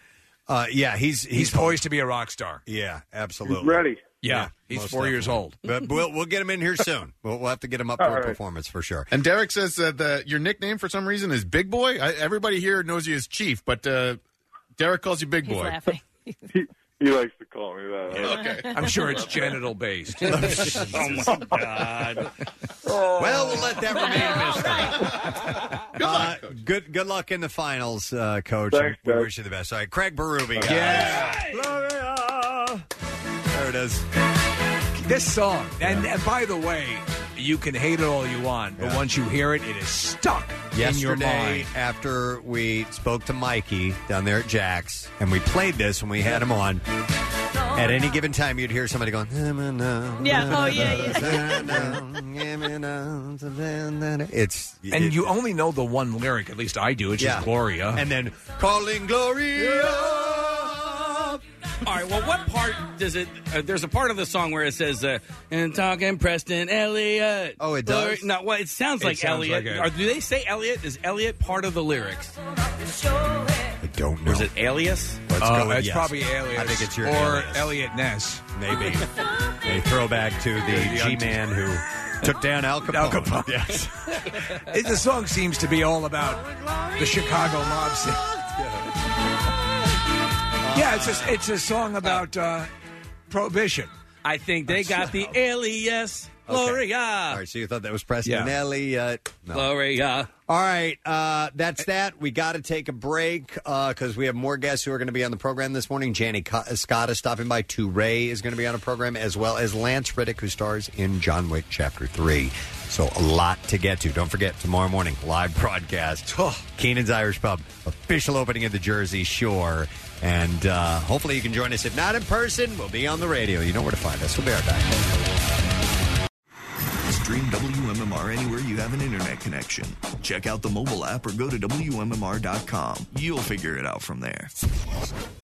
A: Uh, yeah, he's, he's
D: poised to be a rock star.
A: Yeah, absolutely.
U: He's ready.
D: Yeah, he's
A: most
D: four years old.
A: But we'll we'll get him in here soon. We'll, we'll have to get him up
C: All
A: for
C: right.
A: a performance for sure.
C: And Derek says that uh, your nickname for some reason is Big Boy. I, everybody here knows you as Chief, but uh, Derek calls you Big Boy.
U: He likes to call me that.
C: Okay.
D: I'm sure it's genital based.
A: (laughs)
C: (laughs) Oh, my God.
A: Well, we'll let that remain a mystery. Uh, good good luck in the finals, uh, Coach.
K: Thanks,
A: we
K: Coach.
A: wish you the best. All right, Craig Berube.
D: There
A: it is.
D: This song, and, and by the way, you can hate it all you want, but once you hear it, it is stuck in your
A: Yesterday,
D: mind.
A: after we spoke to Mikey down there at Jack's, and we played this when we had him on, at any given time you'd hear somebody going,
K: Yeah. Oh yeah.
A: It's
D: and you only know the one lyric, at least I do. It's
A: Yeah.
D: just Gloria,
A: and then calling Gloria.
E: All right.
A: (laughs)
E: Well, what part does it? Uh, there's a part of the song where it says, uh, "And talking Preston Elliott." Oh,
A: it does?
E: No, well, it sounds
A: It
E: like
A: sounds
E: Elliot.
A: like
E: Elliott.
A: it.
E: Are, do they say Elliott? Is Elliott part of the lyrics?
A: I don't know.
E: Or is it Alias?
A: Let's
D: Oh,
A: go with
D: it's
A: yes.
D: probably Alias
A: I think it's your
D: or
A: alias.
D: Elliot Ness.
K: (laughs)
A: (laughs) Maybe. a throwback to the G Man who took down Al Capone. Al Capone. Yes.
D: (laughs) It- the song seems to be all about the Chicago mob scene. (laughs) Yeah, it's a, it's a song about uh, prohibition.
E: I think they got the Alias
A: Okay.
E: Gloria.
A: All right, so you thought that was Preston
E: Yeah.
A: Elliott. No.
E: Gloria.
A: All right, uh, that's that. We got to take a break because we have more guests who are going to be on the program this morning. Janie Co- Scott is stopping by. Ray is going to be on a program, as well as Lance Riddick, who stars in John Wick Chapter 3. So a lot to get to. Don't forget, tomorrow morning, live broadcast. Keenan's Irish Pub, official opening of the Jersey Shore. And uh, hopefully you can join us. If not in person, we'll be on the radio. You know where to find us. We'll be right back.
F: Stream WMMR anywhere you have an internet connection. Check out the mobile app or go to WMMR.com. You'll figure it out from there.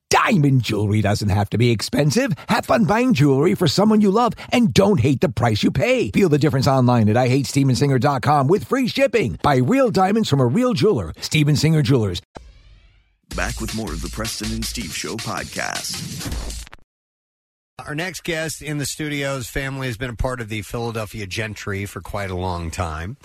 G: Diamond jewelry doesn't have to be expensive. Have fun buying jewelry for someone you love and don't hate the price you pay. Feel the difference online at IHateStevensinger.com with free shipping. Buy real diamonds from a real jeweler. Steven Singer Jewelers.
F: Back with more of the Preston and Steve Show podcast.
A: Our next guest in the studio's family has been a part of the Philadelphia gentry for quite a long time.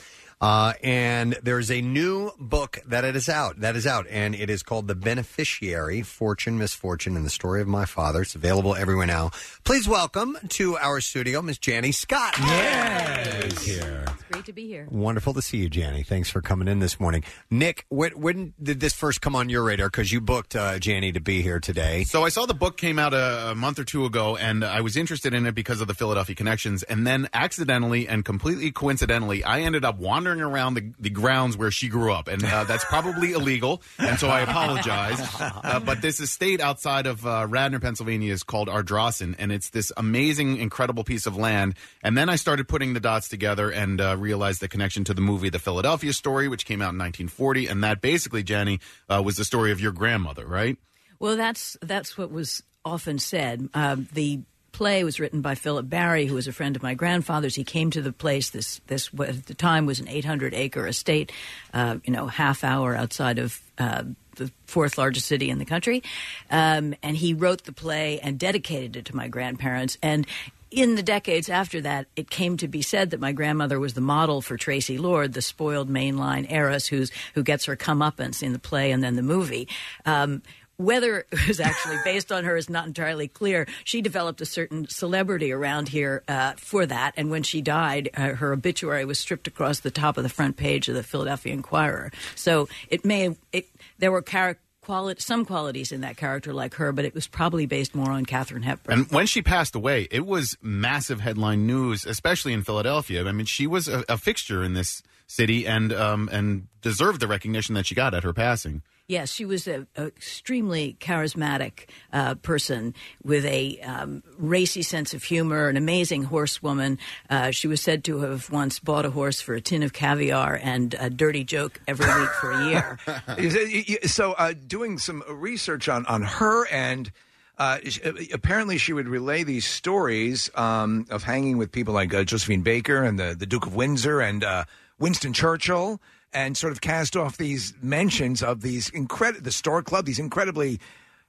A: Uh, and there's a new book that it is out that is out and it is called the beneficiary fortune misfortune and the story of my father it's available everywhere now please welcome to our studio miss Janie scott yes here
V: Great to be here.
A: wonderful to see you Janie thanks for coming in this morning nick when, when did this first come on your radar because you booked uh, Janie to be here today
C: So I saw the book came out a, a month or two ago, and I was interested in it because of the Philadelphia connections. And then accidentally and completely coincidentally, I ended up wandering around the, the grounds where she grew up, and uh, that's probably illegal. And so I apologize.
A: (laughs)
C: Uh, but this estate outside of uh, Radnor, Pennsylvania, is called Ardrossan, and it's this amazing, incredible piece of land. And then I started putting the dots together and uh, realized the connection to the movie The Philadelphia Story, which came out in 1940, and that basically, Jenny, uh, was the story of your grandmother, right?
H: Well, that's that's what was often said. Um, the play was written by Philip Barry, who was a friend of my grandfather's. He came to the place. This this wa- at the time was an 800 acre estate, uh, you know, half hour outside of. Uh, the fourth largest city in the country, um, and he wrote the play and dedicated it to my grandparents. And in the decades after that, it came to be said that my grandmother was the model for Tracy Lord, the spoiled mainline heiress who's who gets her comeuppance in the play and then the movie. Um, whether it was actually based on her is not entirely clear. She developed a certain celebrity around here uh, for that, and when she died, uh, her obituary was stripped across the top of the front page of the Philadelphia Inquirer. So it may it there were charac- quali- some qualities in that character like her, but it was probably based more on Katharine Hepburn.
C: And when she passed away, it was massive headline news, especially in Philadelphia. I mean, she was a, a fixture in this city and um, and deserved the recognition that she got at her passing.
H: Yes, she was an extremely charismatic uh, person with a um, racy sense of humor, an amazing horsewoman. Uh, she was said to have once bought a horse for a tin of caviar and a dirty joke every week for a year.
D: Is it- you- you- so uh, doing some research on on her and. Uh, sh- apparently, she would relay these stories um, of hanging with people like uh, Josephine Baker and the, the Duke of Windsor and uh, Winston Churchill, and sort of cast off these mentions of these incredible the Store Club, these incredibly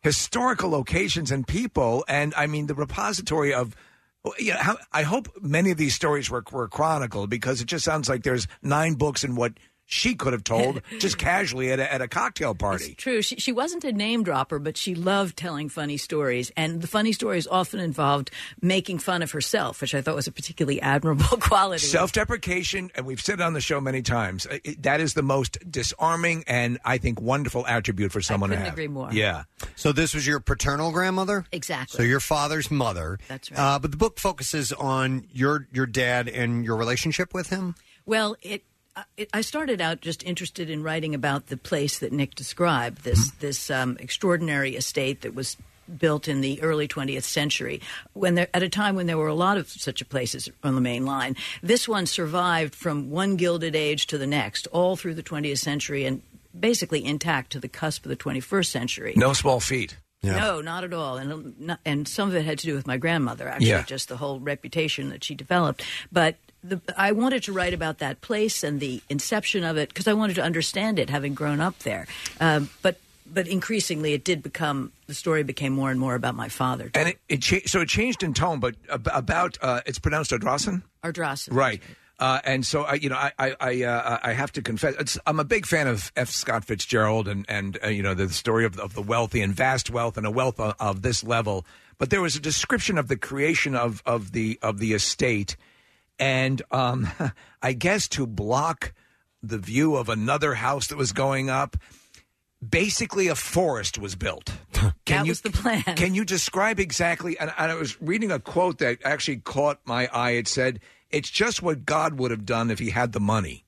D: historical locations and people. And I mean, the repository of you know, how, I hope many of these stories were, were chronicled because it just sounds like there's nine books in what she could have told just casually at a, at a cocktail (laughs) party.
H: True. She, she wasn't a name dropper, but she loved telling funny stories. And the funny stories often involved making fun of herself, which I thought was a particularly admirable (laughs) quality.
D: Self deprecation, and we've said it on the show many times, uh, it- that is the most disarming and I think wonderful attribute for someone to
H: couldn't
D: have.
H: agree more.
D: Yeah.
A: So this was your paternal grandmother?
H: Exactly.
A: So your father's mother.
H: That's right.
A: Uh, but the book focuses on your your dad and your relationship with him.
H: Well, it, I- it. I started out just interested in writing about the place that Nick described. This this um, extraordinary estate that was built in the early 20th century when there, at a time when there were a lot of such places on the main line this one survived from one gilded age to the next all through the 20th century and basically intact to the cusp of the 21st century
D: No small feat.
H: no, not at all, and um, not, and some of it had to do with my grandmother. Actually,
D: Yeah.
H: just the whole reputation that she developed. But the, I wanted to write about that place and the inception of it because I wanted to understand it, having grown up there. Um, but but increasingly, it did become the story became more and more about my father,
D: And it, it cha- so it changed in tone, but ab- about uh, it's pronounced Adrasan?
H: Ardrossan.
D: Right. Uh, and so I, you know, I, I, I, uh, I have to confess, it's, I'm a big fan of F. Scott Fitzgerald and and uh, you know the story of, of the wealthy and vast wealth and a wealth of, of this level. But there was a description of the creation of of the of the estate, and um, (laughs) I guess to block the view of another house that was going up, basically a forest was built. Can
H: (laughs) that was the plan.
D: Can you describe exactly? And, and I was reading a quote that actually caught my eye. It said, "It's just what God would have done if He had
H: (laughs)
D: the money."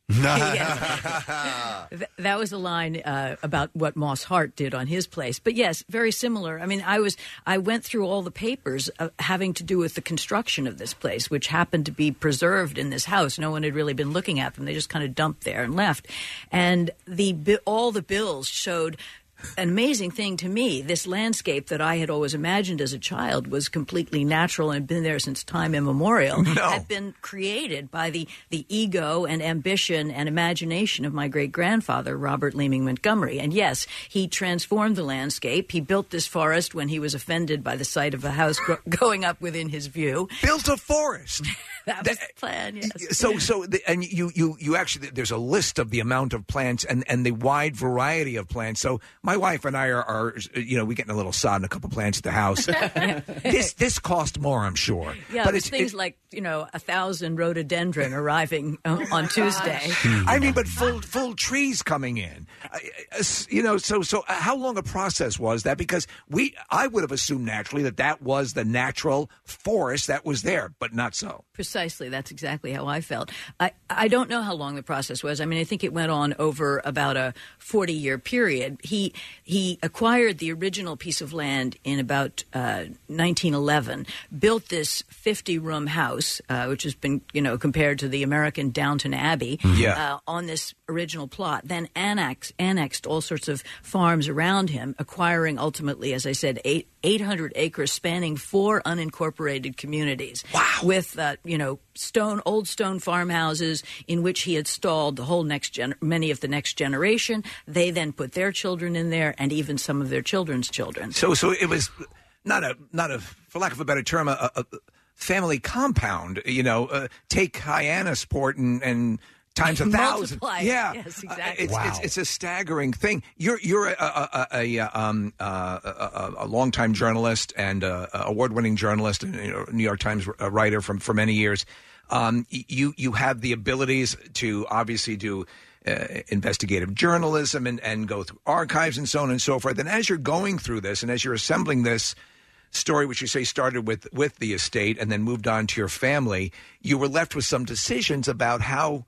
H: Th- that was a line uh, about what Moss Hart did on his place. But yes, very similar. I mean, I was I went through all the papers uh, having to do with the construction of this place, which happened to be preserved in this house. No one had really been looking at them. They just kind of dumped there and left. And the bi- all the bills showed an amazing thing to me. This landscape that I had always imagined as a child was completely natural and had been there since time immemorial.
K: No.
H: Had been created by the, the ego and ambition and imagination of my great grandfather, Robert Leeming Montgomery. And yes, he transformed the landscape. He built this forest when he was offended by the sight of a house gro- going up within his view.
D: Built a forest.
H: (laughs) that was the plan, yes.
D: So, so, the, and you, you, you actually, there's a list of the amount of plants and and the wide variety of plants. So, my wife and I are, are you know, we getting a little sod and a couple plants at
H: (laughs)
D: the house. this this cost more, I'm sure.
H: Yeah, there's things like, you know, a thousand rhododendron arriving uh,
D: (laughs) Ah,
H: on Tuesday.
D: Oh I mean, but full full trees coming in. I- I- s- You know, so so uh, how long a process was that? Because we, I would have assumed naturally that that was the natural forest that was there, but not so.
H: Precisely. That's exactly how I felt. I, I don't know how long the process was. I mean, I think it went on over about a 40 year period. He, he acquired the original piece of land in about uh, 1911, built this 50 room house, uh, which has been, you know, compared to the American Downton Abbey
K: Yeah.
H: uh, on this original plot, then annex, annexed all sorts of farms around him, acquiring ultimately, as I said, eight, 800 acres spanning four unincorporated communities. Wow. With, uh, you know, stone, old stone farmhouses in which he had stalled the whole next gen, many of the next generation. They then put their children in there and even some of their children's children.
D: So, so it was not a not a for lack of a better term a, a a family compound. You know, uh, take Hyannisport and and times a thousand.
H: (laughs) Multiply it.
D: Yeah,
H: Yes,
D: Uh,
H: exactly.
D: it's, it's it's a staggering thing. You're you're a a, a, a, um, uh, a, a, a longtime journalist and uh award winning journalist and you know, New York Times uh, writer from for many years. Um, y- you you have the abilities to obviously do uh, investigative journalism and, and go through archives and so on and so forth. And as you're going through this and as you're assembling this story, which you say started with with the estate and then moved on to your family, you were left with some decisions about how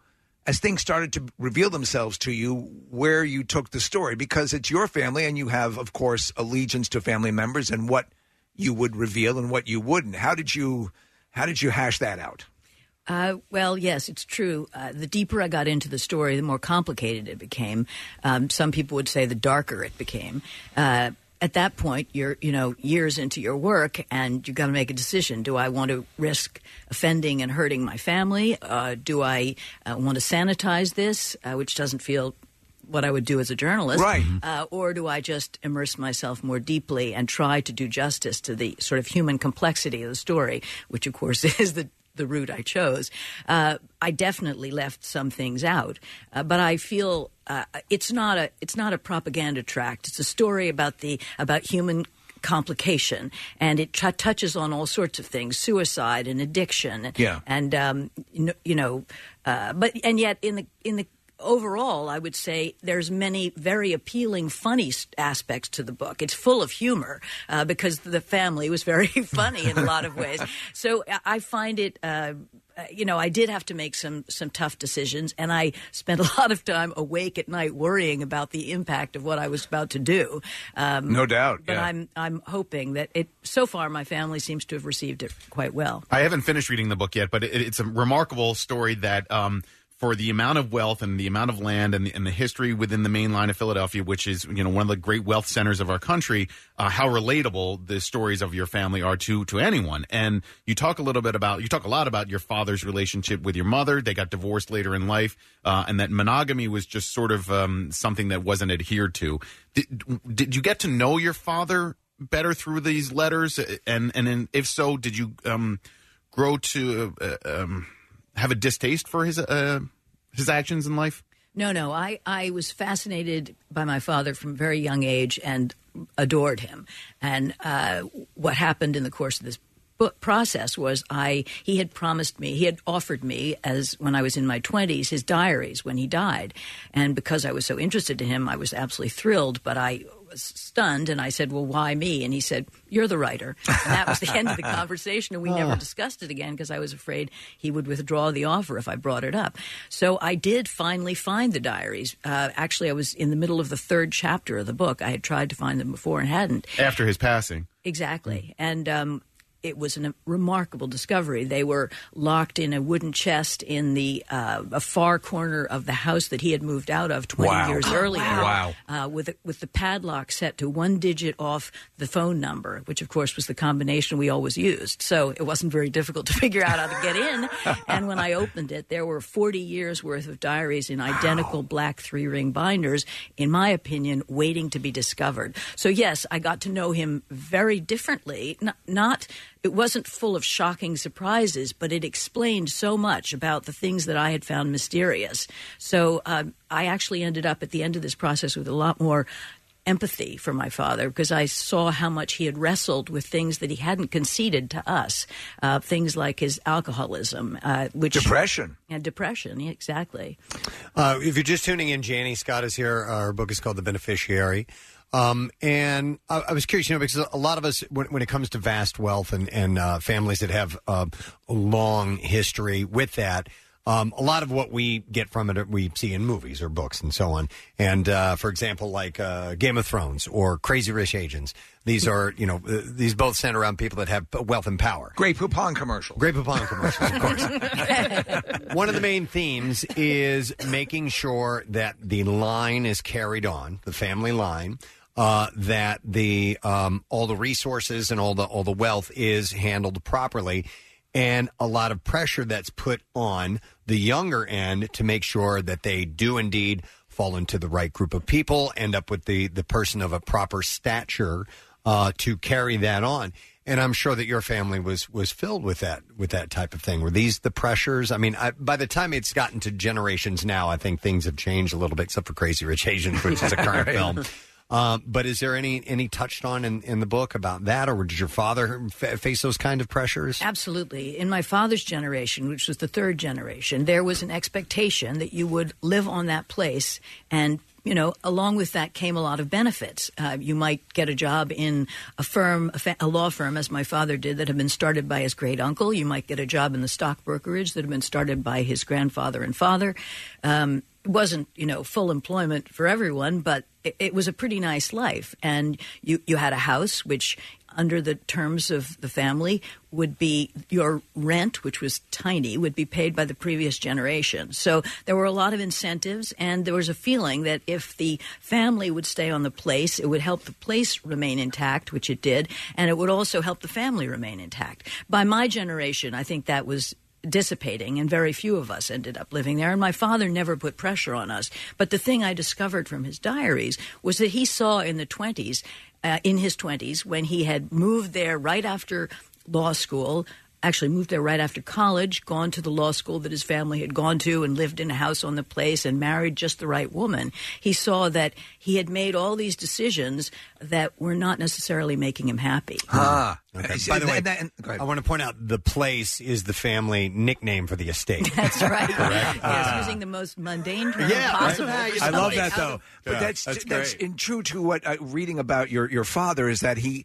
D: as things started to reveal themselves to you, where you took the story, because it's your family and you have, of course, allegiance to family members and what you would reveal and what you wouldn't. How did you how did you hash that out?
H: Uh, well, yes, it's true. Uh, the deeper I got into the story, the more complicated it became. Um, some people would say the darker it became. Uh, at that point, you're you know years into your work, and you've got to make a decision: Do I want to risk offending and hurting my family? Uh, do I uh, want to sanitize this, uh, which doesn't feel what I would do as a journalist,
K: Right.
H: Uh, or do I just immerse myself more deeply and try to do justice to the sort of human complexity of the story, which of course (laughs) is the the route I chose? Uh, I definitely left some things out, uh, but I feel uh, it's not a it's not a propaganda tract. It's a story about the about human complication, and it t- touches on all sorts of things: suicide and addiction,
K: Yeah.
H: and um, you know, you know uh, but and yet in the in the overall, I would say there's many very appealing, funny s- aspects to the book. It's full of humor uh, because the family was very (laughs) funny in a lot of ways. So I- I find it. Uh, uh, you know, I did have to make some some tough decisions, and I spent (laughs) a lot of time awake at night worrying about the impact of what I was about to do. Um,
D: No doubt,
H: But
D: yeah.
H: I'm I'm hoping that it. So far, my family seems to have received it quite well.
C: I haven't finished reading the book yet, but it, it's a remarkable story that um, for the amount of wealth and the amount of land and the, and the history within the main line of Philadelphia, which is you know one of the great wealth centers of our country, uh, how relatable the stories of your family are to to anyone. And you talk a little bit about you talk a lot about your father's relationship with your mother. They got divorced later in life, uh, and that monogamy was just sort of um, something that wasn't adhered to. Did, did you get to know your father? better through these letters and and, and if so did you um grow to uh, um, have a distaste for his uh, his actions in life?
H: No, no. I, I was fascinated by my father from a very young age and adored him. And uh, what happened in the course of this book process was I he had promised me he had offered me as when I was in my 20s his diaries when he died and because I was so interested in him I was absolutely thrilled but I was stunned and I said well why me and he said you're the writer and that was the end of the conversation and we never
K: Oh.
H: discussed it again because I was afraid he would withdraw the offer if I brought it up. So I did finally find the diaries. Uh, actually, I was in the middle of the third chapter of the book. I had tried to find them before and hadn't.
C: After his passing,
H: Exactly. And um, it was an- a remarkable discovery. They were locked in a wooden chest in the uh, a far corner of the house that he had moved out of 20
K: Wow.
H: years
K: Oh,
H: earlier.
K: wow.
H: Uh, with, a- with the padlock set to one digit off the phone number, which of course was the combination we always used. So it wasn't very difficult to (laughs) figure out how to get in. and when I opened it, there were 40 years worth of diaries in identical black three ring binders, in my opinion, waiting to be discovered. So, yes, I got to know him very differently. Not, not it wasn't full of shocking surprises, but it explained so much about the things that I had found mysterious. So, um, I actually ended up at the end of this process with a lot more empathy for my father because I saw how much he had wrestled with things that he hadn't conceded to us, uh, things like his alcoholism, uh, which
D: Depression.
H: and depression. yeah, exactly.
A: Uh, if you're just tuning in, Janie Scott is here. Our book is called The Beneficiary. Um, and I, I was curious, you know, because a lot of us, when, when it comes to vast wealth and, and uh, families that have uh, a long history with that, um, a lot of what we get from it, we see in movies or books and so on. And uh, for example, like uh, Game of Thrones or Crazy Rich Asians, these are, you know, uh, these both center around people that have wealth and power.
D: Great Poupon commercial.
A: Great Poupon commercial, of course. One of the main themes is making sure that the line is carried on, the family line. Uh, that the um, all the resources and all the all the wealth is handled properly, and a lot of pressure that's put on the younger end to make sure that they do indeed fall into the right group of people, end up with the the person of a proper stature uh, to carry that on. And I'm sure that your family was was filled with that with that type of thing. Were these the pressures? I mean, I, by the time it's gotten to generations now, I think things have changed a little bit, except for Crazy Rich Asians, which is a
K: (laughs)
A: current
I: Right.
A: film. Um, but is there any any touched on in, in the book about that, or did your father fa- face those kind of pressures?
H: Uh, Absolutely. In my father's generation, which was the third generation, there was an expectation that you would live on that place and you know, along with that came a lot of benefits. Uh, you might get a job in a firm, a, fa- a law firm, as my father did, that had been started by his great uncle. You might get a job in the stock brokerage that had been started by his grandfather and father. Um, it wasn't, you know, full employment for everyone, but it, it was a pretty nice life. And you, you had a house, which under the terms of the family would be your rent, which was tiny, would be paid by the previous generation. So there were a lot of incentives, and there was a feeling that if the family would stay on the place, it would help the place remain intact, which it did, and it would also help the family remain intact. By my generation, I think that was dissipating and very few of us ended up living there and my father never put pressure on us but the thing i discovered from his diaries was that he saw in the 20s uh, in his 20s when he had moved there right after law school actually moved there right after college gone to the law school that his family had gone to and lived in a house on the place and married just the right woman he saw that he had made all these decisions that were not necessarily making him happy
D: Ah.
A: Hmm. Okay. By the way, I want to point out the place is the family nickname for
H: (laughs)
A: the estate. That's
H: right.
A: Correct.
H: yes,
A: Ah.
H: using the most mundane term
A: Yeah, right.
H: possible. for
D: Uh, I love
H: somebody
D: that
H: out
D: though.
H: of-
D: But
A: Yeah,
D: that's
A: that's
D: that's, in true to what uh, reading about your your father is that he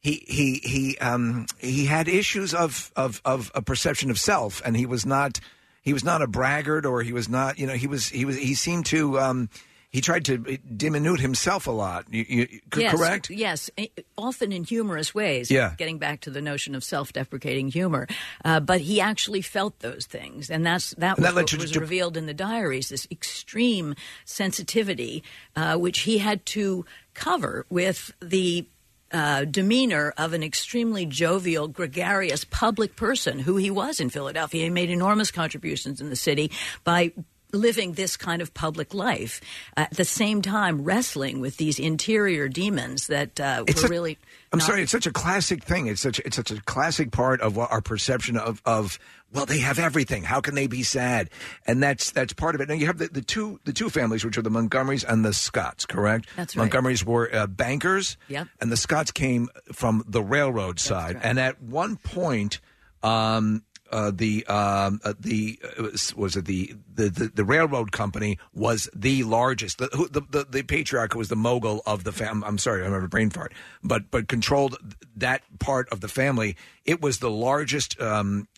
D: he he he um he had issues of of of a perception of self, and he was not he was not a braggart, or he was not you know he was he was he seemed to um he tried to diminute himself a lot. You, you, c-
H: yes,
D: Correct.
H: Yes, i- often in humorous ways.
D: Yeah.
H: Getting back to the notion of self-deprecating humor, uh, but he actually felt those things, and that's that
D: And
H: was
D: that led
H: what
D: to-
H: was
D: to-
H: revealed in the diaries. This extreme sensitivity, uh, which he had to cover with the. Uh, demeanor of an extremely jovial, gregarious public person who he was in Philadelphia. He made enormous contributions in the city by living this kind of public life at the same time wrestling with these interior demons that uh,
D: It's
H: were
D: a-
H: really
D: I'm
H: not-
D: sorry, it's such a classic thing. It's such it's such a classic part of what our perception of of well, they have everything. How can they be sad? And that's that's part of it. Now you have the, the two the two families, which are the Montgomerys and the Scotts, correct?
H: That's right.
D: Montgomerys were uh, bankers,
H: Yep.
D: and the Scotts came from the railroad side. And at one point, um, uh, the um, uh, the uh, was it the, the the the railroad company was the largest. The, who, the the the patriarch was the mogul of the fam. I'm sorry, I'm having a brain fart. But but controlled that part of the family. It was the largest. Um,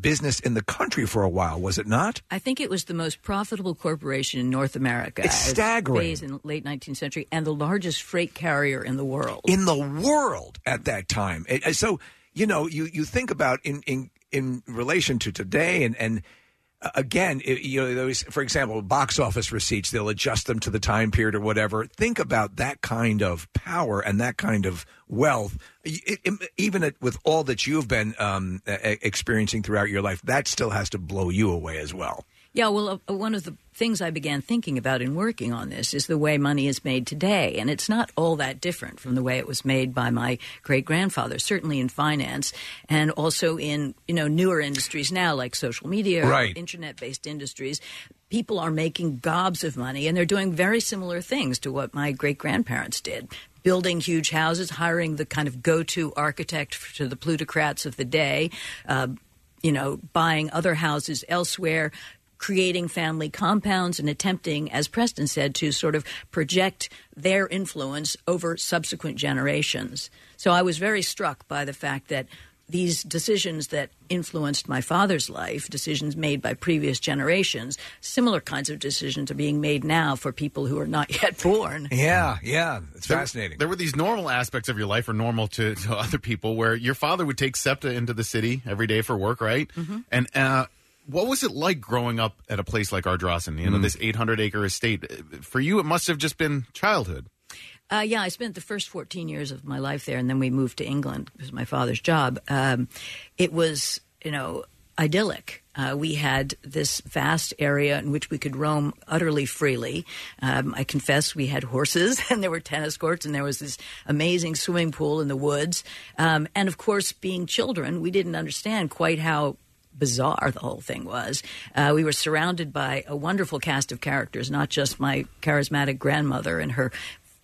D: Business in the country for a while, was it not?
H: I think it was the most profitable corporation in North America.
D: It's
H: as
D: staggering.
H: phased in the late 19th century and the largest freight carrier in the world.
D: in the world at that time. It- and so you know, you you think about in in in relation to today, and and uh, again, it, you know, those for example, box office receipts they'll adjust them to the time period or whatever. Think about that kind of power and that kind of wealth. It- it- even at, with all that you've been um, e- experiencing throughout your life, that still has to blow you away as well.
H: Yeah, well, uh, one of the things I began thinking about in working on this is the way money is made today. And it's not all that different from the way it was made by my great grandfather, certainly in finance and also in, you know, newer industries now like social media,
V: Right.
H: internet based industries. People are making gobs of money and they're doing very similar things to what my great grandparents did. Building huge houses, hiring the kind of go to architect to the plutocrats of the day, uh, you know, buying other houses elsewhere, creating family compounds and attempting, as Preston said, to sort of project their influence over subsequent generations. So I was very struck by the fact that these decisions that influenced my father's life, decisions made by previous generations, similar kinds of decisions are being made now for people who are not (laughs) yet born.
D: Yeah, yeah, it's
C: Um, There-
D: fascinating.
C: There were these normal aspects of your life, or normal to, to (laughs) other people, where your father would take SEPTA into the city every day for work, right?
D: Mm-hmm.
O: Mhm.
C: And uh, what was it like growing up at a place like Ardrossan,
D: Mm.
C: you know, this 800 acre estate? For you, it must have just been childhood.
H: Uh, yeah, I spent the first 14 years of my life there, and then we moved to England because of my father's job. Um, it was, you know, idyllic. Uh, we had this vast area in which we could roam utterly freely. Um, I confess we had horses, (laughs) and there were tennis courts, and there was this amazing swimming pool in the woods. Um, and of course, being children, we didn't understand quite how bizarre the whole thing was. Uh, we were surrounded by a wonderful cast of characters, not just my charismatic grandmother and her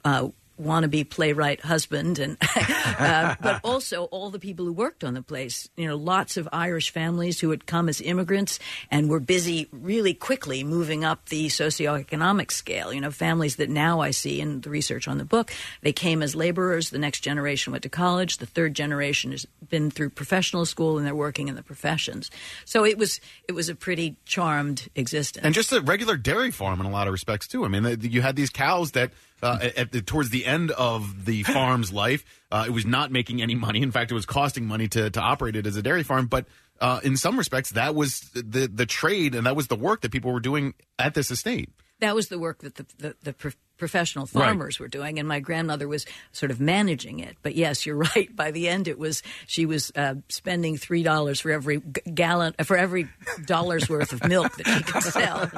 H: uh, wannabe playwright husband, and (laughs) uh, but also all the people who worked on the place. You know, lots of Irish families who had come as immigrants and were busy really quickly moving up the socioeconomic scale. You know, families that now I see in the research on the book, they came as laborers. The next generation went to college. The third generation has been through professional school and they're working in the professions. So it was it was a pretty charmed existence.
C: And just a regular dairy farm in a lot of respects, too. I mean, th- you had these cows that. Uh, at the, towards the end of the farm's life, uh, it was not making any money. In fact, it was costing money to, to operate it as a dairy farm. But uh, in some respects, that was the the trade and that was the work that people were doing at this estate.
H: That was the work that the the, the pro- professional
C: Right.
H: farmers were doing, and my grandmother was sort of managing it. But yes, you're (laughs) right. By the end, it was she was uh, spending three dollars for every g- gallon for every dollar's worth of milk that she could (laughs) sell.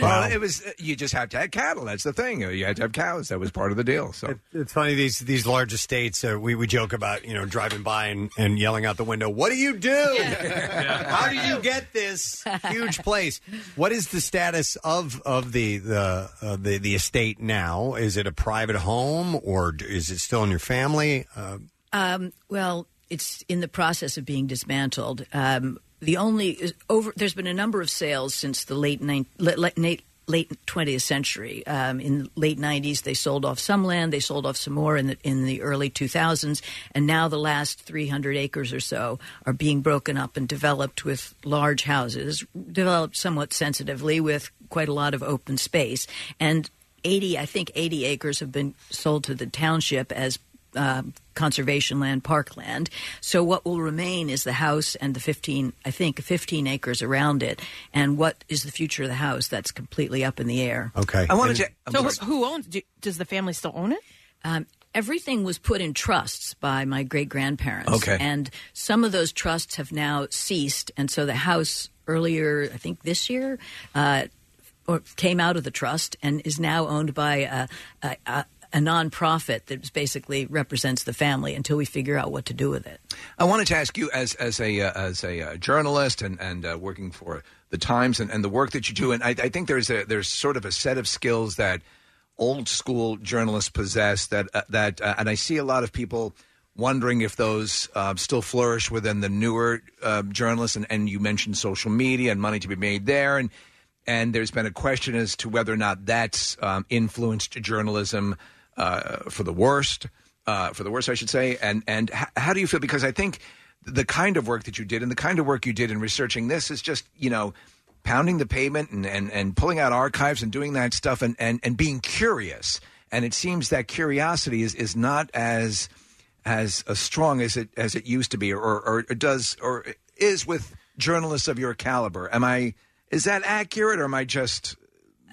D: Well, it was uh, you just have to have cattle. That's the thing. You had to have cows. That was part of the deal. So
A: It's funny these these large estates. Uh, we we joke about you know driving by and, and yelling out the window. What do you do? How do you get this
T: (laughs)
A: huge place? What is the status of of the the uh, the the estate now? Is it a private home or d- is it still in your family? Uh,
H: Um, well, it's in the process of being dismantled. Um, the only is over there's been a number of sales since the late nine, late, late late 20th century. Um, in late 90s, they sold off some land, they sold off some more in the in the early 2000s, and now the last 300 acres or so are being broken up and developed with large houses, developed somewhat sensitively with quite a lot of open space and. 80, I think 80 acres have been sold to the township as um, conservation land, parkland. So what will remain is the house and the 15, I think, 15 acres around it. And what is the future of the house? That's completely up in the air.
A: Okay.
D: I wanted to- I'm
B: So
D: sorry.
B: wh- who owns? Do, does the family still own it?
H: Um, everything was put in trusts by my great grandparents.
D: Okay.
H: And some of those trusts have now ceased. And so the house earlier, I think this year, uh, or came out of the trust and is now owned by a, a, a, a nonprofit that basically represents the family until we figure out what to do with it.
D: I wanted to ask you, as as a uh, as a uh, journalist and and uh, working for the Times and, and the work that you do, and I, I think there's a there's sort of a set of skills that old school journalists possess that uh, that uh, and I see a lot of people wondering if those uh, still flourish within the newer uh, journalists, and and you mentioned social media and money to be made there, and and there's been a question as to whether or not that's um, influenced journalism uh, for the worst, uh, for the worst, I should say. And and h- how do you feel? Because I think the kind of work that you did and the kind of work you did in researching this is just you know pounding the pavement and and, and pulling out archives and doing that stuff and, and and being curious. And it seems that curiosity is is not as as as strong as it as it used to be, or or, or does or is with journalists of your caliber. Am I is that accurate, or am I just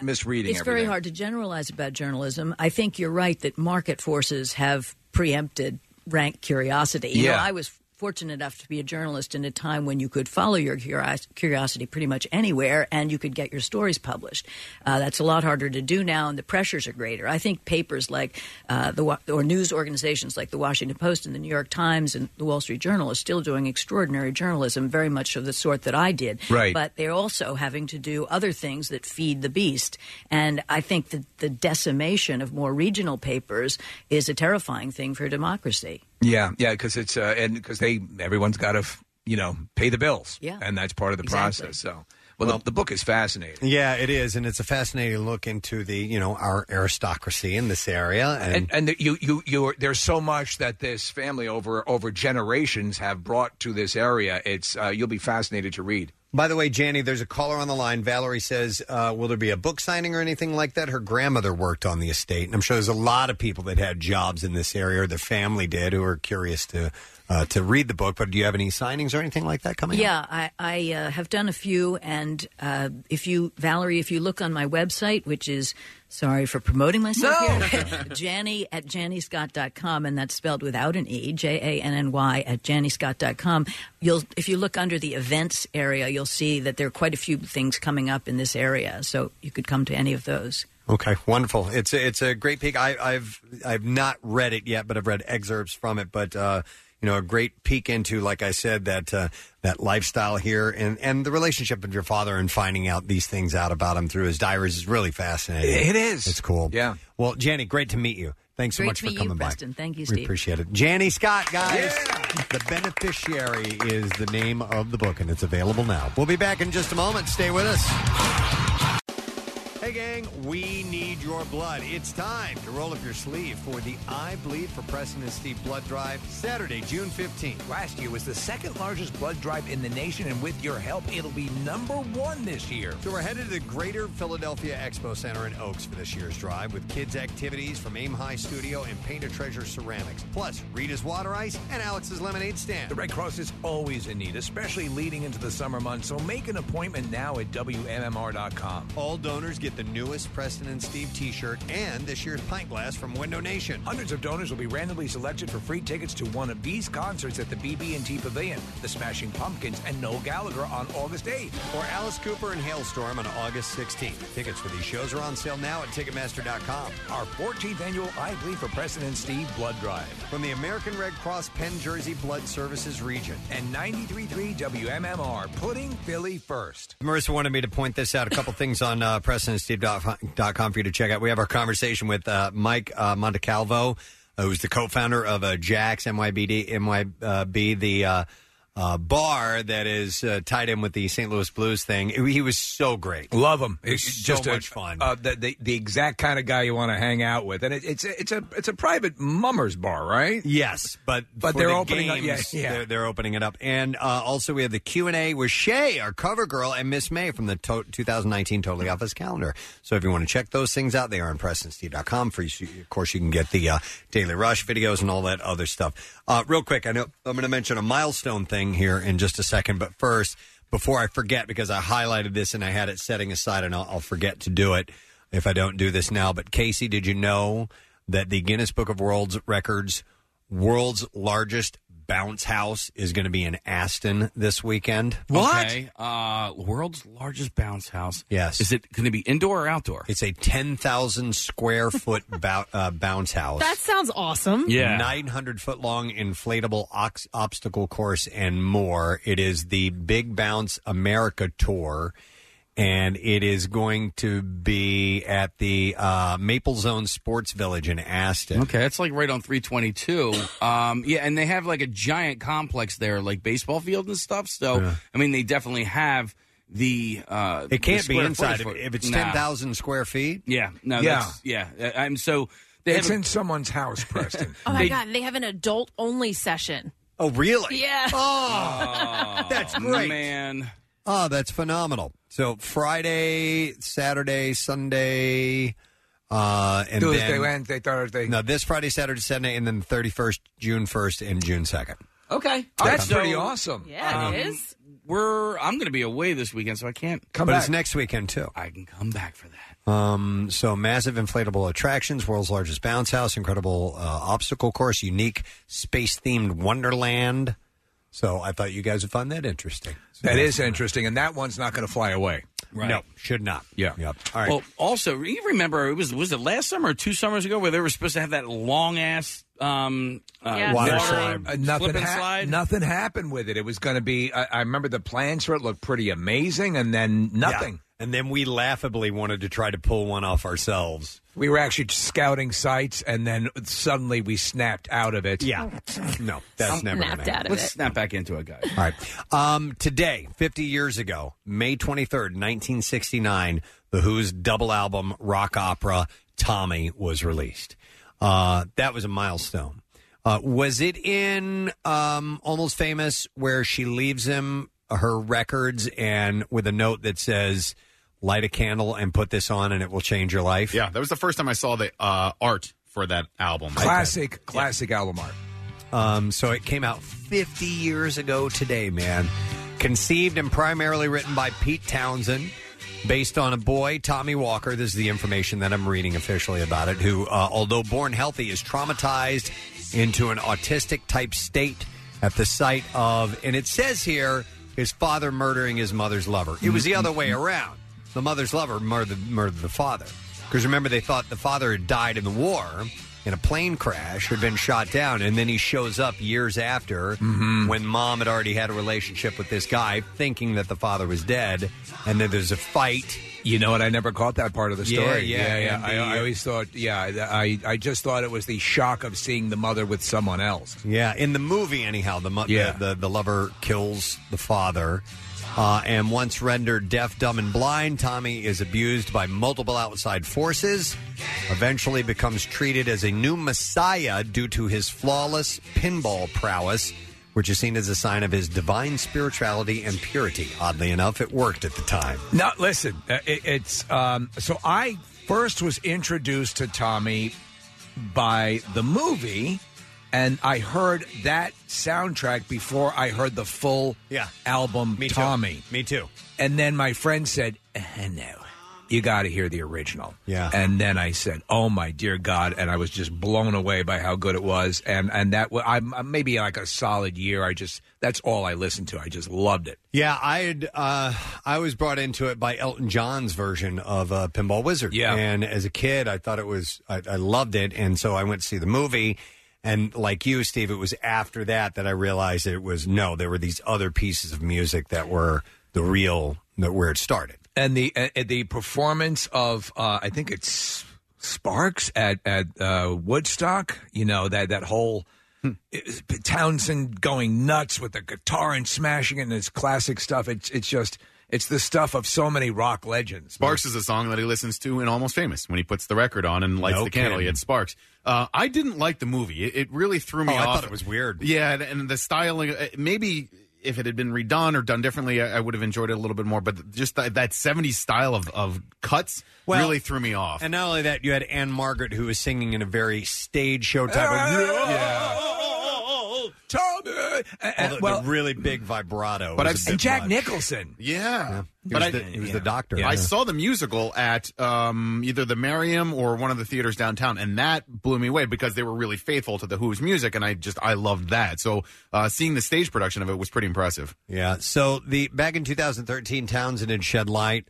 D: misreading?
H: It's
D: everything?
H: very hard to generalize about journalism. I think you're right that market forces have preempted rank curiosity. You know,
K: Yeah.
H: I was fortunate enough to be a journalist in a time when you could follow your curios- curiosity pretty much anywhere and you could get your stories published. Uh, that's a lot harder to do now, and the pressures are greater. I think papers like uh, the Wa- or news organizations like the Washington Post and the New York Times and the Wall Street Journal are still doing extraordinary journalism, very much of the sort that I did.
K: Right.
H: But they're also having to do other things that feed the beast. And I think that the decimation of more regional papers is a terrifying thing for democracy.
D: Yeah, yeah, because it's uh, and because they everyone's got to you know pay the bills.
H: Yeah.
D: and that's part of the
H: Exactly.
D: process. So, Well, the, the book is fascinating.
A: Yeah, it is, and it's a fascinating look into the you know our aristocracy in this area, and,
D: and and you you you are, there's so much that this family over over generations have brought to this area. It's uh, you'll be fascinated to read.
A: By the way, Janny, there's a caller on the line. Valerie says, uh, "Will there be a book signing or anything like that?" Her grandmother worked on the estate, and I'm sure there's a lot of people that had jobs in this area, or their family did, who are curious to uh, to read the book. But do you have any signings or anything like that coming? up?
H: Yeah, I, I uh, have done a few, and uh, if you, Valerie, if you look on my website, which is sorry for promoting myself here, (laughs)
A: (laughs)
H: Janny at jannyscott.com, and that's spelled without an e, J A N N Y at jannyscott.com. You'll, if you look under the events area, you'll see that there are quite a few things coming up in this area, so you could come to any of those.
A: Okay, wonderful. It's a, it's a great peek. I, I've I've not read it yet, but I've read excerpts from it. But uh, you know, a great peek into, like I said, that uh, that lifestyle here and and the relationship of your father and finding out these things out about him through his diaries is really fascinating.
D: It is.
A: It's cool.
D: Yeah.
A: Well, Janny, great to meet you. Thanks so
H: Great
A: much
H: to
A: for
H: meet
A: coming
H: you,
A: by.
H: Preston. Thank you,
A: We
H: Steve.
A: appreciate it. Janny Scott, guys. The Beneficiary is the name of the book, and it's available now. We'll be back in just a moment. Stay with us. Hey, gang, we need your blood. It's time to roll up your sleeve for the I Bleed for Preston and Steve Blood Drive, Saturday, June 15th.
D: Last year was the second largest blood drive in the nation, and with your help, it'll be number one this year.
A: So we're headed to the Greater Philadelphia Expo Center in Oaks for this year's drive with kids' activities from Aim High Studio and Painted Treasure Ceramics, plus Rita's Water Ice and Alex's Lemonade Stand.
D: The Red Cross is always in need, especially leading into the summer months, so make an appointment now at WMMR.com.
A: All donors get the newest Preston and Steve t shirt and this year's pint glass from Window Nation.
D: Hundreds of donors will be randomly selected for free tickets to one of these concerts at the BB&T Pavilion, The Smashing Pumpkins, and Noel Gallagher on August 8th.
A: Or Alice Cooper and Hailstorm on August 16th. Tickets for these shows are on sale now at Ticketmaster.com.
D: Our 14th annual I Bleed for President Steve Blood Drive.
A: From the American Red Cross Penn Jersey Blood Services Region.
D: And 93.3 WMMR, putting Philly first.
A: Marissa wanted me to point this out. A (laughs) couple things on uh, PrestonandSteve.com for you to check out. We have our conversation with uh, Mike uh, Montecalvo, uh, who's the co-founder of uh, Jack's NYBD, NYB, the uh, uh, bar that is uh, tied in with the St. Louis Blues thing. He was so great.
D: Love him. It's
A: so
D: just a-
A: much fun.
D: Uh, the, the the exact kind of guy you want to hang out with, and it, it's a, it's a it's a private mummers bar, right?
A: Yes, but
D: but
A: for
D: they're
A: the
D: opening up. Yeah,
A: games,
D: yeah.
A: They're, they're opening it up. And uh, also we have the Q&A with Shay, our cover girl, and Miss May from the to- 2019 Totally Office calendar. So if you want to check those things out, they are on PrestonSteve.com. For you, of course, you can get the uh, Daily Rush videos and all that other stuff. Uh, real quick, I know I'm going to mention a milestone thing here in just a second, but first, before I forget, because I highlighted this and I had it setting aside, and I'll, I'll forget to do it if I don't do this now. But Casey, did you know that the Guinness Book of World Records world's largest bounce house is going to be in Aston this weekend.
E: Okay. Uh, world's largest bounce house.
A: Yes.
E: Is it going to be indoor or outdoor?
A: It's a 10,000 square foot (laughs) bou- uh, bounce house.
B: That sounds awesome.
A: 900 foot long inflatable ox- obstacle course and more. It is the Big Bounce America Tour. And it is going to be at the uh, Maple Zone Sports Village in Aston.
E: Okay, that's like right on 322. Um, yeah, and they have like a giant complex there, like baseball field and stuff. So, I mean, they definitely have the. Uh,
A: It can't
E: the
A: be
E: square
A: inside
E: footage
A: if, if
E: for-
A: it's
E: Nah.
A: 10,000 square feet.
E: Yeah, no,
A: Yeah.
E: that's, yeah. Uh, I'm so. They
D: It's
E: have
D: in someone's house, Preston.
B: Oh my
E: They-
B: god, they have an adult only session.
A: Oh, really?
B: Yeah.
D: Ah,
A: Oh, that's great.
E: Man.
A: Oh, that's phenomenal. So Friday, Saturday, Sunday, uh, and
D: Tuesday,
A: then,
D: Wednesday, Thursday.
A: No, this Friday, Saturday, Sunday, and then the 31st, June 1st, and June 2nd.
E: Okay,
A: That's pretty
D: awesome.
E: Yeah,
A: it
E: is. um, We're I'm going to be away this weekend, so I can't
A: but it's next weekend, too.
E: I can come back for that.
A: Um, so massive inflatable attractions, world's largest bounce house, incredible uh, obstacle course, unique space-themed wonderland. So I thought you guys would find that interesting.
D: That is interesting, and that one's not going to fly away.
E: Right.
A: No, should not.
D: Yeah.
A: Yep. All right.
E: Well, also, you remember it was was it last summer or two summers ago where they were supposed to have that long ass um, uh,
D: Water
E: water
D: slide. Uh, nothing,
E: slip and
D: hap-
E: slide.
D: nothing happened with it. It was going to be. I, I remember the plans for it looked pretty amazing, and then nothing.
A: and then we laughably wanted to try to pull one off ourselves.
D: We were actually scouting sites, and then suddenly we snapped out of it.
A: Yeah, no, that's never gonna happen.
E: Let's snap back into it, guys.
A: All right. Um, today, 50 years ago, May 23rd, 1969, The Who's double album, rock opera, Tommy, was released. Uh, that was a milestone. Uh, was it in um, Almost Famous where she leaves him her records and with a note that says, light a candle and put this on and it will change your life?
C: Yeah, that was the first time I saw the uh, art for that album.
D: Classic, classic album art.
A: Um, so it came out 50 years ago today, man. Conceived and primarily written by Pete Townsend, based on a boy, Tommy Walker. This is the information that I'm reading officially about it, who, uh, although born healthy, is traumatized into an autistic type state at the sight of, and it says here, his father murdering his mother's lover. It was the other way around. The mother's lover murdered, murdered the father. Because remember, they thought the father had died in the war in a plane crash, had been shot down, and then he shows up years after when mom had already had a relationship with this guy, thinking that the father was dead. And then there's a fight.
D: You know what? I never caught that part of the story.
A: Yeah, yeah.
D: yeah.
A: and
D: I,
A: the-
D: I always thought, yeah, I, I just thought it was the shock of seeing the mother with someone else.
A: Yeah, in the movie, anyhow, the mo-
D: Yeah.
A: the, the the lover kills the father, uh, and once rendered deaf, dumb, and blind, Tommy is abused by multiple outside forces. Eventually, becomes treated as a new messiah due to his flawless pinball prowess, which is seen as a sign of his divine spirituality and purity. Oddly enough, it worked at the time.
D: Now, listen, uh, it, it's um, so I first was introduced to Tommy by the movie, and I heard that soundtrack before I heard the full
A: Yeah.
D: album
A: Me too.
D: Tommy.
A: Me too.
D: And then my friend said, eh, no, you got to hear the original.
A: Yeah.
D: And then I said, "Oh my dear God!" And I was just blown away by how good it was. And and that wa- I'm I'm maybe like a solid year. I just that's all I listened to. I just loved it.
A: Yeah, I had uh, I was brought into it by Elton John's version of uh, Pinball Wizard. Yeah, and as a kid, I thought it was I, I loved it, and so I went to see the movie. And like you, Steve, it was after that that I realized it was no, there were these other pieces of music that were the real that where it started.
D: And the uh, the performance of uh, I think it's Sparks at at uh, Woodstock. You know that that whole.
A: Hmm.
D: it was Townsend going nuts with the guitar and smashing it and his classic stuff. It's it's just it's the stuff of so many rock legends.
C: Sparks is a song that he listens to in Almost Famous when he puts the record on and lights
D: No
C: the candle. He
D: kidding.
C: had Sparks. Uh, I didn't like the movie. It, it really threw me
A: Oh, I
C: off.
A: thought it was weird.
C: Yeah, and, and the styling. uh, Maybe if it had been redone or done differently, I, I would have enjoyed it a little bit more. But just that, that '70s style of, of cuts
A: Well,
C: really threw me off.
A: And not only that, you had Anne Margaret who was singing in a very stage show type of all the, the really big vibrato.
C: But
A: was
C: I've
A: a
C: seen
A: bit
C: Jack
A: much.
D: Nicholson.
C: Yeah.
A: He was the- he was the doctor.
C: I
A: Yeah.
C: saw the musical at um, either the Merriam or one of the theaters downtown, and that blew me away because they were really faithful to the Who's music, and I just I loved that. So uh, seeing the stage production of it was pretty impressive.
A: Yeah. So the back in 2013, Townsend had shed light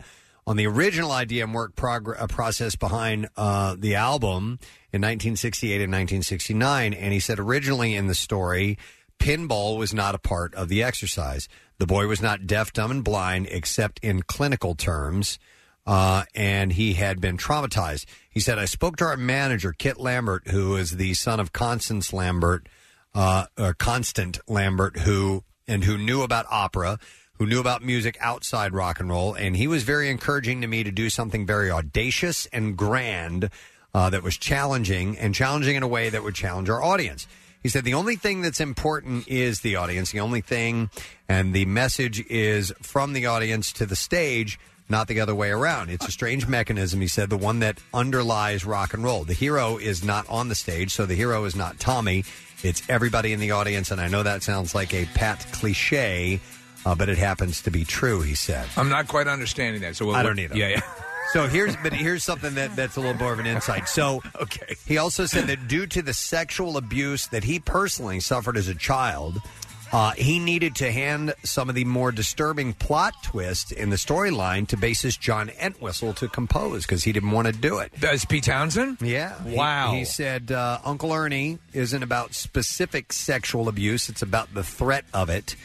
A: on the original idea and work progr- uh, process behind uh, the album in 1968 and 1969. And he said originally in the story, pinball was not a part of the exercise. The boy was not deaf, dumb, and blind, except in clinical terms. Uh, and he had been traumatized. He said, I spoke to our manager, Kit Lambert, who is the son of Constance Lambert, uh, uh, Constant Lambert, who and who knew about opera, who knew about music outside rock and roll, and he was very encouraging to me to do something very audacious and grand uh, that was challenging and challenging in a way that would challenge our audience. He said the only thing that's important is the audience. The only thing, and the message is from the audience to the stage. Not the other way around. It's a strange mechanism, he said, the one that underlies rock and roll. The hero is not on the stage, so the hero is not Tommy. It's everybody in the audience, and I know that sounds like a pat cliche, uh, but it happens to be true, he said.
D: I'm not quite understanding that. Uh, So we'll-
A: I don't either.
D: Yeah, (laughs) yeah.
A: So here's but here's something that that's a little more of an insight. So okay, he also said that due to the sexual abuse that he personally suffered as a child, uh, he needed to hand some of the more disturbing plot twists in the storyline to bassist John Entwistle to compose because he didn't want to do it.
D: That's Pete Townsend.
A: Yeah. He-
D: Wow.
A: He, said uh, Uncle Ernie isn't about specific sexual abuse, it's about the threat of it.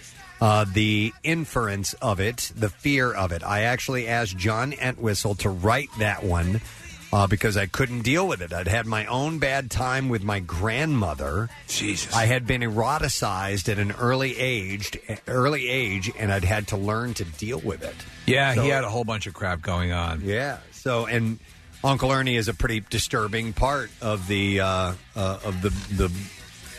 A: uh, the inference of it, the fear of it. I actually asked John Entwistle to write that one uh, because I couldn't deal with it. I'd had my own bad time with my grandmother. Jesus, I had been eroticized at an early age, early age, and I'd had to learn to deal with it.
D: Yeah,
A: So-
D: he had a whole bunch of crap going on.
A: Yeah. So and Uncle Ernie is a pretty disturbing part of the uh, uh, of the the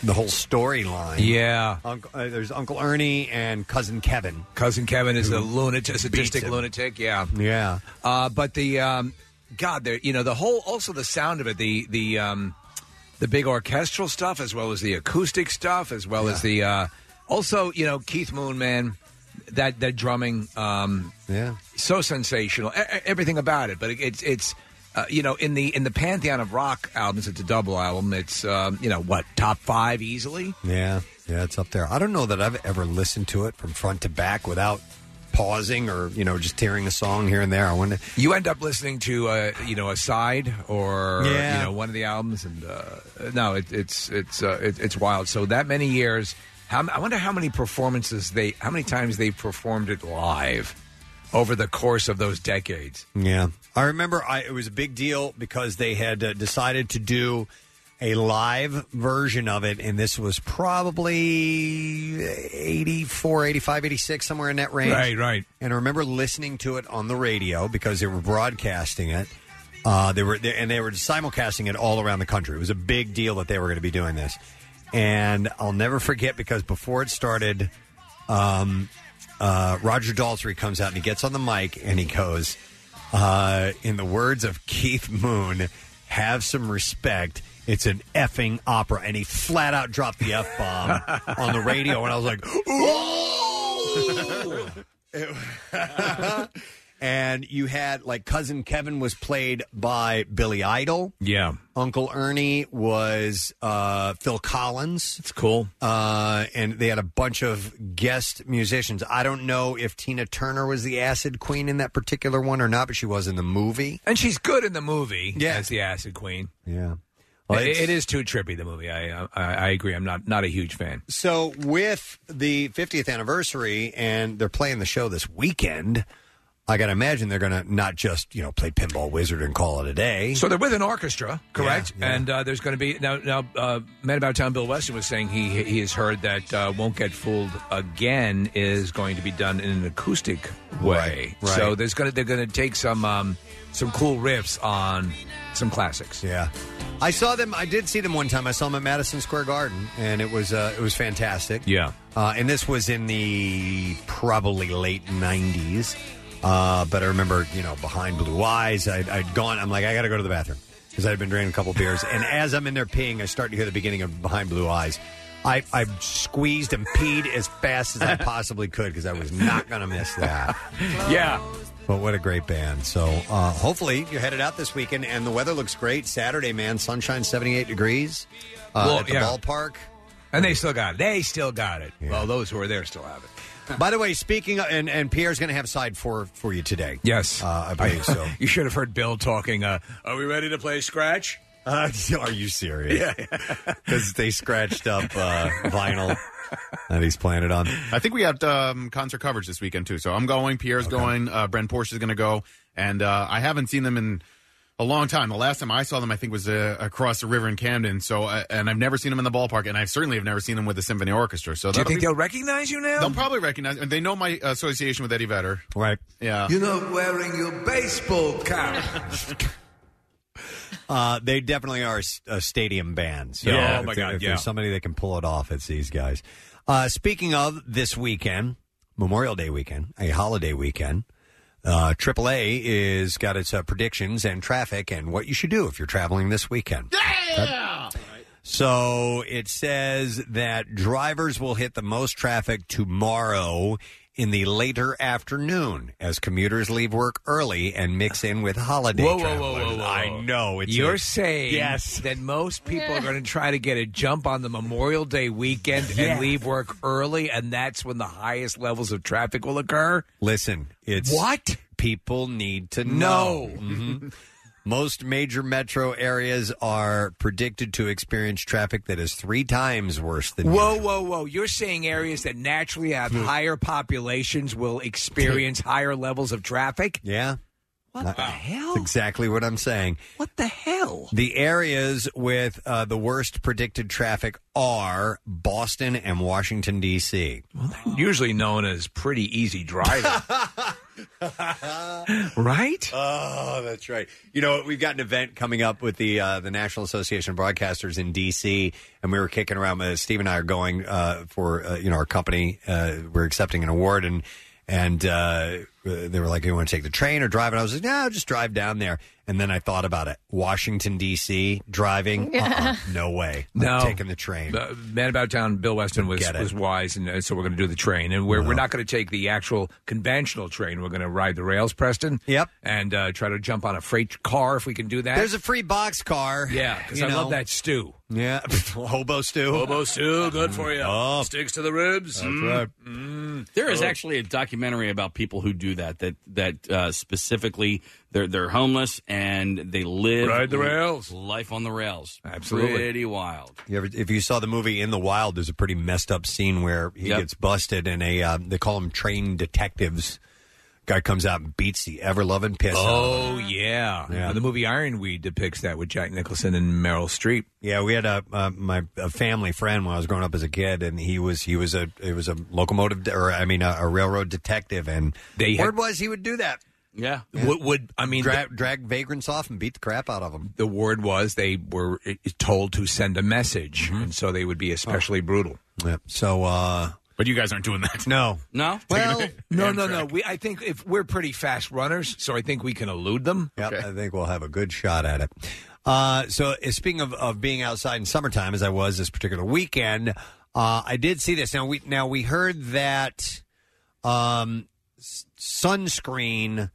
A: the whole storyline.
D: Yeah.
A: Uncle, uh, there's Uncle Ernie and cousin Kevin.
D: Cousin Kevin is
A: Who
D: a lunatic, a
A: beats
D: sadistic
A: him.
D: lunatic. Yeah,
A: Yeah.
D: Uh, but the um, God, there, you know, the whole also the sound of it, the the um, the big orchestral stuff, as well as the acoustic stuff, as well as the uh, also you know Keith Moon, man, that that drumming, um,
A: yeah,
D: so sensational, e- e- everything about it. But it, it's it's. Uh, you know, in the in the pantheon of rock albums, it's a double album. It's um, you know what top five easily.
A: Yeah. Yeah, it's up there. I don't know that I've ever listened to it from front to back without pausing or you know just hearing a song here and there. I wonder.
D: You end up listening to uh, you know a side or
A: Yeah.
D: you know one of the albums, and uh, no, it, it's it's uh, it, it's wild. So that many years, how, m- I wonder how many performances they, how many times they performed it live over the course of those decades.
A: Yeah. I remember I, it was a big deal because they had uh, decided to do a live version of it, and this was probably 84, 85, 86, somewhere in that range.
D: Right, right.
A: And I remember listening to it on the radio because they were broadcasting it. Uh, they were they, and they were simulcasting it all around the country. It was a big deal that they were going to be doing this, and I'll never forget because before it started, um, uh, Roger Daltrey comes out and he gets on the mic and he goes, uh, in the words of Keith Moon, have some respect. It's an effing opera. And he flat out dropped the F bomb on the radio. And I was like, and you had like cousin Kevin was played by Billy Idol.
D: Yeah.
A: Uncle Ernie was uh, Phil Collins. It's
D: cool.
A: Uh, and they had a bunch of guest musicians. I don't know if Tina Turner was the acid queen in that particular one or not, but she was in the movie.
D: And she's good in the movie as the Acid Queen.
A: Yeah,
D: It- it is too trippy. The movie, I, I I agree. I'm not not a huge fan.
A: So with the 50th anniversary, and they're playing the show this weekend. I got to imagine they're going to not just you know play Pinball Wizard and call it a day.
D: So they're with an orchestra, correct? And uh, there's going to be now. Now, uh, Man About Town Bill Weston was saying he he has heard that uh, "Won't Get Fooled Again" is going to be done in an acoustic way.
A: Right, right.
D: So there's going to they're going to take some um, some cool riffs on some classics.
A: Yeah, I saw them. I did see them one time. I saw them at Madison Square Garden, and it was uh, it was fantastic.
D: Yeah.
A: uh, and this was in the probably late '90s. Uh, but I remember, you know, behind blue eyes, I'd, I'd gone. I'm like, I got to go to the bathroom because I'd been drinking a couple beers. And as I'm in there peeing, I start to hear the beginning of behind blue eyes. I, I squeezed and peed as fast as I possibly could because I was not going to miss that.
D: yeah.
A: But what a great band. So uh, hopefully you're headed out this weekend, and the weather looks great. Saturday, man, sunshine, 78 degrees uh,
D: Well,
A: at the
D: yeah.
A: ballpark.
D: And they still got it. They still got it. Well, those who are there still have it.
A: By the way, speaking of, and, and Pierre's going to have side four for you today.
D: Yes,
A: uh, I believe so.
D: (laughs) you should have heard Bill talking. Uh, are we ready to play Scratch?
A: Uh, (laughs) are you serious? Because they scratched up uh, vinyl that he's playing it on.
C: I think we have um, concert coverage this weekend too. So I'm going. Pierre's going. Uh, Brent Porsche is going to go. And uh, I haven't seen them in a long time. The last time I saw them, I think was uh, across the river in Camden. So uh, and I've never seen them in the ballpark, and I certainly have never seen them with the symphony orchestra. So
D: Do you
C: that'll
D: think
C: be-
D: they'll recognize you now?
C: They'll probably recognize, and they know my association with Eddie Vedder.
A: Right.
C: Yeah.
D: You're not wearing your baseball
A: (laughs)
D: cap.
A: Uh, they definitely are a s- a stadium band. So
D: Yeah.
A: if
D: Oh, my
A: there-
D: God,
A: If
D: yeah.
A: there's somebody that can pull it off, it's these guys. Uh, speaking of this weekend, Memorial Day weekend, a holiday weekend, uh, AAA is got its uh, predictions and traffic and what you should do if you're traveling this weekend. Yeah. So it says that drivers will hit the most traffic tomorrow in the later afternoon as commuters leave work early and mix in with holiday
D: Whoa, whoa,
A: travelers.
D: whoa, whoa, whoa!
A: I know Oh, it's
D: you're
A: a-
D: saying
A: yes.
D: that most people are going to try to get a jump on the Memorial Day weekend
A: Yeah.
D: and leave work early, and that's when the highest levels of traffic will occur.
A: Listen, it's
D: What?
A: people need to know.
D: No.
A: Mhm. (laughs) Most major metro areas are predicted to experience traffic that is three times worse than
D: Whoa, whoa, whoa! You're saying areas that naturally have
A: Hmm.
D: higher populations will experience higher levels of traffic?
A: Yeah.
D: What the hell?
A: That's exactly what I'm saying.
D: What the hell?
A: The areas with uh, the worst predicted traffic are Boston and Washington, D.C.
D: Usually known as pretty easy driving. right?
A: Oh, that's right. You know, we've got an event coming up with the uh, the National Association of Broadcasters in D.C., and we were kicking around. Uh, Steve and I are going uh, for uh, you know our company. Uh, we're accepting an award, and and uh, they were like, "You want to take the train or drive?" And I was like, "No, I'll just drive down there." And then I thought about it: Washington D.C. driving, uh-uh, no way, I'm
D: No.
A: taking the train.
D: Uh, Man About Town, Bill Weston was,
A: Forget it. Uh-huh.
D: was wise, and uh, so we're going to do the train. And we're, we're not going to take the actual conventional train. We're going to ride the rails, Preston. Yep. And uh, try to jump on a freight car if we can do that.
A: There's a free box car.
D: Yeah, because
A: you
D: I
A: know.
D: love that stew.
A: Yeah, (laughs) hobo stew.
D: Hobo stew, good for you.
E: Oh.
D: Sticks to the ribs. Mm, Oh.
E: That's right. There is actually a documentary about people who do that. That that uh, specifically, they're they're homeless and they live
D: Ride the rails.
E: life on the rails.
A: Absolutely.
E: pretty wild.
A: You ever, if you saw the movie In the Wild, there's a pretty messed up scene where he
E: Yep.
A: gets busted, and a um, they call him trained detectives. Guy comes out and beats the ever loving piss. out of
D: Oh
A: him.
D: yeah.
A: Yeah.
D: the movie Ironweed depicts that with Jack Nicholson and Meryl Streep.
A: yeah! We had a uh, my a family friend when I was growing up as a kid, and he was he was a it was a locomotive de- or I mean a, a railroad detective, and
D: They had-
A: word was he would do that.
D: (laughs)
E: Yeah,
D: Would, would I mean
A: drag, drag vagrants off and beat the crap out of them?
D: The word was they were eh, told to send a message, and so they would be especially brutal.
A: Mm-hmm. Oh. Yep. So, uh,
D: but you guys aren't doing that.
A: No,
E: no.
A: (laughs)
D: Well, no, no, no. We, I think if we're pretty fast runners, so I think we can elude them.
A: Yep, I think we'll have a good shot at it. Uh, so, uh, speaking of, of being outside in summertime, as I was this particular weekend, uh, I did see this. Now we now we heard that um, s- sunscreen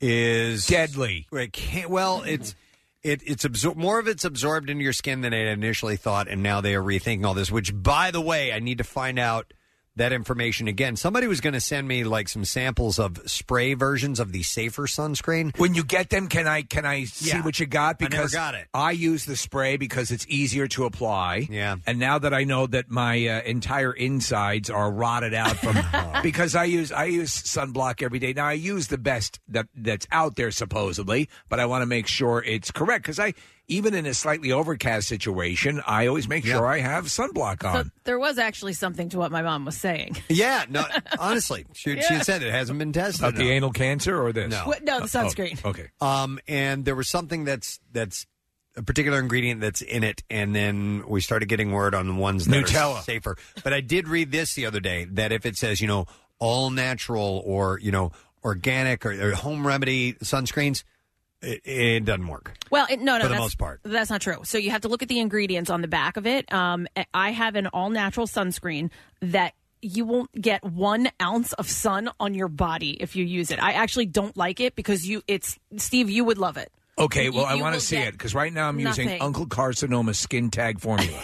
A: is
D: deadly.
A: It can't, well, it's it, it's absor- more of it's absorbed into your skin than I initially thought, and now they are rethinking all this. Which, by the way, I need to find out that information again. Somebody was going to send me like some samples of spray versions of the safer sunscreen.
D: When you get them, can I can I see
A: Yeah.
D: what you got?
A: I never
D: Because
A: got it.
D: I use the spray because it's easier to apply.
A: Yeah.
D: And now that I know that my uh, entire insides are rotted out from (laughs)
A: (laughs)
D: because I use I use sunblock every day. Now I use the best that that's out there supposedly, but I want to make sure it's correct because I even in a slightly overcast situation, I always make sure I have sunblock on.
B: (laughs) So there was actually something to what my mom was saying.
A: Yeah, no, (laughs) Uh, honestly, she, she
B: Yeah.
A: had said it hasn't been tested.
D: About the
A: No.
D: anal cancer or this? Oh,
A: No.
B: What- no, the sunscreen.
D: okay.
A: Um, and there was something that's that's a particular ingredient that's in it, and then we started getting word on the ones that are
D: Nutella.
A: safer. But I did read this the other day that if it says you know all natural or you know organic or, or home remedy sunscreens, it, it doesn't work.
B: (laughs) Well, it, no, no,
A: For the
B: that's,
A: most part.
B: that's not true. So you have to look at the ingredients on the back of it. Um, I have an all natural sunscreen that you won't get one ounce of sun on your body if you use it. I actually don't like it because you, it's Steve, you would love it.
D: Okay,
B: You-
D: well, I
B: you
D: want
B: will
D: to see
B: get
D: it because right now I'm using
B: nothing.
D: Uncle Carcinoma Skin Tag
B: (laughs)
D: Formula.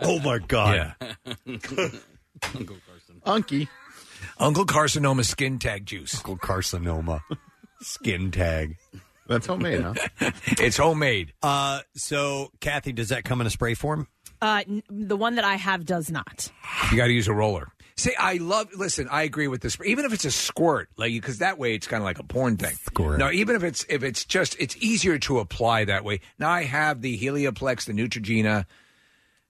A: oh my god!
E: Uncle
D: Unky. Uncle Carcinoma Skin Tag Juice. Uncle
A: Carcinoma (laughs) Skin Tag.
D: That's homemade, huh? (laughs) it's homemade.
A: Uh, so Kathy, does that come in a spray form?
B: Uh, n- the one that I have does not.
D: You got to use a roller. See, I love. Listen, I agree with this. Even if it's a squirt, like because that way it's kind of like a porn thing. Squirt. No, even if it's if it's just it's easier to apply that way. Now I have the Helioplex, the Neutrogena,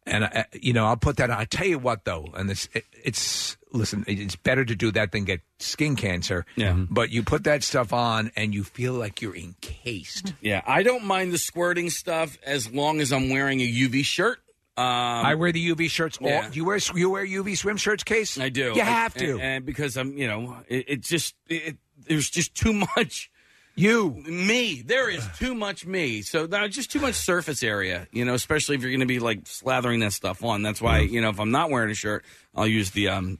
D: and I, you know I'll put that. on. I tell you what though, and this it, it's listen, it- it's better to do that than get skin cancer.
E: Yeah.
D: But you put that stuff on and you feel like you're encased.
E: Yeah, I don't mind the squirting stuff as long as I'm wearing a UV shirt. Um,
D: I wear the UV shirts. All,
E: yeah.
D: You wear you wear UV swim shirts, case.
E: I do.
D: You
E: I-
D: have to.
E: and, and because I'm, you know, it, it just it, it- there's just too much.
D: You
E: me, there is too much me. So now just too much surface area, you know, especially if you're going to be like slathering that stuff on. That's why you know if I'm not wearing a shirt, I'll use the um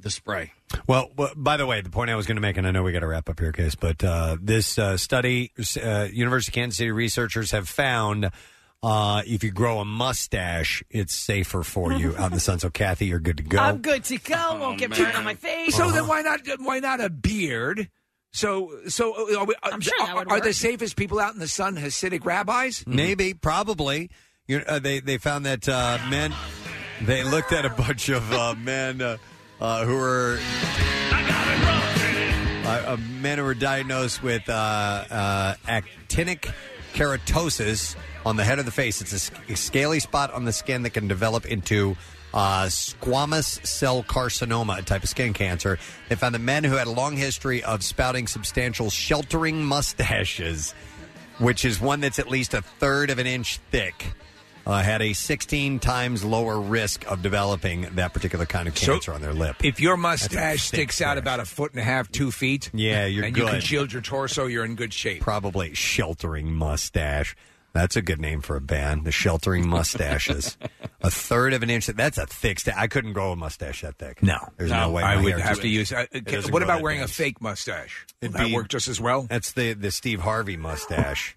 E: the spray.
A: Well, well, by the way, the point I was going to make, and I know we got to wrap up here, case, but uh, this uh, study, uh, University of Kansas City researchers have found uh, if you grow a mustache, it's safer
D: (laughs)
A: for you out in the sun. So, Kathy, you're good to go.
D: Oh,
B: I'm good to go. Won't get burned on my face.
D: So then why not why not a beard So, so uh, are, we, are,
A: sure that would
D: are the
A: work.
D: safest people out in the sun Hasidic rabbis?
A: Maybe, probably. You uh, they they found that uh, men they looked at a bunch of uh, men uh, uh, who were uh, uh, men who were diagnosed with uh, uh, actinic keratosis on the head of the face. It's a sc- a scaly spot on the skin that can develop into uh, squamous cell carcinoma, a type of skin cancer. They found that men who had a long history of spouting substantial sheltering mustaches which is one that's at least a third of an inch thick, uh, had a 16 times lower risk of developing that particular kind of
D: So,
A: cancer on their lip.
D: If your
A: That's
D: mustache
A: a thick
D: sticks out about a foot and a half, two feet,
A: Yeah, you're
D: and
A: good.
D: you can shield your torso, you're in good shape.
A: Probably sheltering mustache. That's a good name for a band. The Sheltering
D: (laughs)
A: Mustaches. a third of an inch. That's a thick. Sta- I couldn't grow a mustache that thick. No, there's no, way.
D: I
A: my
D: would
A: hair
D: have
A: just-
D: to use. Uh,
A: it
D: okay,
A: doesn't
D: what
A: grow
D: about
A: that
D: wearing
A: big.
D: a fake mustache? Would
A: It'd
D: that
A: be-
D: work just as well?
A: That's the the Steve Harvey mustache.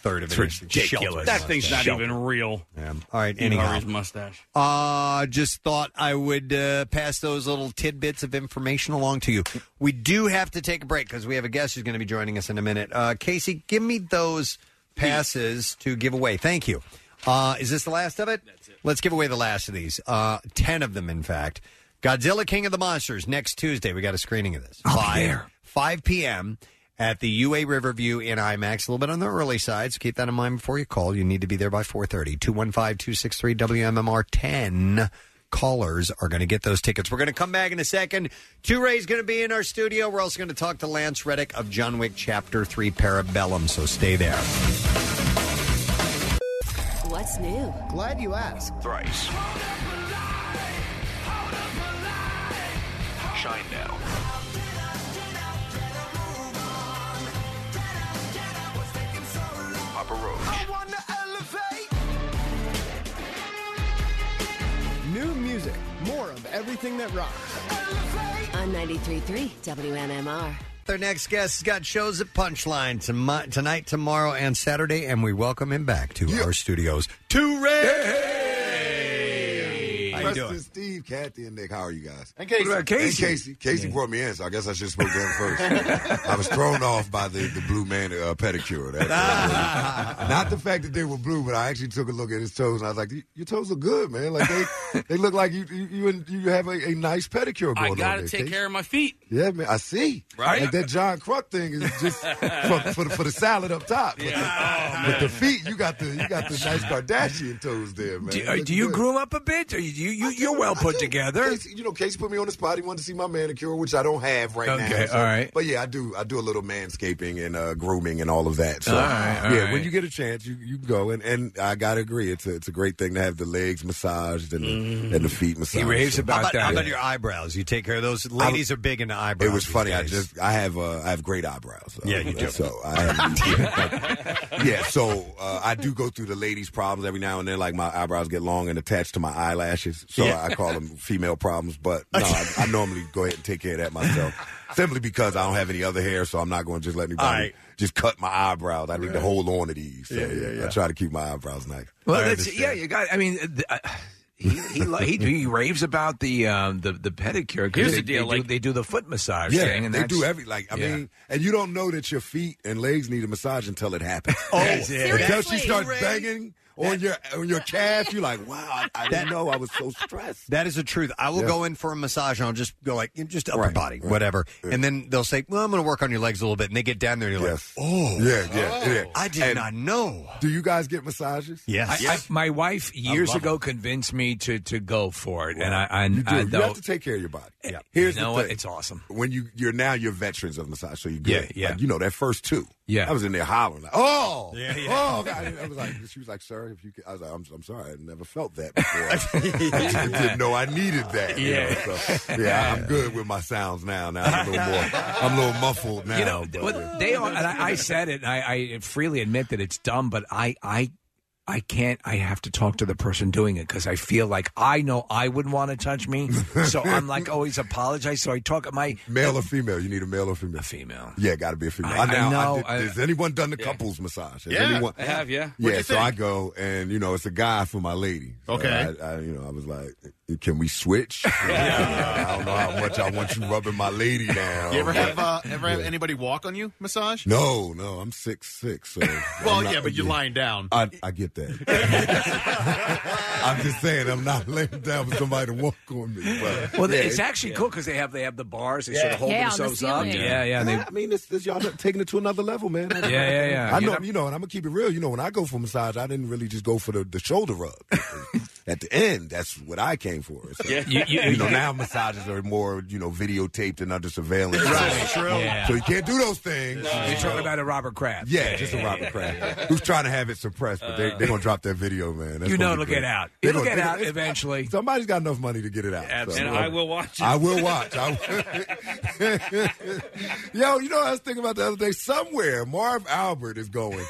A: Third of
D: It's
A: an inch. Sheltering
D: ridiculous. That thing's
A: mustache.
D: not even
E: real.
A: Yeah. All right.
E: Even
A: Anyhow,
E: his mustache.
A: Uh, just thought I would uh, pass those little tidbits of information along to you. We do have to take a break because we have a guest who's going to be joining us in a minute. Uh, Casey, give me those passes to give away. Thank you. Uh, is this the last of it? That's it. Let's give away the last of these. Uh, ten of them, in fact. Godzilla King of the Monsters next Tuesday. We got a screening of this. Five, 5 p.m. at the UA Riverview in IMAX. A little bit on the early side, so keep that in mind before you call. You need to be there by 4.30. 215-263-WMMR10 callers are going to get those tickets. We're going to come back in a second. Two Ray's going to be in our studio. We're also going to talk to Lance Reddick of John Wick Chapter 3 Parabellum, so stay there.
T: What's new?
A: Glad you asked.
L: Thrice. Shine now. Papa Roach.
I: New music, more of everything that rocks.
T: On 93.3 WMMR.
A: Their next guest has got shows at Punchline tomo- tonight, tomorrow, and Saturday, and we welcome him back to our studios. Two Ray! How you
V: Preston,
A: doing?
V: Steve, Kathy, and Nick. How are you guys?
A: And Casey. What about Casey?
V: And Casey. Casey brought me in, so I guess I should have spoke to him first. I was thrown off by the, the blue man uh, pedicure. That- Not the fact that they were blue, but I actually took a look at his toes, and I was like, "Y- "Your toes are good, man. Like they, they look like you you you, in- you have a, a nice pedicure going
E: I
V: on."
E: got to
V: there,
E: take
V: Casey.
E: care of my feet.
V: Yeah, man, I see.
E: Right?
V: Like that John Cruck thing is
D: (laughs)
V: just for, for, the, for the salad up top. But, (laughs) the,
D: Oh,
V: but the feet, you got the you got the nice Kardashian toes there, man.
D: Do,
V: It
D: uh,
V: looks
D: do you
V: good.
D: groom up a bit? Or you, you, you, are well put together.
V: Casey, you know, Casey put me on the spot. He wanted to see my manicure, which I don't have right now.
D: Okay, all right.
V: But yeah, I do. I do a little manscaping and uh, grooming and all of that. So
D: All right, all
V: yeah,
D: right.
V: when you get a chance, you, you go and, and I gotta agree, it's a, it's a great thing to have the legs massaged and the,
D: Mm-hmm.
V: and the feet massaged. So-
A: how about, How about your eyebrows? You take care of those. Ladies are big into eyebrows.
V: It was
A: these
V: funny. I
A: days.
V: just I have uh, I have great eyebrows.
A: Yeah, you do.
V: So I have, yeah, (laughs) So uh, I do go through the ladies' problems every now and then. Like my eyebrows get long and attached to my eyelashes, so
W: Yeah.
V: I call them female problems. But no,
D: (laughs)
V: I, I normally go ahead and take care of that myself. Simply because I don't have any other hair, so I'm not going to just let anybody
D: All right.
V: just cut my eyebrows. I need to hold on to these. So
D: Yeah, yeah, yeah.
V: I try to keep my eyebrows nice.
D: Well, that's, yeah, you got. I mean, uh, th- uh, he he, lo- he he raves about the um, the the pedicure. 'cause
V: Here's
D: they,
V: the deal,
D: they, do,
V: like-
D: they do the foot massage
V: Yeah,
D: thing, and
V: they do
D: that's-
V: every like. I
D: yeah.
V: mean, and you don't know that your feet and legs need a massage until it happens.
D: (laughs) Oh,
V: until she
D: seriously?
V: starts
D: Ray?
V: banging on your on your calf, you're like, wow, I, I didn't know I was so stressed.
A: That is the truth. I will
V: Yeah.
A: go in for a massage and I'll just go like just upper body, whatever. And then they'll say, "Well, I'm going to work on your legs a little bit." And they get down there and you're like, "Oh,
V: yeah, yeah, yeah.
A: I did
V: And-
A: not know.
V: Do you guys get massages?
A: Yes.
D: I- I- my wife years
V: love
D: ago convinced me to to go for it, and I and
V: you do.
D: I,
V: you
D: though-
V: have to take care of your body.
D: Yeah.
V: Here's
D: You know
V: the
D: what?
V: thing.
D: It's awesome.
V: When you you're now you're veterans of massage, so you
D: Yeah,
V: good.
D: yeah.
V: Like, you know that first two.
D: Yeah.
V: I was in there hollering like,
D: (laughs)
V: oh, (laughs)
D: Yeah, yeah.
V: oh. God. I was like, she was like, sir, if you, could, I was like, I'm, I'm sorry, I never felt that
D: (laughs)
V: before. I didn't know I needed that. you
D: Yeah.
V: know, so, yeah.
D: (laughs)
V: I'm good with my sounds now. Now I'm a little more, I'm a little muffled now.
D: you know,
V: but-
D: what they are, and I, I said it. And I, I freely admit that it's dumb, but I I I can't. I have to talk to the person doing it because I feel like I know I wouldn't want to touch me.
V: (laughs)
D: So I'm like always apologize. So I talk at my
V: Male or female? You need a male or female? A
D: female.
V: Yeah, got to be a female.
D: I- I know,
V: did-
D: I-
V: has anyone done the couples massage? Has
D: Yeah,
V: anyone-
D: I have, yeah.
V: Yeah.
D: What'd you
V: So
D: think?
V: I go and you know it's a guy for my lady. So
D: Okay.
V: I, I, you know, I was like, can we
D: (laughs)
V: switch? I don't know how much I want you rubbing my lady down.
C: You ever have uh, ever have
V: Oh, Yeah.
C: anybody walk on you? Massage?
V: No, no, I'm six six. So
C: Well,
V: I'm not-
C: yeah, but you're lying down.
V: I, I get that. (laughs) I'm just saying, I'm not laying down for somebody to walk on me. But,
D: Well,
V: yeah,
D: it's actually cool because they have they have the bars. They sort of hold
V: Yeah, on the
D: themselves up.
V: ceiling.
D: Yeah, yeah. They,
V: I mean, it's, it's y'all taking it to another level, man.
D: (laughs) Yeah, yeah, yeah.
V: I
D: You
V: know,
D: know-
V: you know, and I'm gonna keep it real. You know, when I go for massage, I didn't really just go for the, the
D: (laughs)
V: shoulder rub. At the end, that's what I came for. So,
D: Yeah.
V: you,
D: You- you-
V: know, now massages are more, you know, videotaped and under surveillance.
D: Right, true. Yeah.
V: So you can't do those things.
D: You're talking about a Robert Kraft.
V: Yeah, just a Robert Kraft who's trying to have it suppressed, but they, they're gonna drop that video, man. That's
D: Uh, You know
V: gonna
D: it'll
V: be great.
D: get out.
V: They're
D: It'll
V: gonna-
D: get
V: they're
D: out
V: gonna-
D: eventually.
V: Somebody's got enough money to get it out.
E: Absolutely. And I will watch it.
V: um, I will watch. I will- (laughs) Yo, you know what I was thinking about the other day? Somewhere Marv Albert
E: (laughs)
V: is going.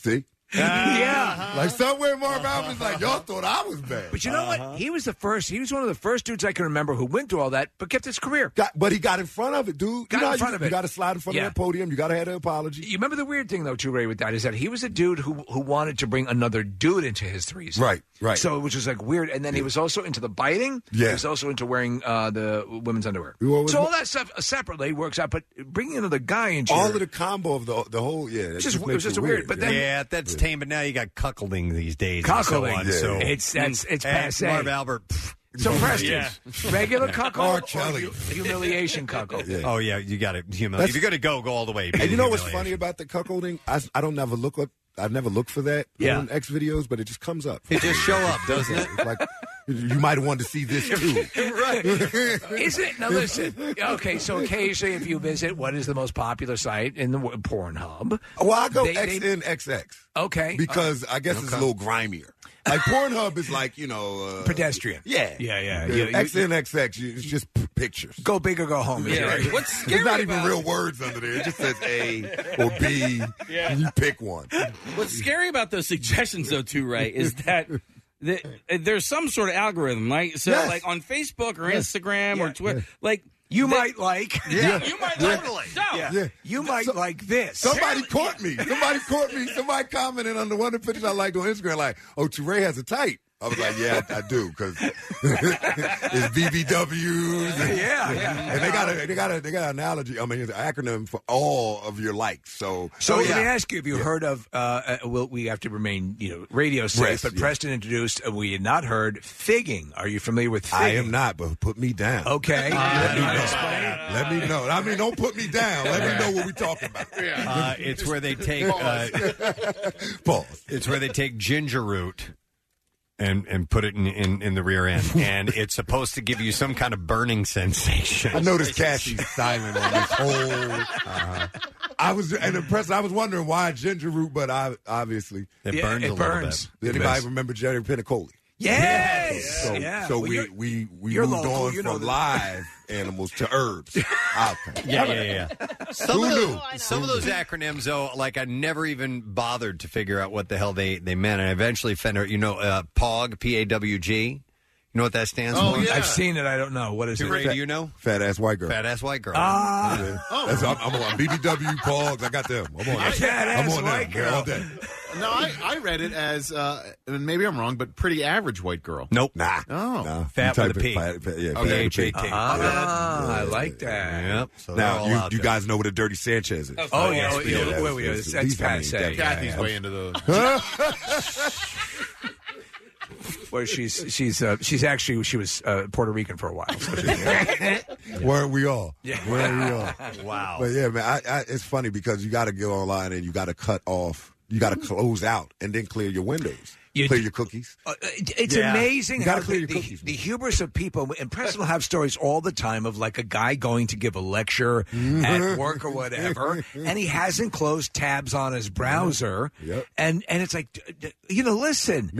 V: See?
E: Uh-huh.
D: Yeah.
V: Like somewhere Marv Albert's like, y'all thought I was bad. Uh-huh.
D: But you know what? He was the first. He was one of the first dudes I can remember who went through all that, but kept his career.
V: but he got in front of it, dude.
D: Got
V: you know how
D: in front
V: you,
D: of it.
V: You got to slide in front
D: Yeah.
V: of that
E: (laughs)
V: podium. You got to have the apology.
D: You remember the weird thing though, too, Ray, with that is that he was a dude who who wanted to bring another dude into his threes.
V: Right, right.
D: So which was like weird, and then he was also into the biting.
V: Yeah.
D: he was also into wearing uh, the women's underwear.
V: Well,
D: so all
V: with-
D: that stuff separately works out, but bringing another guy into
V: All
D: your-
V: of the combo of the the whole, yeah. that
D: It's just- it was
V: makes
D: just weird, but then-
A: yeah, that's tame. But now you got cuckolding these days.
D: Cuckolding,
A: and
D: yeah.
A: so on, so
D: It's- that's- it's
A: And
D: passé.
A: Marv Albert. pff,
D: So Preston,
A: Yeah.
D: regular
A: Yeah.
D: cuckold
A: Or
D: or,
A: Kelly.
D: hu-
A: (laughs)
D: humiliation cuckold?
A: Oh yeah, you got it. Humili-
V: That's-
A: if you're gonna go, go all the way. Be
V: And you
A: the
V: know what's
A: humiliation.
V: funny about the cuckolding? I, I don't never look up. I never look for that
A: Yeah.
V: on X videos, but it just comes up.
A: It just show up, doesn't it?
V: It's like (laughs) you might want to see this too.
D: (laughs)
V: (laughs)
D: right. Is it? Now listen. Okay, so occasionally if you visit what is the most popular site in the wo- Pornhub?
V: Well, I go
D: They- they-
V: XNXX
D: Okay. Uh,
V: because I guess it's
D: Okay.
V: a little grimier. Like Pornhub is like you know uh,
D: Pedestrian.
V: Yeah,
D: Yeah, yeah.
V: The
D: You- you-
V: XNXX, you- it's just p- pictures.
D: Go big or go home.
V: Yeah.
D: Right.
V: What's
E: (laughs)
V: There's scary not even about- real words under there. It just says A or B.
E: Yeah.
V: You pick one.
E: What's scary about those suggestions, though, too, Ray, is that. The, uh, there's some sort of algorithm, right? So,
D: Yes.
E: uh, like on Facebook or
D: Yes.
E: Instagram or
D: Yeah.
E: Twitter, like
D: You might like.
E: Yeah, you might
V: Yeah.
E: totally. No.
V: Yeah.
D: You might like this.
V: Somebody caught me. Somebody caught me. Somebody commented on the one of the pictures I liked on Instagram, like, "Oh, Ture has a type." (laughs) I was like, "Yeah, I, I do," because it's BBWs. And,
D: Yeah, yeah.
V: And they got a they got a they got an analogy. I mean, it's an acronym for all of your likes. So
D: So
V: Oh, yeah.
D: let me ask you: Have you heard of? Uh, uh, well, we have to remain, you know, radio safe.
V: Yes,
D: but
V: yeah.
D: Preston introduced. Uh, we had not heard figging. Are you familiar with? figging?
V: I am not, but put me down.
D: Okay.
A: (laughs)
V: Let me know. Let me know. I mean, don't put me down. Let me know what we're talking
A: (laughs)
V: about.
A: Uh, it's where they take uh, It's where they take ginger root and and put it in, in in the rear end,
V: (laughs)
A: and it's supposed to give you some kind of burning sensation.
V: I noticed Cassie's silent on this whole. uh-huh. I was and impressed. I was wondering why ginger root, but I obviously
A: It Yeah, burns it a little burns. bit.
V: Does
A: It
V: anybody
A: does.
V: remember Jerry Pinacoli?
D: Yes.
V: So,
D: yeah.
V: so
D: Well,
V: we,
D: you're-
V: we we
D: you're
V: moved
D: local,
V: on
D: you know
V: from
D: that.
V: live animals to herbs. Okay.
A: Yeah, yeah, yeah. Some
V: Who
A: of, Oh,
V: knew?
A: those,
V: (laughs)
A: some of those acronyms, though, like I never even bothered to figure out what the hell they, they meant. And I eventually found out, you know, uh, POG, P A W G. You know what that stands for?
D: I've seen it. I don't know what is it.
A: Ray, do you know?
V: Fat ass white girl.
A: Fat ass white girl.
D: Ah.
V: Yeah.
A: Oh.
V: That's, I'm, I'm on BBW Pogs. I got them. I'm on that. I'm
C: Fat-ass
V: on
C: white
V: that
C: girl.
V: all day.
C: No, I, I read it as, uh, and maybe I'm wrong, but pretty average white girl.
A: Nope.
V: Nah.
C: Oh.
V: Nah.
A: Fat
V: You
A: with a
V: type
A: P.
V: in fat- fat- yeah,
A: Oh,
V: fat with a P.
A: P-H-A-T.
D: Ah, I like that.
A: Yep. So they're
V: now
A: all
V: you,
A: out
V: you
A: there.
V: guys know what a dirty Sanchez is.
D: Oh, yeah, oh, yeah,
V: that
D: wait,
V: was-
D: wait,
V: that's-
D: that's
V: these- I mean,
D: passe.
V: that-
C: Kathy's
V: yeah.
C: way into those.
D: (laughs)
V: (laughs)
D: Where she's she's uh, she's actually she was uh, Puerto Rican for a
V: (laughs)
D: while. (laughs) So she-
V: Weren't we all?
D: Yeah.
V: Weren't we
D: (laughs)
V: all?
A: Wow.
V: But yeah, man, I, I, it's funny because you got to go online and you got to cut off, you got to
D: Mm-hmm.
V: close out, and then clear your windows, clear your cookies.
D: Uh, it- it's
V: Yeah.
D: amazing
V: You gotta
D: how
V: clear
D: the,
V: your
D: the-
V: cookies,
D: the hubris of people. And Preston will have stories all the time of like a guy going to give a lecture
V: Mm-hmm.
D: at work or
V: (laughs)
D: whatever, and he hasn't closed tabs on his browser.
V: Mm-hmm. Yep.
D: And and it's like, d- d- you know, listen.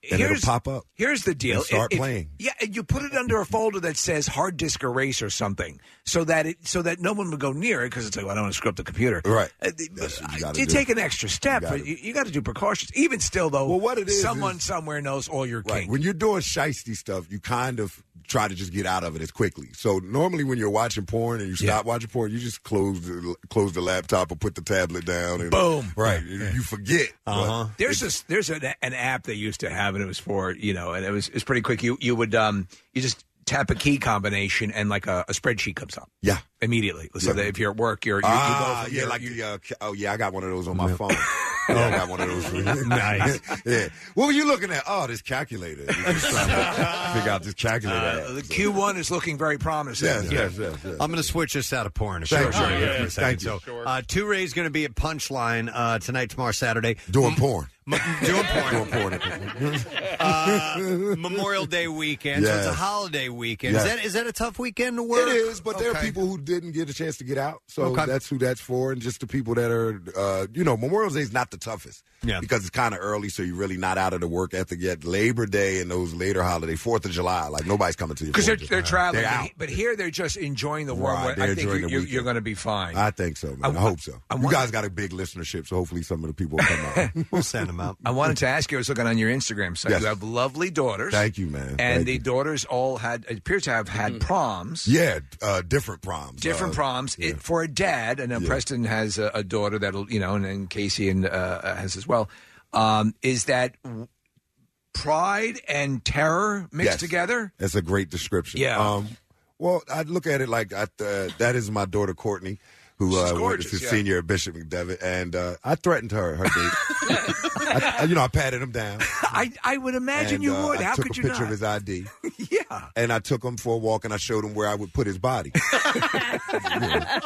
V: and it'll
D: here's-
V: pop up.
D: Here's the deal.
V: And start
D: If- if-
V: playing.
D: Yeah, and you put it under a folder that says hard disk erase or something, so that it so that no one would go near it because it's like well, I don't want to screw up the computer.
V: Right.
D: Uh, the-
V: what you
D: you,
V: gotta do.
D: take an extra step.
V: You gotta-
D: but You, you got to do precautions. Even still, though,
V: Well, what it is
D: Oh, someone
V: is-
D: somewhere knows all your
V: Right. When you're doing shisty stuff, you kind of try to just get out of it as quickly. So normally, when you're watching porn and you stop watching porn, you just close the close the laptop or put the tablet down. And,
D: Boom.
V: Right. You- You forget.
A: Uh-huh.
V: But
D: There's this, there's an, an app they used to have, and it was for you know, and it was it's pretty quick. You you would um you just tap a key combination, and like a, a spreadsheet comes up.
V: Yeah.
D: immediately. So
V: Yeah.
D: that if you're at work, you're you,
V: Ah,
D: you go from
V: yeah,
D: your-
V: like
D: your-
V: the, uh, ca- oh yeah, I got one of those on
D: (laughs)
V: my phone. Yeah, I got one of those. (laughs)
D: Nice.
V: yeah. What were you looking at? Oh, this calculator. You're just trying to figure out this calculator.
D: uh, the Q one is looking very promising.
V: Yes, yes, yes, yes.
A: I'm going to switch us out of porn. if
V: Thank
A: you don't
V: you.
A: mind,
V: Yeah,
A: for a
V: yeah,
A: second.
V: thank you.
A: So, uh, Two Ray's going to be at Punchline uh, tonight, tomorrow, Saturday.
V: Doing porn.
A: (laughs) doing porn.
V: doing porn.
A: (laughs) uh, Memorial Day weekend. So it's a
V: Yes.
A: holiday weekend.
V: Yes.
A: Is that is that a tough weekend to work?
V: It is, but there are
A: Okay.
V: people who didn't get a chance to get out, so
A: Okay.
V: that's who that's for, and just the people that are, uh, you know, Memorial Day is not the toughest,
A: Yeah.
V: because it's kind of early, so you're really not out of the work ethic yet. Labor Day and those later holiday, Fourth of July, like nobody's coming to you
D: Because they're, they're traveling,
V: They're
D: but
V: out.
D: he- but here they're just enjoying the warm
V: Right,
D: weather.
V: they're
D: I think
V: enjoying
D: you're,
V: the
D: you're,
V: weekend.
D: you're going to be fine.
V: I think so, man. I, hope so. you guys got a big listenership, so hopefully some of the people will come
D: (laughs)
V: out.
A: we'll send them out.
D: I wanted to ask you. I was looking on your Instagram site.
V: Yes.
D: You have lovely daughters.
V: Thank you, man.
D: And
V: Thank
D: the
V: you. Mm-hmm.
D: daughters all had appear to have had proms.
V: yeah, uh, different proms,
D: Different
V: Uh,
D: proms it- for a dad. And now Preston has a, a daughter that'll, you know, and, and Casey and uh, has as well. Um, is that w- pride and terror mixed
V: Yes.
D: together?
V: That's a great description.
D: Yeah.
V: Um, well, I look at it like I, uh, that is my daughter Courtney, who
D: She's
V: uh,
D: gorgeous,
V: is
D: yeah.
V: senior at Bishop McDevitt, and uh, I threatened
D: (laughs)
V: her. Her date. I, I- you know, I patted him down.
D: I, I would imagine
V: Mm-hmm. and,
D: you
V: uh,
D: would.
V: I
D: How
V: took
D: could
V: a
D: you not?
V: picture of his (laughs) ID,
D: yeah.
V: and I took him for a walk, and I showed him where I would put
D: (laughs)
V: his body. Yeah.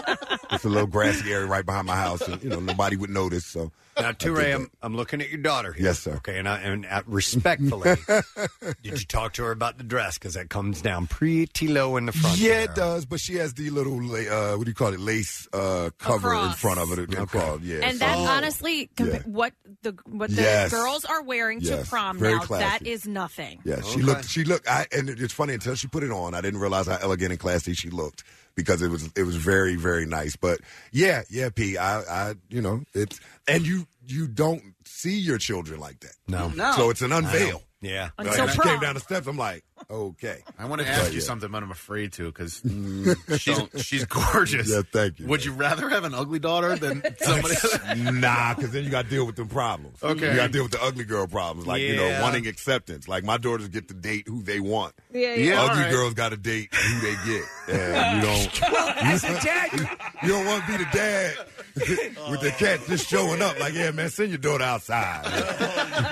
V: It's a little grassy area right behind my house, and you know nobody would notice. So
A: Now,
V: I
A: Two
V: did
A: Ray,
V: that.
A: I'm, I'm looking at your daughter here.
V: Yes, sir.
A: Okay, and I and uh,
V: (laughs)
A: respectfully, did you talk to her about the dress? Because that comes down pretty low in the front.
V: Yeah, it does, but she has the little la- uh, what do you call it lace uh, cover in
B: Across.
V: front of it. across, yeah,
B: and
V: so-
B: that's honestly compa- what the what the
V: Oh. Yes.
B: girls are wearing
V: Yes.
B: to prom
V: Very
B: now. That
V: classy.
B: is nothing.
V: Yeah, she looked. She looked. I, and it- it's funny until she put it on, I didn't realize how elegant and classy she looked because it was it was very very nice. But yeah, yeah, P. I, I you know it's and you you don't see your children like that.
A: No,
V: no. So it's an unveil.
A: Yeah.
V: Like, when she came down the steps. I'm like, oh, (laughs) okay.
C: I want to
V: But
C: ask you
V: yeah.
C: something, but I'm afraid
A: (laughs)
C: to because
A: Mm.
C: she's she's gorgeous.
V: Yeah, thank you.
C: Would you rather have an ugly
D: (laughs)
A: (laughs)
C: daughter than somebody?
V: nah, because then you got to deal with them problems.
C: Okay.
V: you got to deal with the ugly girl problems, like you know
C: Yeah.
V: wanting acceptance. Like my daughters get to date who they want.
D: Yeah, yeah. Yeah,
V: ugly
D: all right.
V: girls got to date who they get.
D: (laughs)
V: And you don't.
D: Well, as a dad, you-
V: (laughs) You don't want to be the dad (laughs) with the cat just showing up. Like, yeah, man, send your daughter outside.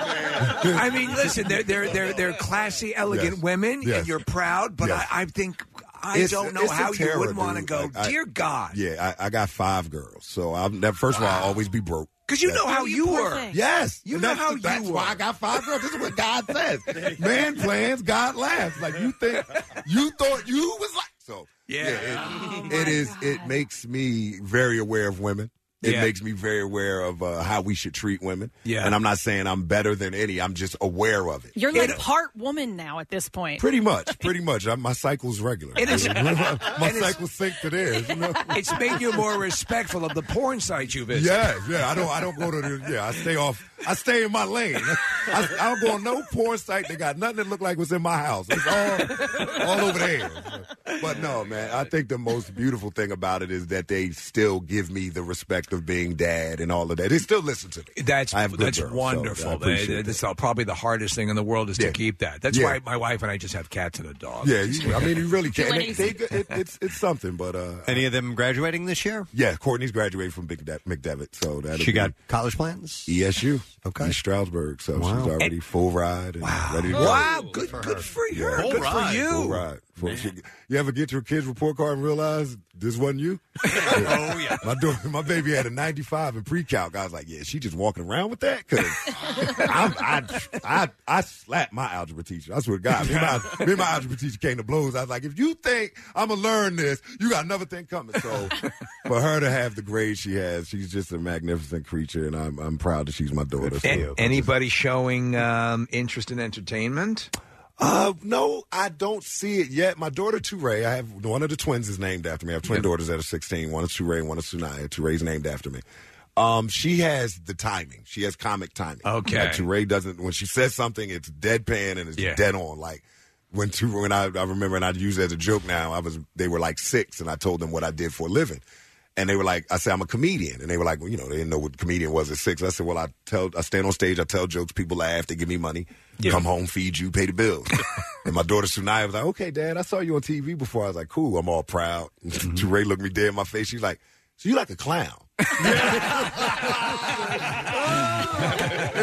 D: (laughs) I mean, listen, they're they're they're, they're classy, elegant
V: Yes.
D: women,
V: Yes.
D: and you're proud. But
V: Yes.
D: I, I think I
V: It's-
D: don't know
V: it's a
D: how you
V: terror,
D: would want to
V: dude.
D: go.
V: Like, I-
D: Dear God,
V: Yeah, I, I got five girls, so I'm that first of all, I'll always be broke.
D: because you
V: That's-
D: know how Oh, you were.
V: Yes,
D: you
V: And
D: know
V: that's
D: how
V: the- that's
D: you were.
V: why I got five girls. This is
D: (laughs)
V: what God says. Man plans, God laughs. Like you think you thought you was like so.
D: Yeah.
B: Oh
V: it- it is. It makes me very aware of women. It
D: Yeah.
V: makes me very aware of uh, how we should treat women.
D: Yeah.
V: and I'm not saying I'm better than any. I'm just aware of it.
B: You're like part woman now at this point.
V: uh, Pretty much, pretty much. I, my cycle's regular.
D: It is-
V: (laughs) my
D: (laughs) it is-
V: cycle sync to theirs. You know?
D: It's made you more respectful of the porn sites you visit.
V: Yeah, yeah. I don't. I don't go to. The, yeah, I stay off. I stay in my lane. I, I don't go on no porn site that got nothing that look like what's in my house. It's all all over there. But no, man. I think the most beautiful thing about it is that they still give me the respect of being dad and all of that. They still listen to me.
D: That's
V: I have good
D: that's
V: girls, so I
D: wonderful.
V: appreciate that.
D: That's probably the hardest thing in the world is
V: Yeah.
D: to keep that. That's
V: Yeah.
D: why my wife and I just have cats and a dog.
V: Yeah, you, I mean,
B: (laughs)
V: you really can.
D: Too
V: They, they, it, it's it's something,
D: (laughs)
V: but uh,
A: Any of them graduating this year?
V: yeah. Courtney's graduated from Big Da- McDevitt, so that
A: She got college plans.
V: ESU. E Okay.
D: Mm-hmm.
V: East Stroudsburg. So
A: Wow.
V: she's already full ride and ready to go.
D: Wow, good, good for her.
V: Yeah.
D: Good for
V: Full
D: you.
V: ride. Full- she- yeah, ever get your kid's report card and realize this wasn't (laughs) you?
D: oh yeah.
V: My daughter, my baby had a 95 in pre-calc. I was like, yeah, she just walking around with that (laughs) because I, I, I, I slapped my algebra teacher. I swear to God, me and, my, me and my algebra teacher came to blows. I was like, if you think I'm gonna learn this, you got another thing coming. So for her to have the grade she has, she's just a magnificent creature, and I'm I'm proud that she's my daughter.
D: A-
V: So-
D: anybody showing um, interest in entertainment?
V: Uh, no, I don't see it yet. My daughter Toure, I have one of the twins is named after me. I have twin daughters that are 16. One is Toure, and one is Sunaya. Toure's named after me. Um, she has the timing. She has comic timing.
D: Okay.
V: Like Toure doesn't. When she says something, it's deadpan and it's
D: Yeah.
V: dead on. Like when Toure, when I, I remember, and I use it as a joke now. I was they were like six, and I told them what I did for a living. And they were like, I said, I'm a comedian. And they were like, well, you know, they didn't know what comedian was at six. I said, well, I tell, I stand on stage, I tell jokes, people laugh, they give me money, come home, feed you, pay the bills. and my daughter Sunaya was like, okay, dad, I saw you on TV before. I was like, cool, I'm all proud. Ture looked me dead in my face. She's like, so you like a clown. and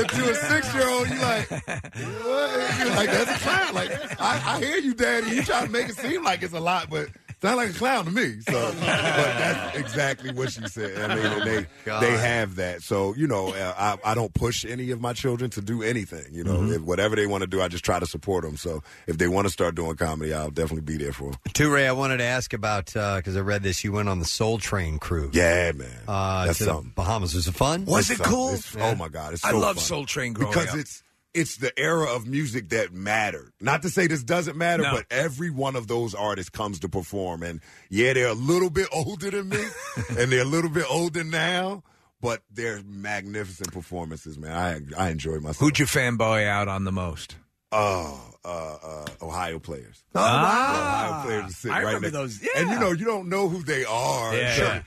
V: to a six year old, you like, (laughs) what? You're (laughs) like, that's a clown. Like, I, I hear you, daddy. You try to make it seem like it's a lot, but it's not like a clown to me. So, but that's exactly what she said. I mean, and they,
D: God.
V: they have that. So, you know, uh, I, I don't push any of my children to do anything. You know, if whatever they want to do, I just try to support them. So if they want to start doing comedy, I'll definitely be there for them.
A: Toure, I wanted to ask about because I read this. You went on the Soul Train cruise.
V: Yeah, man.
A: Uh,
V: That's
A: to the
V: something.
A: Bahamas was it fun?
V: It's something. It's- Oh my God, it's so
D: I love
V: fun.
D: Soul Train growing
V: because
D: up.
V: it's it's the era of music that mattered. Not to say this doesn't matter,
D: No.
V: but every one of those artists comes to perform, and yeah, they're a little bit (laughs) older
D: (laughs)
V: than me, and they're a little bit older now, but they're magnificent performances, man. I I enjoy myself.
D: Who'd you fanboy out on the most?
V: Oh, uh, uh, Ohio players.
D: Oh, wow.
V: Ohio players are sitting
D: I
V: right
D: remember
V: next-
D: those,
V: And you
D: yeah.
V: know, you don't know who they are.
D: Yeah.
V: So-
D: Sure.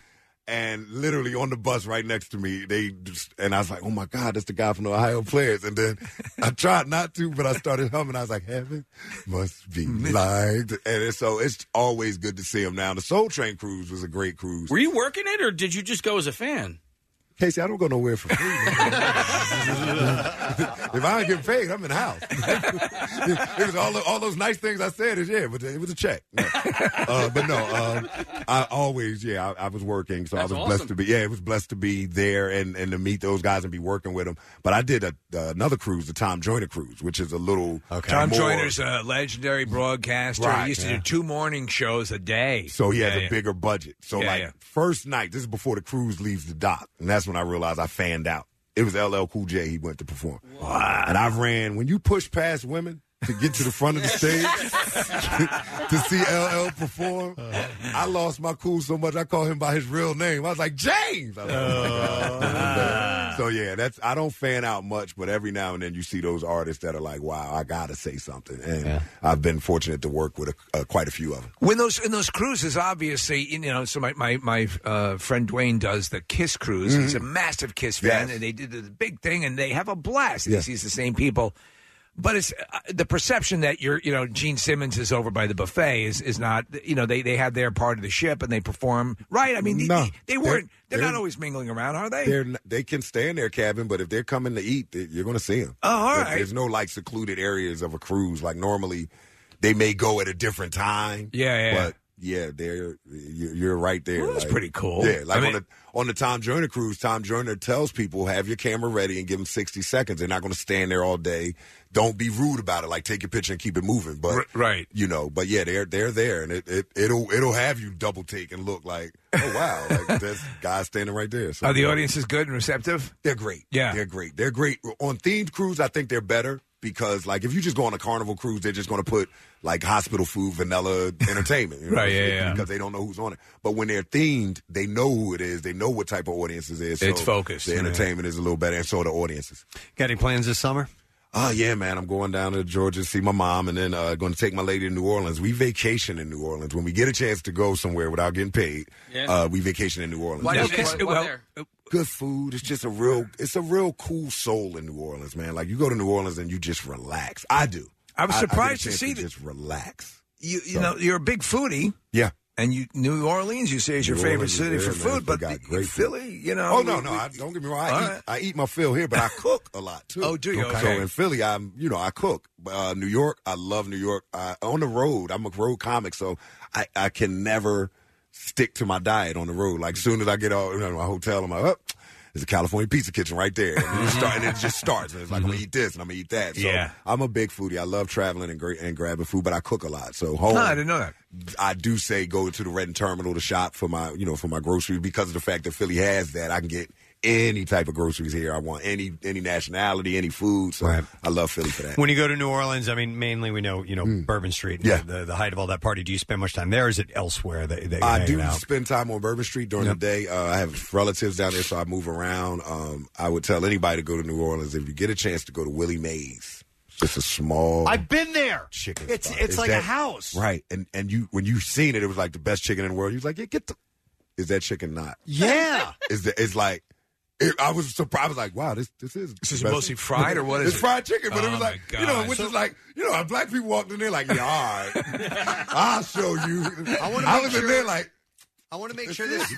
V: And literally on the bus right next to me, they just, and I was like, oh my God, that's the guy from the Ohio Players. And then I (laughs) tried not to, but I started humming. I was like, heaven must be light. And it's- so it's always good to see him now. The Soul Train cruise was a great cruise.
E: Were you working it, or did you just go as a fan?
V: Casey, I don't go nowhere for free. (laughs) if I don't get paid, I'm in the house. (laughs) it was all, all those nice things I said. Is yeah, but it was a check. No. Uh, but no, um, I always yeah, I, I was working, so
E: That's
V: I was
E: awesome.
V: blessed to be yeah, it was blessed to be there and, and to meet those guys and be working with them. But I did a, uh, another cruise, the Tom Joyner cruise, which is a little
D: Tom
V: more-
D: Joyner's a legendary broadcaster.
V: Right,
D: he used
V: yeah.
D: to do two morning shows a day.
V: So he has
D: Yeah,
V: a
D: yeah.
V: bigger budget. So
D: Yeah,
V: like
D: yeah.
V: first night, this is before the cruise leaves the dock, and that's when I realized I fanned out. It was LL Cool J he went to perform, and I ran. When you push past women to get to the front
D: (laughs)
V: of the stage (laughs) to see LL perform, I lost my cool so much I called him by his real name. I was like James. I was like, "Oh my God." (laughs) So yeah, that's I don't fan out much, but every now and then you see those artists that are like, "Wow, I gotta say something," and I've been fortunate to work with a, uh, quite a few of them.
D: When those in those cruises, obviously, you know. So my my my uh, friend Dwayne does the Kiss cruise. He's a
V: Mhm.
D: massive Kiss fan,
V: Yes.
D: and they did the big thing, and they have a blast.
V: Yeah.
D: He sees the same people, but it's uh, the perception that you're, you know, Gene Simmons is over by the buffet is is not. You know, they they have their part of the ship and they perform right. I mean, they-
V: No.
D: they, they
V: They're-
D: weren't. They're,
V: they're-
D: not always mingling around, are they?
V: They're n- they can stay in their cabin, but if they're coming to eat, they, you're going to see them.
D: Oh, all right.
V: There's no like secluded areas of a cruise. Like normally, they may go at a different time.
D: Yeah, yeah, yeah.
V: But yeah, they're you- you're right there.
D: Well, that's
V: like-
D: pretty cool.
V: Yeah, like
D: I mean-
V: on the on the Tom Joyner cruise, Tom Joyner tells people have your camera ready and give them 60 seconds. They're not going to stand there all day. Don't be rude about it. Like take your picture and keep it moving. But
D: right.
V: you know, but yeah, they're they're there, and it, it it'll it'll have you double take and look like, oh wow, like (laughs) this guy's standing right there. So-
D: Are the audiences good and receptive?
V: They're great.
D: Yeah.
V: they're great. They're great on themed cruise. I think they're better because like if you just go on a carnival cruise, they're just going to put like hospital food, vanilla entertainment, you know,
D: Right, yeah,
V: because-
D: yeah.
V: because they don't know who's on it. But when they're themed, they know who it is. They know what type of audiences it is.
D: It's focused,
V: The
D: yeah.
V: entertainment is a little better, and so are the audiences.
A: Got any plans this summer?
V: Oh yeah, man! I'm going down to Georgia to see my mom, and then uh, going to take my lady to New Orleans. We vacation in New Orleans when we get a chance to go somewhere without getting paid.
D: Yeah.
V: Uh, we vacation in New Orleans.
D: Why
V: Just-
D: don't you- Why- why well, uh, there?
V: good food. It's just a real, it's a real cool soul in New Orleans, man. Like you go to New Orleans and you just relax. I do.
D: I was
V: get a
D: surprised to
V: chance
D: see that-
V: just relax.
D: You you
V: So-
D: know, you're a big foodie.
V: Yeah.
D: And you, New Orleans, you say is your
V: New
D: favorite
V: Orleans is
D: city for
V: there, man.
D: food,
V: They
D: but
V: got
D: the-
V: great
D: Philly,
V: food.
D: you know.
V: Oh no,
D: we-
V: no,
D: we-
V: I, don't get me wrong. I,
D: All
V: eat,
D: right.
V: I eat my fill here,
D: (laughs)
V: but I cook a lot too.
D: Oh, do you?
V: So
D: Okay.
V: in Philly, I'm you know I cook. But, Uh, New York, I love New York. I, on the road, I'm a road comic, so I, I can never stick to my diet on the road. Like soon as I get out you know, my hotel, I'm like, oh, there's a California pizza kitchen right there, and, you start, and it
D: (laughs)
V: just starts. And it's like I'm gonna eat this and I'm gonna eat that. So
D: Yeah.
V: I'm a big foodie. I love traveling and great and grabbing food, but I cook a lot. So home,
D: No, I didn't know that.
V: I do say go to the Redden Terminal to shop for my, you know, for my groceries because of the fact that Philly has that. I can get any type of groceries here I want, any any nationality, any food. So I love Philly for that.
A: When you go to New Orleans, I mean, mainly we know you know Bourbon Street,
V: Hmm. Yeah.
A: the, the height of all that party. Do you spend much time there? or Is it elsewhere that, that you're
V: I
A: hanging
V: do
A: out?
V: spend time on Bourbon Street during the day. Uh, I have relatives down there, so I move around. Um, I would tell anybody to go to New Orleans if you get a chance to go to Willie Mays. It's just a small.
J: I've been there.
V: Chicken.
J: It's
V: spot.
J: it's
V: Uh, Is
J: like a
V: that-
J: house.
V: right? And and you when you seen it, it was like the best chicken in the world. You was like, yeah, get the. Is that chicken not?
J: Yeah.
V: (laughs) is that it's like it, I was surprised. I was like, wow, this this is
D: This is
V: best-
D: mostly fried, or what is
V: (laughs) it's
D: it?
V: fried chicken, but
D: Oh,
V: it was like
D: my
V: you know,
D: God.
V: which
D: So-
V: is like you know, black people walked in there like, yeah, all
D: (laughs)
V: right, I'll show you.
A: I wanna
V: I
A: make
V: was
A: sure-
V: in
A: (laughs)
V: there like.
A: I want to make sure this.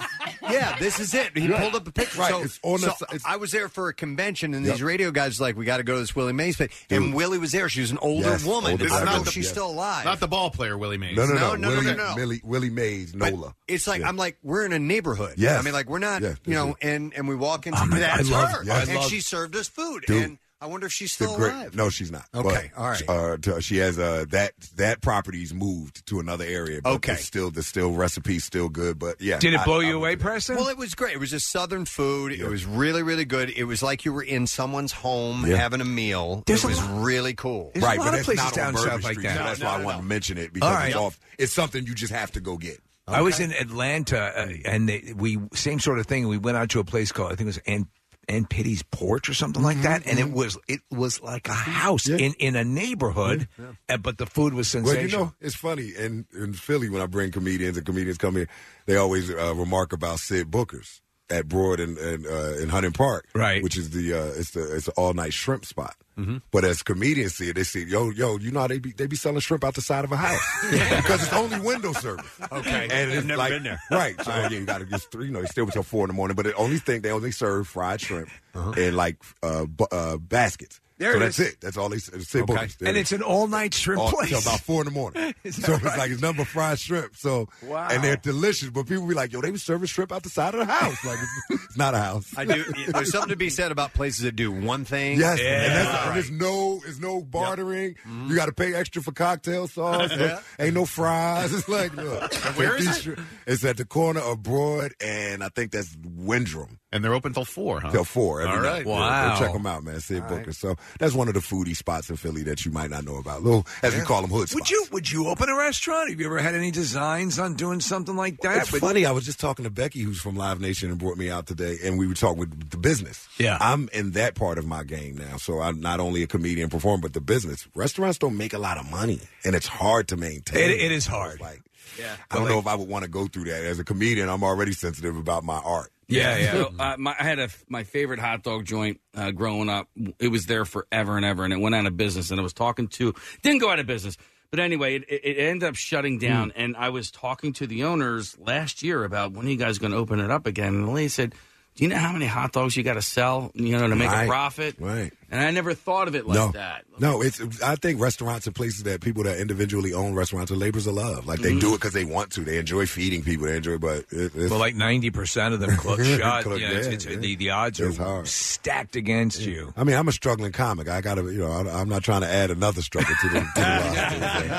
A: yeah, this is it. He
V: Right.
A: pulled up a picture.
V: Right,
A: So,
V: it's on the
A: so
V: si-
A: I was there for a convention, and
V: Yep.
A: these radio guys were like, we got to go to this Willie Mays thing. And Willie was there. She was an older
V: Yes,
A: woman.
V: older
A: I don't
V: woman.
A: know if she's
V: Yes.
A: still alive.
C: Not the ball player, Willie Mays.
V: No, no,
A: No, no,
V: no,
A: no,
V: Willie,
A: no, no.
V: Millie, Willie Mays, Nola.
A: It's like I'm like we're in a neighborhood.
V: Yes.
A: I mean, like we're not,
V: Yes,
A: you know, and and we walk into
V: my
A: that's
V: God, I love-
A: her,
V: yes. I
A: and
V: love-
A: she served us food,
V: Dude.
A: and I wonder if she's
V: The
A: still
V: great-
A: alive.
V: No, she's not.
A: Okay,
V: But,
A: all right.
V: Uh, t- she has uh, that that property's moved to another area. But
A: Okay.
V: it's still the still recipe's still good, but yeah.
D: Did it
V: I-
D: blow
V: I-
D: you away, Preston?
A: Well, it was great. It was just southern food. It was really, really good. It was like you were in someone's home
V: Yeah.
A: having a meal.
V: There's
A: it
V: a
A: was
V: lot-
A: really cool.
V: right, but it's not on Bourbon Street, So that's why I want to mention it because
D: All right.
V: it's off. It's something you just have to go get.
D: I was in Atlanta, uh, and they, we same sort of thing. We went out to a place called I think it was Ann Ann Pitty's Porch or something like that, and it
V: Mm-hmm.
D: was it was like a house in in a neighborhood, uh, but the food was
V: Well, you
D: sensational.
V: know, it's funny in in Philly when I bring comedians and comedians come here, they always uh, remark about Sid Booker's at Broad and and uh, in Hunting Park, right? Which is the uh, it's the it's an all night shrimp spot.
A: Mm-hmm.
V: But as comedians see it, they see yo yo, you know how they be they be selling shrimp out the side of a house (laughs) because it's only window service.
A: (laughs) Okay.
V: and
A: I've
V: it's
A: never
V: like,
A: been there.
V: right? So
A: All right.
V: yeah, you got to just three. You know, they stay up until four in the morning, but the only thing they only serve fried shrimp
D: Uh-huh.
V: and like uh, bu- uh, baskets.
D: There
V: so
D: it
V: that's
D: is.
V: it. That's all they Sid Booker's. There
D: and
V: it
D: it's an all night shrimp
V: all-
D: place.
V: till about four in
D: (laughs)
V: the morning. so it's like it's number fried shrimp. So
D: Wow.
V: and they're delicious. But people be like, yo, they were serving shrimp out the side of the house. Like it's, it's not a house.
A: I do. There's something to be said about places that do one thing.
V: Yes,
A: and
V: and,
A: that's
V: that's,
A: all
V: and
A: right.
V: there's no, there's no bartering.
C: Mm-hmm.
V: You got to pay extra for cocktail sauce.
A: Yeah.
V: Ain't no fries. (laughs) It's like, look,
C: Where is
V: these- It's at the corner of Broad, and I think that's Windrum.
C: And they're open till four, huh?
V: Till four. Every
C: All
V: night.
C: right.
V: Yeah,
C: Wow.
V: check them out, man. Sid
C: All right.
V: Booker. So that's one of the foodie spots in Philly that you might not know about. Little, as we call them, hood spots.
D: Would you would you open a restaurant? Have you ever had any designs on doing something like that?
V: It's
D: Would-
V: funny. I was just talking to Becky, who's from Live Nation, and brought me out today, and we were talking with the business.
D: Yeah.
V: I'm in that part of my game now, so I'm not only a comedian performer, but the business. Restaurants don't make a lot of money, and it's hard to maintain.
D: It, it is hard.
V: yeah, I don't know if I would want to go through that as a comedian. I'm already sensitive about my art.
E: So, uh, my, I had a my favorite hot dog joint uh, growing up. It was there forever and ever, and it went out of business. And I was talking to didn't go out of business, but anyway, it, it it ended up shutting down.
V: Hmm.
E: And I was talking to the owners last year about when are you guys going to open it up again. And the lady said, "Do you know how many hot dogs you got to sell, you know, to make
V: Right.
E: a profit?"
V: Right.
E: And I never thought of it like
V: no,
E: that.
V: no. It's I think restaurants are places that people that individually own restaurants are labors of love. Like they
D: Mhm.
V: do it because they want to. They enjoy feeding people. They enjoy, but it,
D: (laughs)
V: it's
D: Well, like ninety percent of them
V: (laughs)
D: close shot.
V: Close-
D: you know, it's-
V: yeah,
D: it's-
V: yeah.
D: The, the odds
V: It's
D: are
V: hard.
D: stacked against you.
V: I mean, I'm a struggling comic. I gotta, you know, I, I'm not trying to add another struggle to the, to the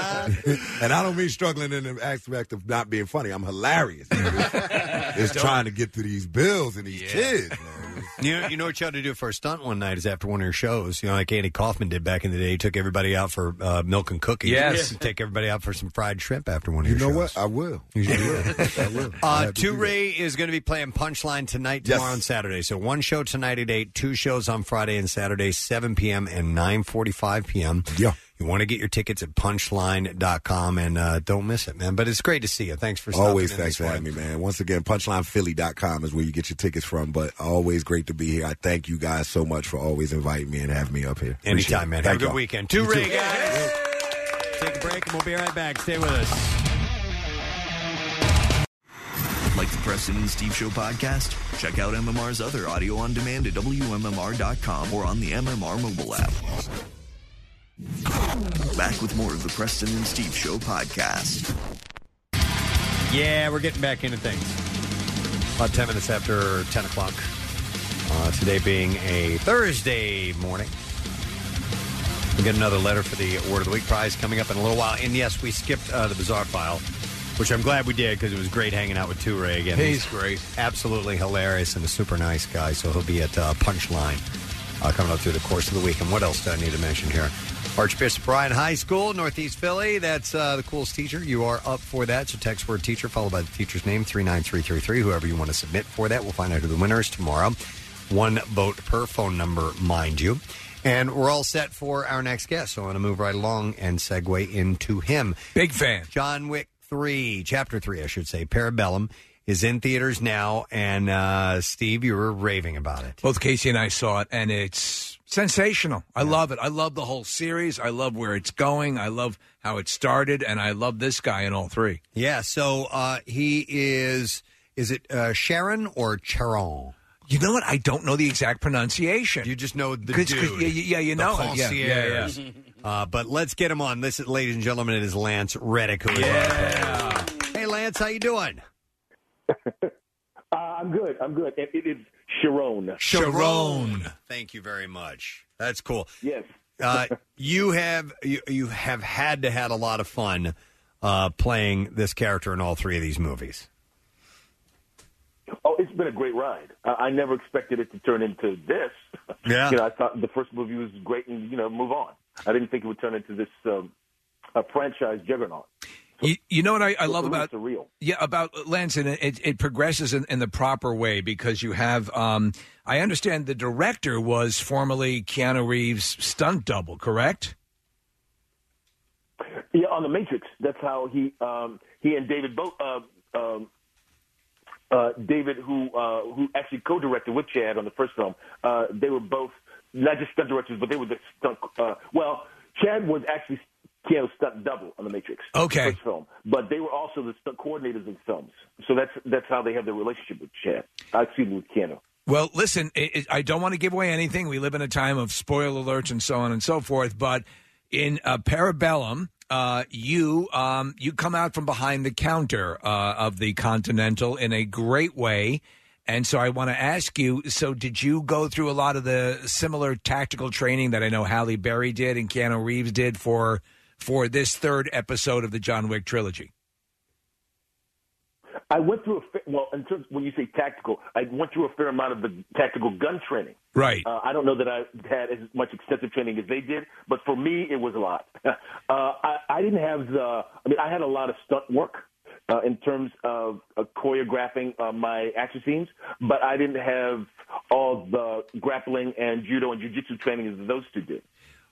V: roster. (laughs) and I don't mean struggling in the aspect of not being funny. I'm
A: (laughs)
V: hilarious. it's trying to get to these bills and these kids.
A: (laughs) You know, you know what you ought to do for a stunt one night is after one of your shows. You know, like Andy Kaufman did back in the day. He took everybody out for uh, milk and cookies.
V: Yes.
A: And take everybody out for some fried shrimp after one of
V: You
A: your
V: know
A: shows.
V: what?
A: (laughs)
V: I will. (laughs) (laughs) I will.
A: Uh, Two Ray is going to be playing Punchline tonight, tomorrow, and Saturday. So one show tonight at eight, two shows on Friday and Saturday, seven p.m. and nine forty-five p.m.
V: Yeah,
A: you want to get your tickets at punchline.com and uh, don't miss it, man. But it's great to see you. Thanks for stopping
V: Always
A: in
V: thanks
A: this
V: for
A: morning.
V: having me, man. Once again, punchlinephilly.com is where you get your tickets from, but always great to be here. I thank you guys so much for always inviting me and having me up here. Appreciate
A: Anytime,
V: it.
A: man. Have
V: Thank
A: a good
V: y'all.
A: weekend.
V: You
A: Two Ray,
V: too.
A: guys. Take a break, and we'll be right back. Stay with us.
F: Like the Preston and Steve Show podcast? Check out MMR's other audio on demand at WMMR.com or on the MMR mobile app. Back with more of the Preston and Steve Show podcast.
A: Yeah, we're getting back into things. About 10 minutes after 10 o'clock. Uh, today being a Thursday morning. We get another letter for the Word of the Week prize coming up in a little while. And yes, we skipped uh, the bizarre file, which I'm glad we did because it was great hanging out with Toure again.
D: He's great.
A: absolutely hilarious and a super nice guy. So he'll be at uh, Punchline uh, coming up through the course of the week. And what else do I need to mention here? Archbishop Bryan High School, Northeast Philly. That's uh, the coolest teacher. You are up for that. So text word teacher followed by the teacher's name, 39333. Whoever you want to submit for that, we'll find out who the winner is tomorrow. One vote per phone number, mind you. And we're all set for our next guest. So I'm going to move right along and segue into him.
D: Big fan.
A: John Wick 3, Chapter 3, I should say, Parabellum, is in theaters now. And uh, Steve, you were raving about it.
D: Both Casey and I saw it, and it's sensational. I love it. I love the whole series. I love where it's going. I love how it started, and I love this guy in all three.
A: Yeah, so uh, he is, is it uh, Sharon or Charon?
D: You know what? I don't know the exact pronunciation. You
A: just know the dude.
D: yeah, yeah, you
A: The
D: know him. Yeah, yeah, yeah.
A: concierge. (laughs) Uh, but let's get him on. This, is- ladies and gentlemen, it is Lance Reddick. Who is yeah. Hey, Lance, how you doing?
J: (laughs) Uh, I'm good. I'm good. It, it is Sharon.
A: Thank you very much. That's cool.
J: Yes.
A: Uh, you have you, you have had to had a lot of fun uh, playing this character in all three of these movies.
J: Oh, it's been a great ride. I, I never expected it to turn into this.
A: Yeah.
J: (laughs) You know, I thought the first movie was great and, you know, move on. I didn't think it would turn into this um, a franchise juggernaut.
D: You, you know what I, I love
J: It's
D: about
J: surreal.
D: yeah about Lance and it, it progresses in, in the proper way because you have um, I understand the director was formerly Keanu Reeves' stunt double, correct?
J: Yeah, on the Matrix. That's how he um, he and David both uh, um, uh, David who uh, who actually co-directed with Chad on the first film. Uh, they were both not just stunt directors, but they were the stunt. Uh, well, Chad was actually Keanu's stunt double on the Matrix.
D: Okay.
J: the first film, but they were also the stunt coordinators in films. So that's that's how they have their relationship with Chad. Uh, excuse me, with Keanu.
D: Well, listen, it, it, I don't want to give away anything. We live in a time of spoiler alerts and so on and so forth. But in uh, Parabellum, uh, you um, you come out from behind the counter uh, of the Continental in a great way. And so I want to ask you. So did you go through a lot of the similar tactical training that I know Halle Berry did and Keanu Reeves did for for this third episode of the John Wick trilogy?
J: I went through a fa- well in terms when you say tactical, I went through a fair amount of the tactical gun training.
D: Right.
J: Uh, I don't know that I had as much extensive training as they did, but for me it was a lot. (laughs) uh, I, I didn't have the. I mean, I had a lot of stunt work uh, in terms of uh, choreographing uh, my action scenes, but I didn't have all the grappling and judo and jujitsu training as those two did.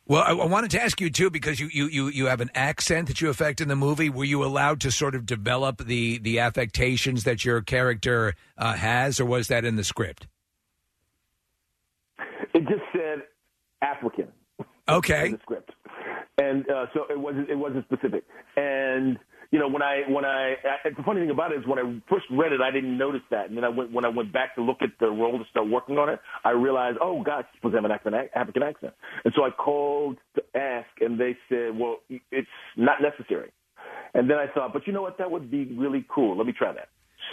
D: Well, I, I wanted to ask you too because you, you, you, you have an accent that you affect in the movie. Were you allowed to sort of develop the the affectations that your character uh, has, or was that in the script?
J: (laughs) It just said African.
D: Okay.
J: In the script, and uh, so it wasn't it wasn't specific. And you know when I when I, I the funny thing about it is when I first read it I didn't notice that, and then I went when I went back to look at the role to start working on it, I realized oh gosh, this was have an African ac- African accent, and so I called to ask, and they said well it's not necessary. And then I thought, but you know what? That would be really cool. Let me try that.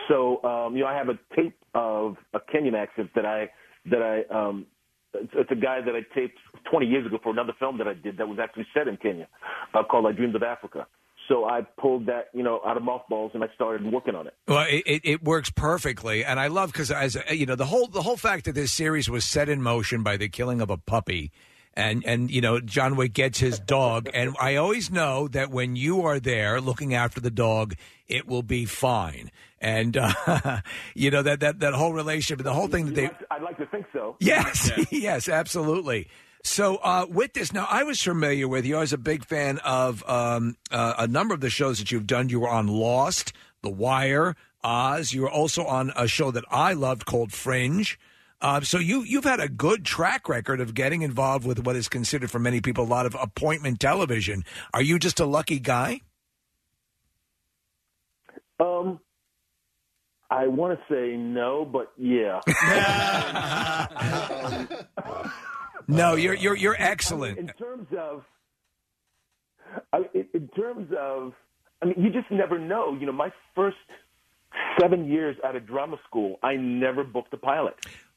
J: So, um, you know, I have a tape of a Kenyan accent that I that I um, it's, it's a guy that I taped 20 years ago for another film that I did that was actually set in Kenya, uh, called "I Dreamed of Africa." So I pulled that, you know, out of mothballs and I started working on it.
D: Well, it, it, it works perfectly, and I love because as uh, you know, the whole the whole fact that this series was set in motion by the killing of a puppy, and and you know, John Wick gets his dog, and I always know that when you are there looking after the dog, it will be fine, and (laughs) uh, you know that that that whole relationship, the whole thing that they.
J: I'd like to think so.
D: Yes, (laughs) yes, absolutely. So uh, with this, now I was familiar with you. I was a big fan of um, uh, a number of the shows that you've done. You were on Lost, The Wire, Oz. You were also on a show that I loved called Fringe. Uh, so you you've had a good track record of getting involved with what is considered for many people a lot of appointment television. Are you just a lucky guy?
J: Um, I want to say no, but
D: (laughs)
J: yeah.
D: No, you're you're you're excellent.
J: In terms of, I, in- in terms of, I mean, you just never know. You know, my first seven years out of drama school, I never booked a pilot.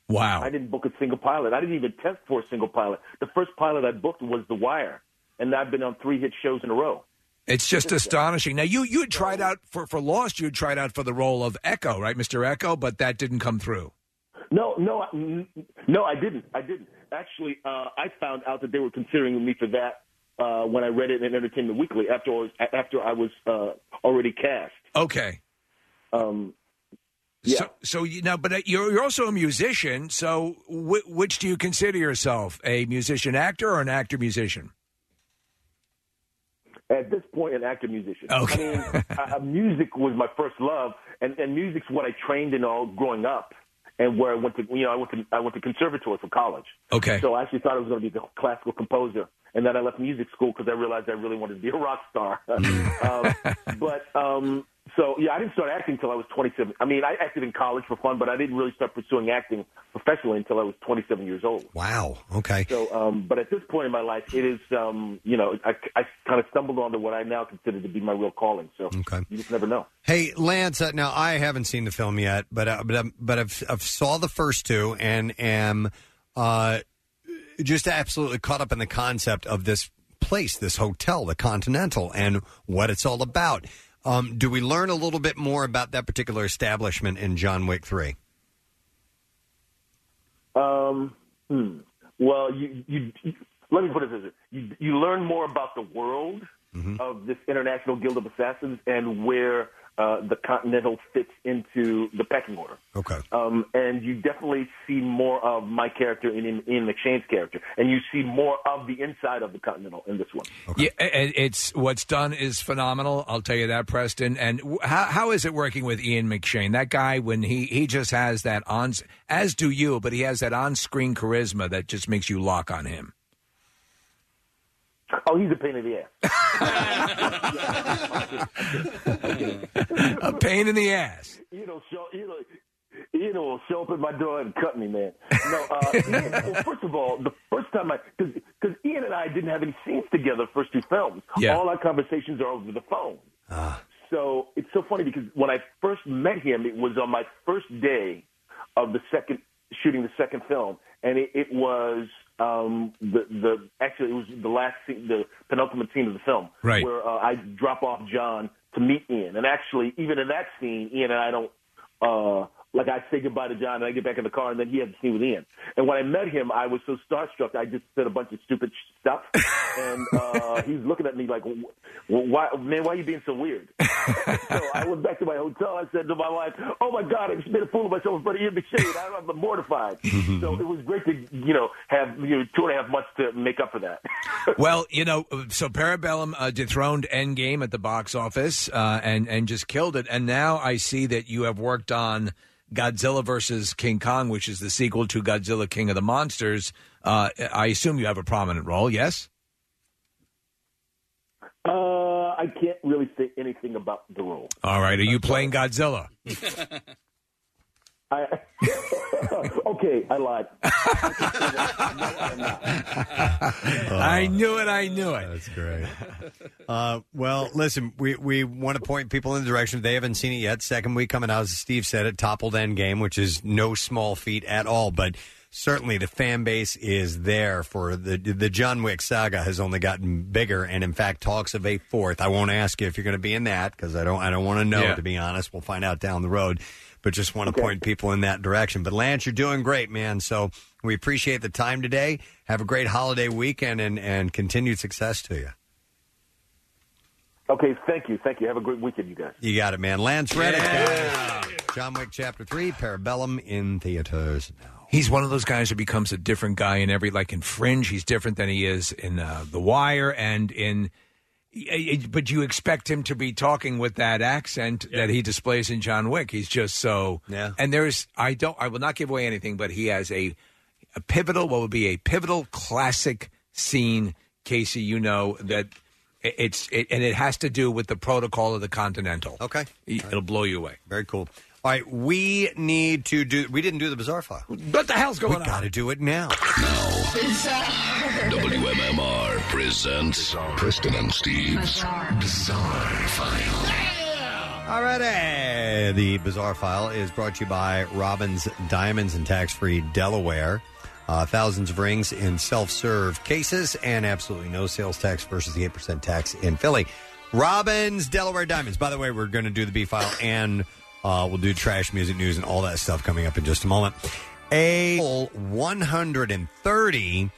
D: Wow.
J: I didn't book a single pilot. I didn't even test for a single pilot. The first pilot I booked was The Wire, and I've been on three hit shows in a row.
D: It's just astonishing. Now you you had tried out for for Lost. You had tried out for the role of Echo, right, Mister Echo, but that didn't come through.
J: No, no, I- n- no, I didn't. I didn't. Actually, uh, I found out that they were considering me for that uh, when I read it in Entertainment Weekly after I was, after I was uh, already cast.
D: Okay.
J: Um,
D: So so you know, but uh, you're you're also a musician. So whi which do you consider yourself a musician actor or an actor musician?
J: at this point an actor musician.
D: Okay.
J: I mean, I, I- music was my first love, and, and music's what I trained in all growing up, and where I went to. You know, I went to I went to conservatory for college.
D: Okay.
J: So I actually thought I was going to be a classical composer, and then I left music school because I realized I really wanted to be a rock star. (laughs) um,
D: (laughs)
J: but um, so yeah, I didn't start acting until I was 27. I mean, I acted in college for fun, but I didn't really start pursuing acting professionally until I was 27 years old.
A: Wow. Okay.
J: So, um, but at this point in my life, it is, um, you know, I, I kind of stumbled onto what I now consider to be my real calling. So you just never know.
A: Hey, Lance. Uh, now I haven't seen the film yet, but uh, but um, but I've, I've saw the first two and am uh, just absolutely caught up in the concept of this place, this hotel, the Continental, and what it's all about. Um, do we learn a little bit more about that particular establishment in John Wick Three?
J: Um, hmm. Well, you, you, you- let me put it this way. You, you learn more about the world of this International Guild of Assassins and where uh, the Continental fits into the pecking order.
A: Okay.
J: Um, and you definitely see more of my character in, in, in McShane's character. And you see more of the inside of the Continental in this one.
D: Yeah, a- and it's what's done is phenomenal. I'll tell you that, Preston. And w- how how is it working with Ian McShane? That guy when he he just has that on as do you, but he has that on screen charisma that just makes you lock on him.
J: Oh, he's a pain in the ass.
D: A pain in the ass.
J: You know, show you know, you know, show up at my door and cut me, man. No, uh,
D: (laughs)
J: Ian, well, first of all, the first time I, because Ian and I didn't have any scenes together the first two films.
M: Yeah.
J: All our conversations are over the phone. So it's so funny because when I first met him, it was on my first day of the second shooting the second film, and it, it was um, the the actually it was the last scene, the penultimate scene of the film,
N: Right.
J: Where uh, I drop off John to meet Ian, and actually even in that scene, Ian and I don't uh, like I say goodbye to John, and I get back in the car, and then he has a scene with Ian. And when I met him, I was so starstruck, I just said a bunch of stupid (laughs) stuff, and uh, he was looking at me like, "Wh- "Why, man? Why are you being so weird?" so I went back to my hotel. I said to my wife, "Oh my God, I just made a fool of myself in front of Ian McShane. I- I'm mortified." so it was great to, you know, have you know two and a half months to make up for that.
D: well, you know, so Parabellum uh, dethroned Endgame at the box office uh, and and just killed it. And now I see that you have worked on Godzilla versus King Kong, which is the sequel to Godzilla King of the Monsters. Uh, I assume you have a prominent role. Yes.
J: Uh, I can't really say anything about the role.
D: All right. Are you playing Godzilla?
J: I, (laughs) okay, I lied.
D: (laughs) I knew it. I knew it.
A: That's great. Uh, well, listen, we, we want to point people in the direction. If they haven't seen it yet, second week coming out, as Steve said, it toppled Endgame, which is no small feat at all. But certainly the fan base is there for the the John Wick saga has only gotten bigger, and in fact, talks of a fourth. I won't ask you if you're going to be in that because I don't I don't want to know.
W: Yeah.
A: To be honest, we'll find out down the road. But just want to point people in that direction. But Lance, you're doing great, man. So we appreciate the time today. Have a great holiday weekend and, and continued success to you.
J: Okay, thank you, thank you. Have a great weekend, you guys.
A: You got it, man. Lance Reddick. guys. John Wick Chapter 3, Parabellum in theaters now.
D: He's one of those guys who becomes a different guy in every, like in Fringe, he's different than he is in uh, The Wire and in. y- y- But you expect him to be talking with that accent that he displays in John Wick. He's just so. Yeah. And there's, I don't, I will not give away anything, but he has a, a pivotal, what would be a pivotal classic scene, Casey. You know that i- it's, it, and it has to do with the protocol of the Continental.
A: Okay.
D: It'll blow you away.
A: Very cool. All right, we need to do. We didn't do the bizarre file. What the hell's going on? We got to do it now.
L: WMMR presents Preston and Steve's Bizarre File.
A: All righty. The Bizarre File is brought to you by Robbins Diamonds and Tax Free Delaware. Uh, thousands of rings in self serve cases and absolutely no sales tax versus the 8% tax in Philly. Robbins Delaware Diamonds. By the way, we're going to do the B File and uh, we'll do trash music news and all that stuff coming up in just a moment. A full 130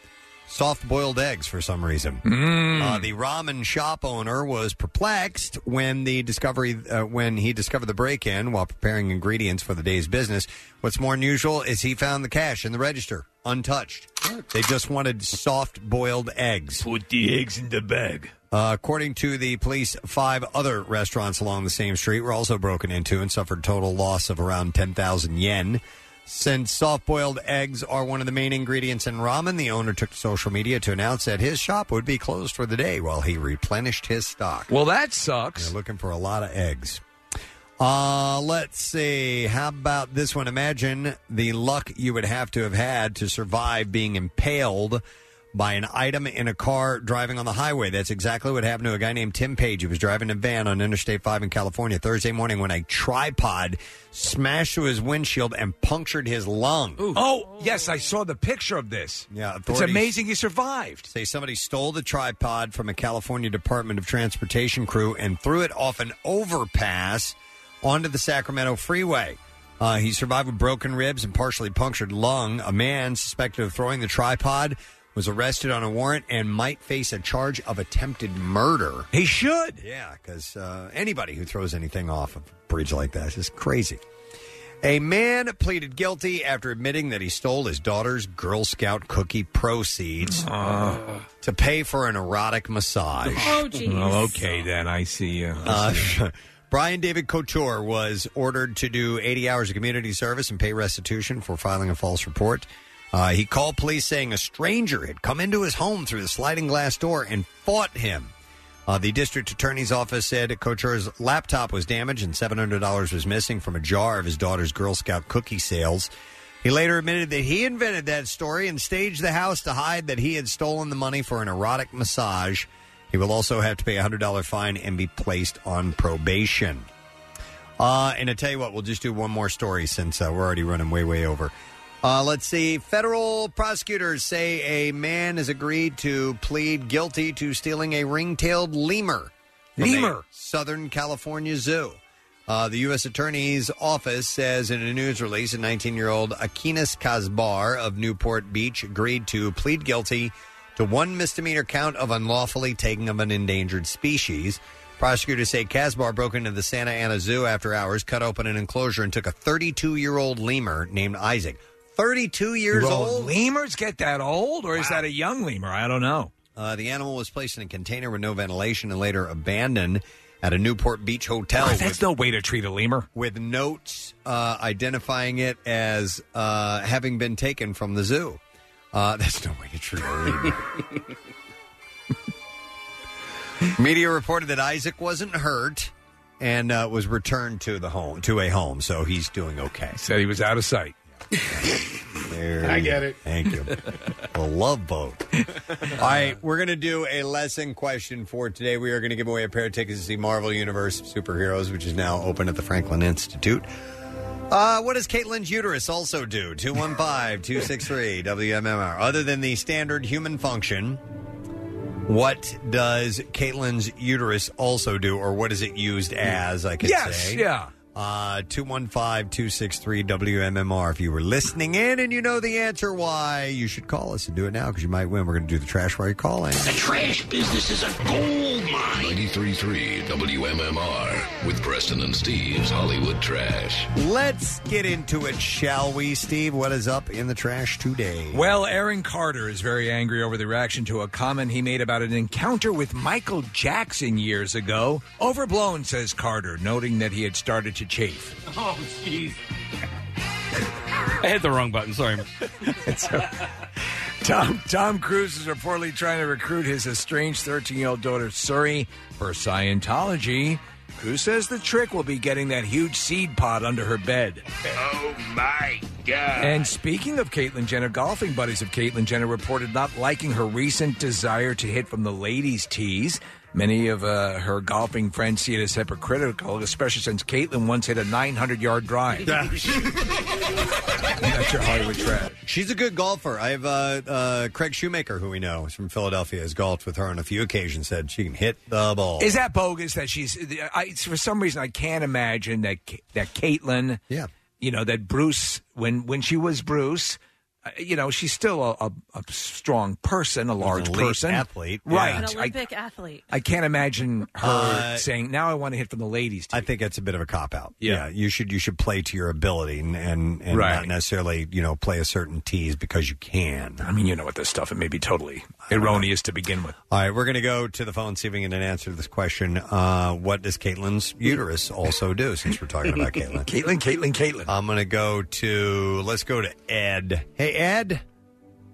A: soft boiled eggs for some reason.
D: Mm.
A: Uh, the ramen shop owner was perplexed when the discovery uh, when he discovered the break in while preparing ingredients for the day's business. What's more unusual is he found the cash in the register untouched. They just wanted soft boiled eggs. Put
D: the eggs in the bag.
A: Uh, according to the police, five other restaurants along the same street were also broken into and suffered total loss of around 10,000 yen. Since soft boiled eggs are one of the main ingredients in ramen, the owner took to social media to announce that his shop would be closed for the day while he replenished his stock.
D: Well, that sucks.
A: They're looking for a lot of eggs. Uh, let's see. How about this one? Imagine the luck you would have to have had to survive being impaled by an item in a car driving on the highway. That's exactly what happened to a guy named Tim Page. He was driving a van on Interstate 5 in California Thursday morning when a tripod smashed through his windshield and punctured his lung.
D: Oh, yes, I saw the picture of this.
A: Yeah,
D: It's
A: authorities-
D: amazing he survived.
A: Say somebody stole the tripod from a California Department of Transportation crew and threw it off an overpass onto the Sacramento freeway. Uh, he survived with broken ribs and partially punctured lung. A man suspected of throwing the tripod was arrested on a warrant and might face a charge of attempted murder.
D: He should.
A: Yeah, because uh, anybody who throws anything off a bridge like that is just crazy. A man pleaded guilty after admitting that he stole his daughter's Girl Scout cookie proceeds to pay for an erotic massage.
D: Oh, geez. Well, okay, then. I see you.
A: Uh, (laughs) Brian David Couture was ordered to do 80 hours of community service and pay restitution for filing a false report. Uh, he called police saying a stranger had come into his home through the sliding glass door and fought him. Uh, the district attorney's office said Couture's laptop was damaged and $700 was missing from a jar of his daughter's Girl Scout cookie sales. He later admitted that he invented that story and staged the house to hide that he had stolen the money for an erotic massage. He will also have to pay a $100 fine and be placed on probation. Uh, and I tell you what, we'll just do one more story since uh, we're already running way, way over. Uh, let's see. Federal prosecutors say a man has agreed to plead guilty to stealing a ring-tailed lemur. from a
D: Lemur.
A: Southern California Zoo. Uh, the U.S. Attorney's Office says in a news release, a 19 year old Akinas Kasbar of Newport Beach agreed to plead guilty to one misdemeanor count of unlawfully taking of an endangered species. Prosecutors say Kasbar broke into the Santa Ana Zoo after hours, cut open an enclosure, and took a 32 year old lemur named Isaac. 32 years
D: Well,
A: old?
D: Lemurs get that old, or is that a young lemur? I don't know.
A: Uh, the animal was placed in a container with no ventilation and later abandoned at a Newport Beach hotel.
D: that's no way to treat a lemur.
A: With notes uh, identifying it as uh, having been taken from the zoo. Uh, (laughs) that's no way to treat
D: (laughs)
A: a lemur. Media reported that Isaac wasn't hurt and uh, was returned to the home to a home, so he's doing okay.
D: Said he was out of sight. (laughs)
A: There
D: I
A: you-
D: get it. (laughs)
A: Thank you. the love boat. All right, we're going to do a lesson question for today. We are going to give away a pair of tickets to see Marvel Universe of Superheroes, which is now open at the Franklin Institute. Uh, what does Caitlin's uterus also do? 215 263 WMMR. Other than the standard human function, what does Caitlin's uterus also do, or what is it used as? I could
D: Yes,
A: say.
D: yeah.
A: Uh, 215-263-WMMR. If you were listening in and you know the answer why, you should call us and do it now because you might win. We're going to do the trash while you're calling.
L: The trash business is a gold mine. 93.3 WMMR with Preston and Steve's Hollywood Trash.
A: Let's get into it, shall we, Steve? What is up in the trash today?
D: Well, Aaron Carter is very angry over the reaction to a comment he made about an encounter with Michael Jackson years ago. Overblown, says Carter, noting that he had started to chafe.
E: (laughs) Oh, jeez. I hit the wrong
D: (laughs)
E: button. Sorry.
D: It's o- Tom Tom Cruise is reportedly trying to recruit his estranged 13 year old daughter Suri for Scientology. Who says the trick will be getting that huge seed pod under her bed?
O: Oh my God.
D: And speaking of Caitlyn Jenner, golfing buddies of Caitlyn Jenner reported not liking her recent desire to hit from the ladies' tees. Many of uh, her golfing friends see it as hypocritical, especially since Caitlyn once hit a 900 yard drive. That's your Hollywood trash.
A: She's a good golfer. I have uh, uh, Craig Shoemaker, who we know is from Philadelphia, has golfed with her on a few occasions. Said she can hit the ball.
D: Is that bogus that she's? I, for some reason, I can't imagine that Ca- that Caitlyn.
A: Yeah.
D: You know that Bruce when when she was Bruce. uh, You know she's still a, a, a strong person, a large
A: elite
D: person,
A: athlete, yeah.
B: An
D: right? I,
B: Olympic athlete.
D: I can't imagine her
A: Uh,
D: saying, "Now I want to hit from the ladies."
A: I think that's a bit of a cop out. Yeah. you should you should play to your ability and and, and not necessarily you know play a certain tease because you can.
D: I mean, you know what this stuff. It may be totally erroneous to begin with.
A: All right, we're going to go to the phone, see if we can get an answer to this question. Uh, what does Caitlin's uterus also do? Since we're talking about Caitlin,
D: Caitlin, Caitlin, (laughs) Caitlin.
A: I'm going to go to let's go to Ed. Hey, Ed.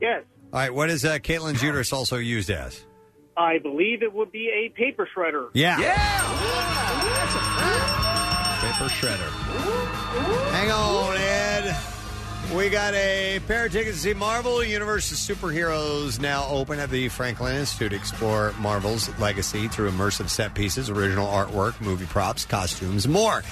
M: Yes,
A: All right, what is uh, Caitlin's uterus also used as?
M: I believe it would be a paper shredder.
A: Yeah. Paper shredder. Hang on, Ed. We got a pair of tickets to see Marvel Universe of Superheroes now open at the Franklin Institute. Explore Marvel's legacy through immersive set pieces, original artwork, movie props, costumes, and more.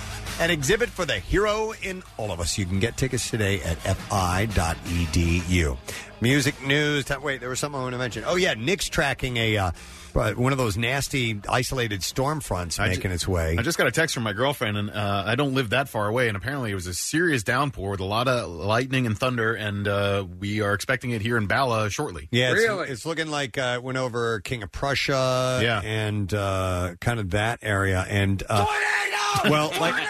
A: An exhibit for the hero in all of us. You can get tickets today at fi.edu. E Music news. t- Wait, there was something I want to mention. Oh, yeah, Nick's tracking a uh, one of those nasty isolated storm fronts
C: I ju-
A: making its way.
C: I just got a text from my girlfriend, and uh, I don't live that far away. And apparently, it was a serious downpour with a lot of lightning and thunder, and uh, we are expecting it here in Bala shortly.
A: Yeah, it's- it's, looking like uh, it went over King of Prussia
C: Yeah.
A: and uh, kind of that area. And uh, tornado. Well, like,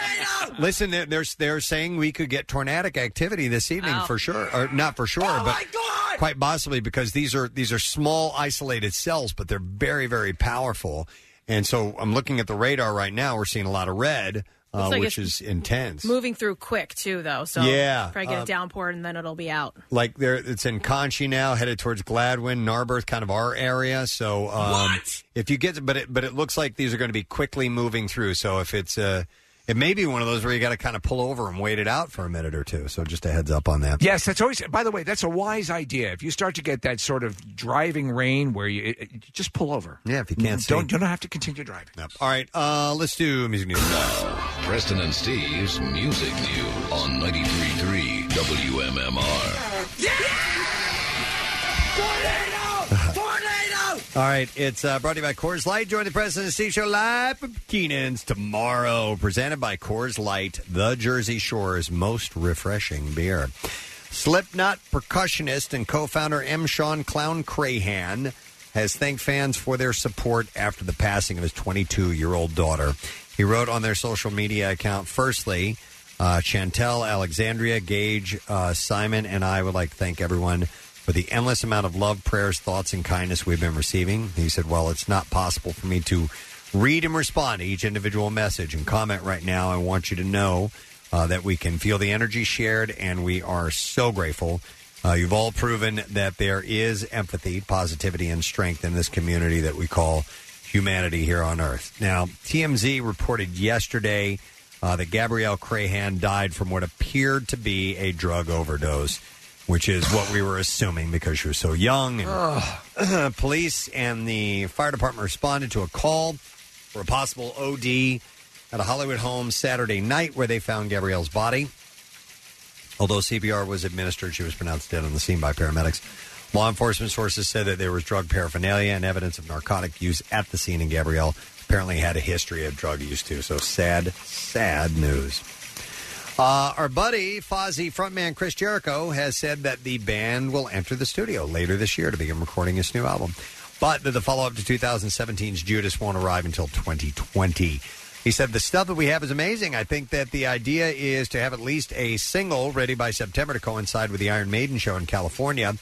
A: listen, they're, they're they're saying we could get tornadic activity this evening
B: Oh.
N: Ow.
A: for sure, or not for sure, but quite possibly because these are these are small isolated cells, but they're very very powerful. And so I'm looking at the radar right now. We're seeing a lot of red, uh,
B: Looks like
A: which
B: it's
A: is intense.
B: Moving through quick too, though. So
A: Yeah,
B: probably get
A: uh,
B: a downpour and then it'll be out.
A: like there it's in Conchie now, headed towards Gladwin, Narberth, kind of our area. So um, if you get, but it but it looks like these are going to be quickly moving through. So if it's uh, it may be one of those where you got to kind of pull over and wait it out for a minute or two. So just a heads up on that.
D: Yes, that's always. By the way, that's a wise idea. If you start to get that sort of driving rain, where you it, it- just pull over.
A: Yeah, if you can't see.
D: don't you don't have to continue driving.
A: All right, uh, let's do music news.
L: Preston and Steve's Music News on 93.3 WMMR.
A: All right, it's uh, brought to you by Coors Light. Join the President and Steve Show live from Keenan's tomorrow. Presented by Coors Light, the Jersey Shore's most refreshing beer. Slipknot percussionist and co-founder M. Sean Clown Crahan has thanked fans for their support after the passing of his 22-year-old daughter. He wrote on their social media account, firstly, uh, Chantel, Alexandria, Gage, uh, Simon, and I would like to thank everyone for the endless amount of love, prayers, thoughts, and kindness we've been receiving. He said, Well, it's not possible for me to read and respond to each individual message and comment right now. I want you to know uh, that we can feel the energy shared, and we are so grateful. Uh, you've all proven that there is empathy, positivity, and strength in this community that we call humanity here on Earth. Now, TMZ reported yesterday uh, that Gabrielle Crahan died from what appeared to be a drug overdose, which is what we were assuming because she was so young. And (clears throat) police and the fire department responded to a call for a possible OD at a Hollywood home Saturday night where they found Gabrielle's body. Although CPR was administered, she was pronounced dead on the scene by paramedics. Law enforcement sources said that there was drug paraphernalia and evidence of narcotic use at the scene, and Gabrielle apparently had a history of drug use too. So sad, sad news. Uh, our buddy Fozzy frontman Chris Jericho has said that the band will enter the studio later this year to begin recording its new album, but that the follow-up to 2017's Judas won't arrive until 2020. He said the stuff that we have is amazing. I think that the idea is to have at least a single ready by September to coincide with the Iron Maiden show in California,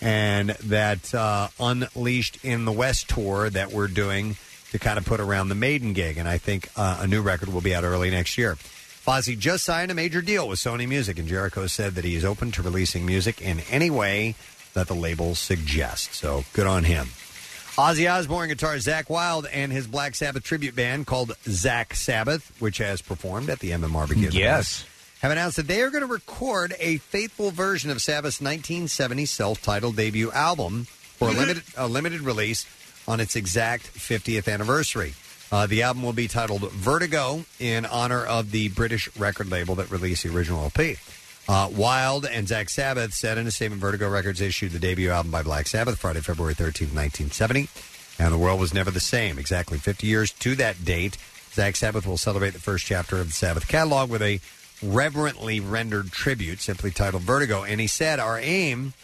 A: and that uh, Unleashed in the West tour that we're doing to kind of put around the Maiden gig. And I think uh, a new record will be out early next year. Fozzy just signed a major deal with Sony Music, and Jericho said that he is open to releasing music in any way that the label suggests. So good on him. Ozzy Osbourne guitarist Zach Wild and his Black Sabbath tribute band called Zach Sabbath, which has performed at the MMR Begin.
D: Yes.
A: Have announced that they are going to record a faithful version of Sabbath's 1970 self-titled debut album for a limited, a limited release on its exact 50th anniversary. Uh, the album will be titled Vertigo in honor of the British record label that released the original LP. Uh, Wild and Zach Sabbath said in a statement Vertigo Records issued the debut album by Black Sabbath Friday, February 13th, 1970. And the world was never the same. Exactly 50 years to that date, Zach Sabbath will celebrate the first chapter of the Sabbath catalog with a reverently rendered tribute simply titled Vertigo. And he said, Our aim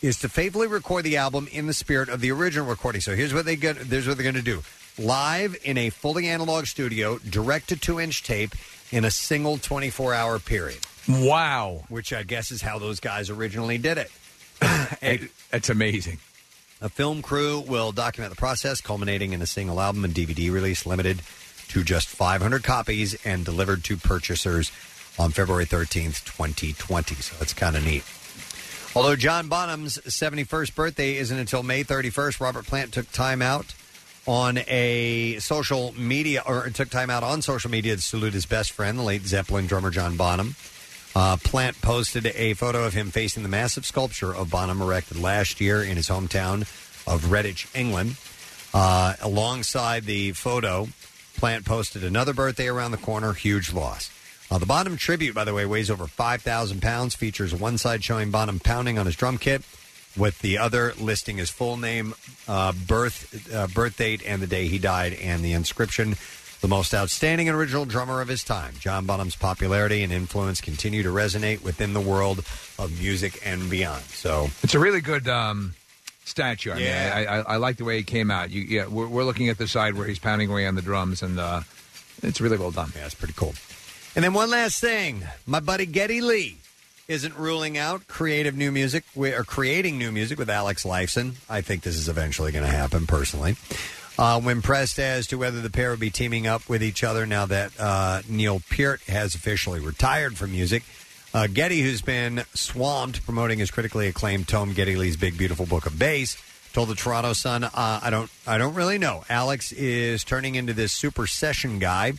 A: is to faithfully record the album in the spirit of the original recording. So here's what they go- here's what they're going to do: live in a fully analog studio, direct to two inch tape in a single 24 hour period.
D: Wow,
A: which I guess is
D: (laughs)
A: how those guys originally did it.
D: That's amazing.
A: A film crew will document the process, culminating in a single album and DVD release limited to just 500 copies and delivered to purchasers on February 13th, 2020. So that's kind of neat. Although John Bonham's 71st birthday isn't until May 31st, Robert Plant took time out on a social media, or took time out on social media to salute his best friend, the late Zeppelin drummer John Bonham. Uh, Plant posted a photo of him facing the massive sculpture of Bonham erected last year in his hometown of Redditch, England. Uh, alongside the photo, Plant posted another birthday around the corner, huge loss. Uh, the Bonham tribute, by the way, weighs over 5,000 pounds, features one side showing Bonham pounding on his drum kit, with the other listing his full name, uh, birth, uh, birth date, and the day he died, and the inscription the most outstanding and original drummer of his time. John Bonham's popularity and influence continue to resonate within the world of music and beyond. So,
D: It's a really good um, statue. I
A: Yeah.
D: mean, I, I, I like the way it came out. You, yeah, we're, we're looking at the side where he's pounding away on the drums, and uh, it's really well done.
A: Yeah, it's pretty cool. and then one last thing my buddy Getty Lee isn't ruling out creative new music we are creating new music with Alex Lifeson. I think this is eventually going to happen personally. Uh, when pressed as to whether the pair would be teaming up with each other now that uh, Neil Peart has officially retired from music, uh, Getty, who's been swamped promoting his critically acclaimed tome Getty Lee's Big Beautiful Book of Bass, told the Toronto Sun, uh, "I don't, I don't really know. Alex is turning into this super session guy.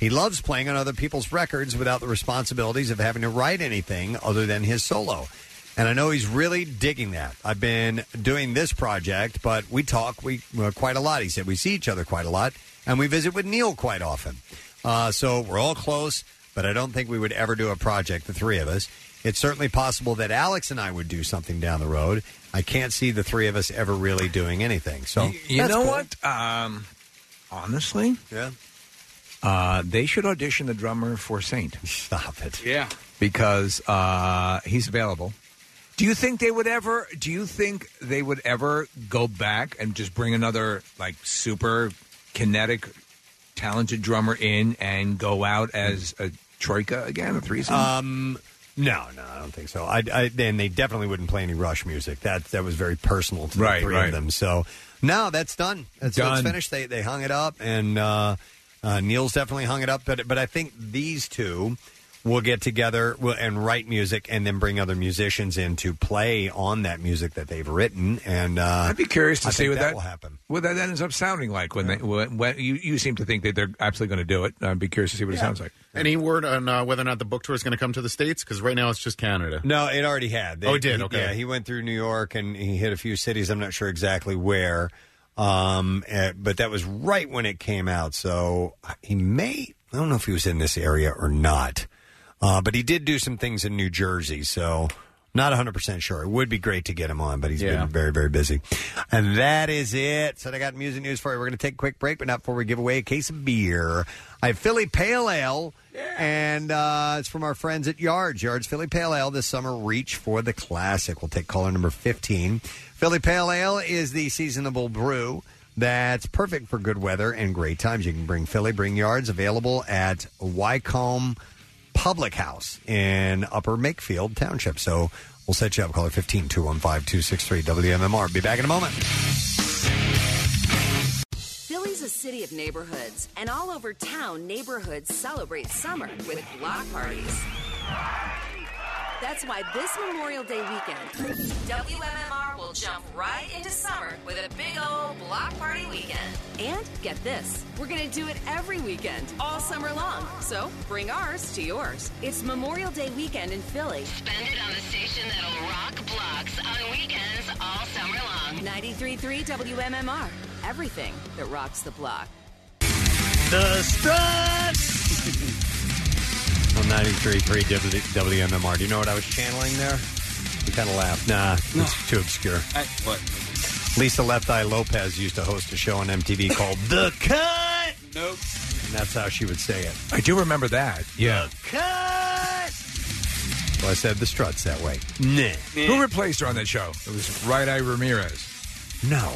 A: He loves playing on other people's records without the responsibilities of having to write anything other than his solo." And I know he's really digging that. I've been doing this project, but we talk we uh, quite a lot. He said we see each other quite a lot, and we visit with Neil quite often. Uh, so we're all close, but I don't think we would ever do a project, the three of us. It's certainly possible that Alex and I would do something down the road. I can't see the three of us ever really doing anything. So
D: You
A: that's
D: know
A: cool.
D: what? Um, honestly,
A: yeah,
D: uh, they should audition the drummer for Saint.
A: (laughs) Stop it.
E: (laughs) Yeah.
D: because uh, he's available. Do you think they would ever? Do you think they would ever go back and just bring another like super kinetic, talented drummer in and go out as a troika again, a threesome?
A: Um, no, no, I don't think so. I, I and they definitely wouldn't play any Rush music. That that was very personal to the
D: Right,
A: three of
D: right.
A: them. So no, that's done. That's, that's
D: Done.
A: finished. They they hung it up, and uh, uh, Neil's definitely hung it up. But but I think these two will get together will, and write music, and then bring other musicians in to play on that music that they've written. And uh,
D: I'd be curious to
A: I
D: see
A: think
D: what that,
A: will happen.
D: What that ends up sounding like when they when, when you you seem to think that they're absolutely going to do it. I'd be curious to see what it sounds like.
C: Any word on uh, whether or not the book tour is going to come to the states? Because right now it's just Canada.
A: No, it already had.
C: oh, it did.
A: he-
C: okay.
A: Yeah, he went through New York and he hit a few cities. I'm not sure exactly where, um, eh, but that was right when it came out. So uh, he may. I don't know if he was in this area or not, uh, but he did do some things in New Jersey. So. Not 100% sure. It would be great to get him on, but he's
N: Yeah.
A: been very, very busy. And that is it. So I got music news for you. We're going to take a quick break, but not before we give away a case of beer. I have Philly Pale Ale, and uh, it's from our friends at Yards. Yards Philly Pale Ale this summer. Reach for the classic. We'll take caller number 15. Philly Pale Ale is the seasonable brew that's perfect for good weather and great times. You can bring Philly, bring Yards, available at Wycombe Public House in Upper Makefield Township. So we'll set you up. Caller 15 215 263 WMMR. Be back in a moment.
T: Philly's a city of neighborhoods, and all over town, neighborhoods celebrate summer with block parties. That's why this Memorial Day weekend, WMMR will jump right into summer with a big old block block party weekend. And get this, we're going to do it every weekend, all summer long. So bring ours to yours. It's Memorial Day weekend in Philly.
N: Spend it on the station that'll rock blocks on weekends all summer long.
T: 93.3 WMMR. Everything that rocks the block.
A: The Struts! On 93.3 W- WMMR. Do you know what I was channeling there? You kind of laughed. Nah, it's too obscure.
E: what?
A: Lisa Left Eye Lopez used to host a show on (laughs) MTV called The Cut!
E: Nope.
A: And that's how she would say it.
D: I do remember that. Yeah.
A: Cut! Well, I said the struts that way. Nah.
D: Who replaced her on that show? It was Right Eye Ramirez.
A: No.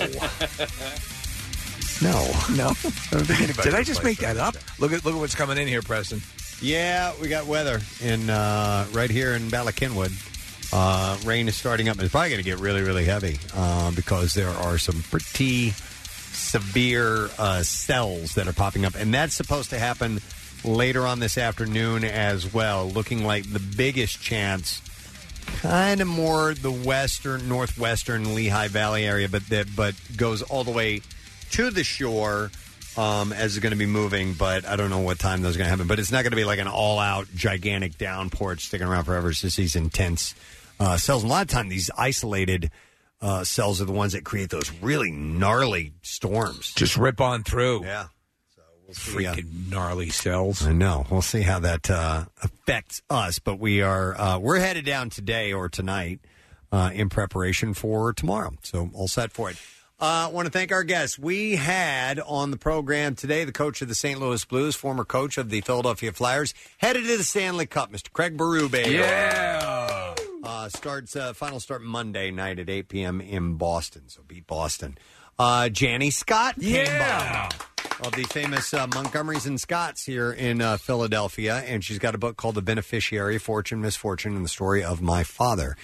A: No.
D: (laughs) No.
A: (laughs) (laughs) anybody
D: Did I just
A: replaced
D: make
A: her on
D: that up? Look at look at what's coming in here, Preston.
A: Yeah, we got weather in uh, right here in Ballackinwood. Uh, rain is starting up. It's probably going to get really, really heavy uh, because there are some pretty severe uh, cells that are popping up, and that's supposed to happen later on this afternoon as well. Looking like the biggest chance, kind of more the western, northwestern Lehigh Valley area, but that but goes all the way to the shore um, as it's going to be moving, but I don't know what time those are going to happen. But it's not going to be like an all out gigantic downpour it's sticking around forever. It's just these intense uh, cells. And a lot of time, these isolated uh, cells are the ones that create those really gnarly storms.
D: Just rip on through.
A: Yeah.
D: Freaking gnarly cells.
A: I know. We'll see how that uh, affects us, but we are uh, we're headed down today or tonight uh, in preparation for tomorrow. So all set for it. I uh, want to thank our guests. We had on the program today the coach of the St. Louis Blues, former coach of the Philadelphia Flyers, headed to the Stanley Cup, Mr. Craig Berube.
D: Yeah.
A: Uh, starts uh, final start Monday night at 8 p.m. in Boston. So beat Boston. Uh, Janie Scott. came
D: Yeah.
A: by of the famous uh, Montgomerys and Scotts here in uh, Philadelphia, and she's got a book called "The Beneficiary: Fortune, Misfortune, and the Story of My Father,"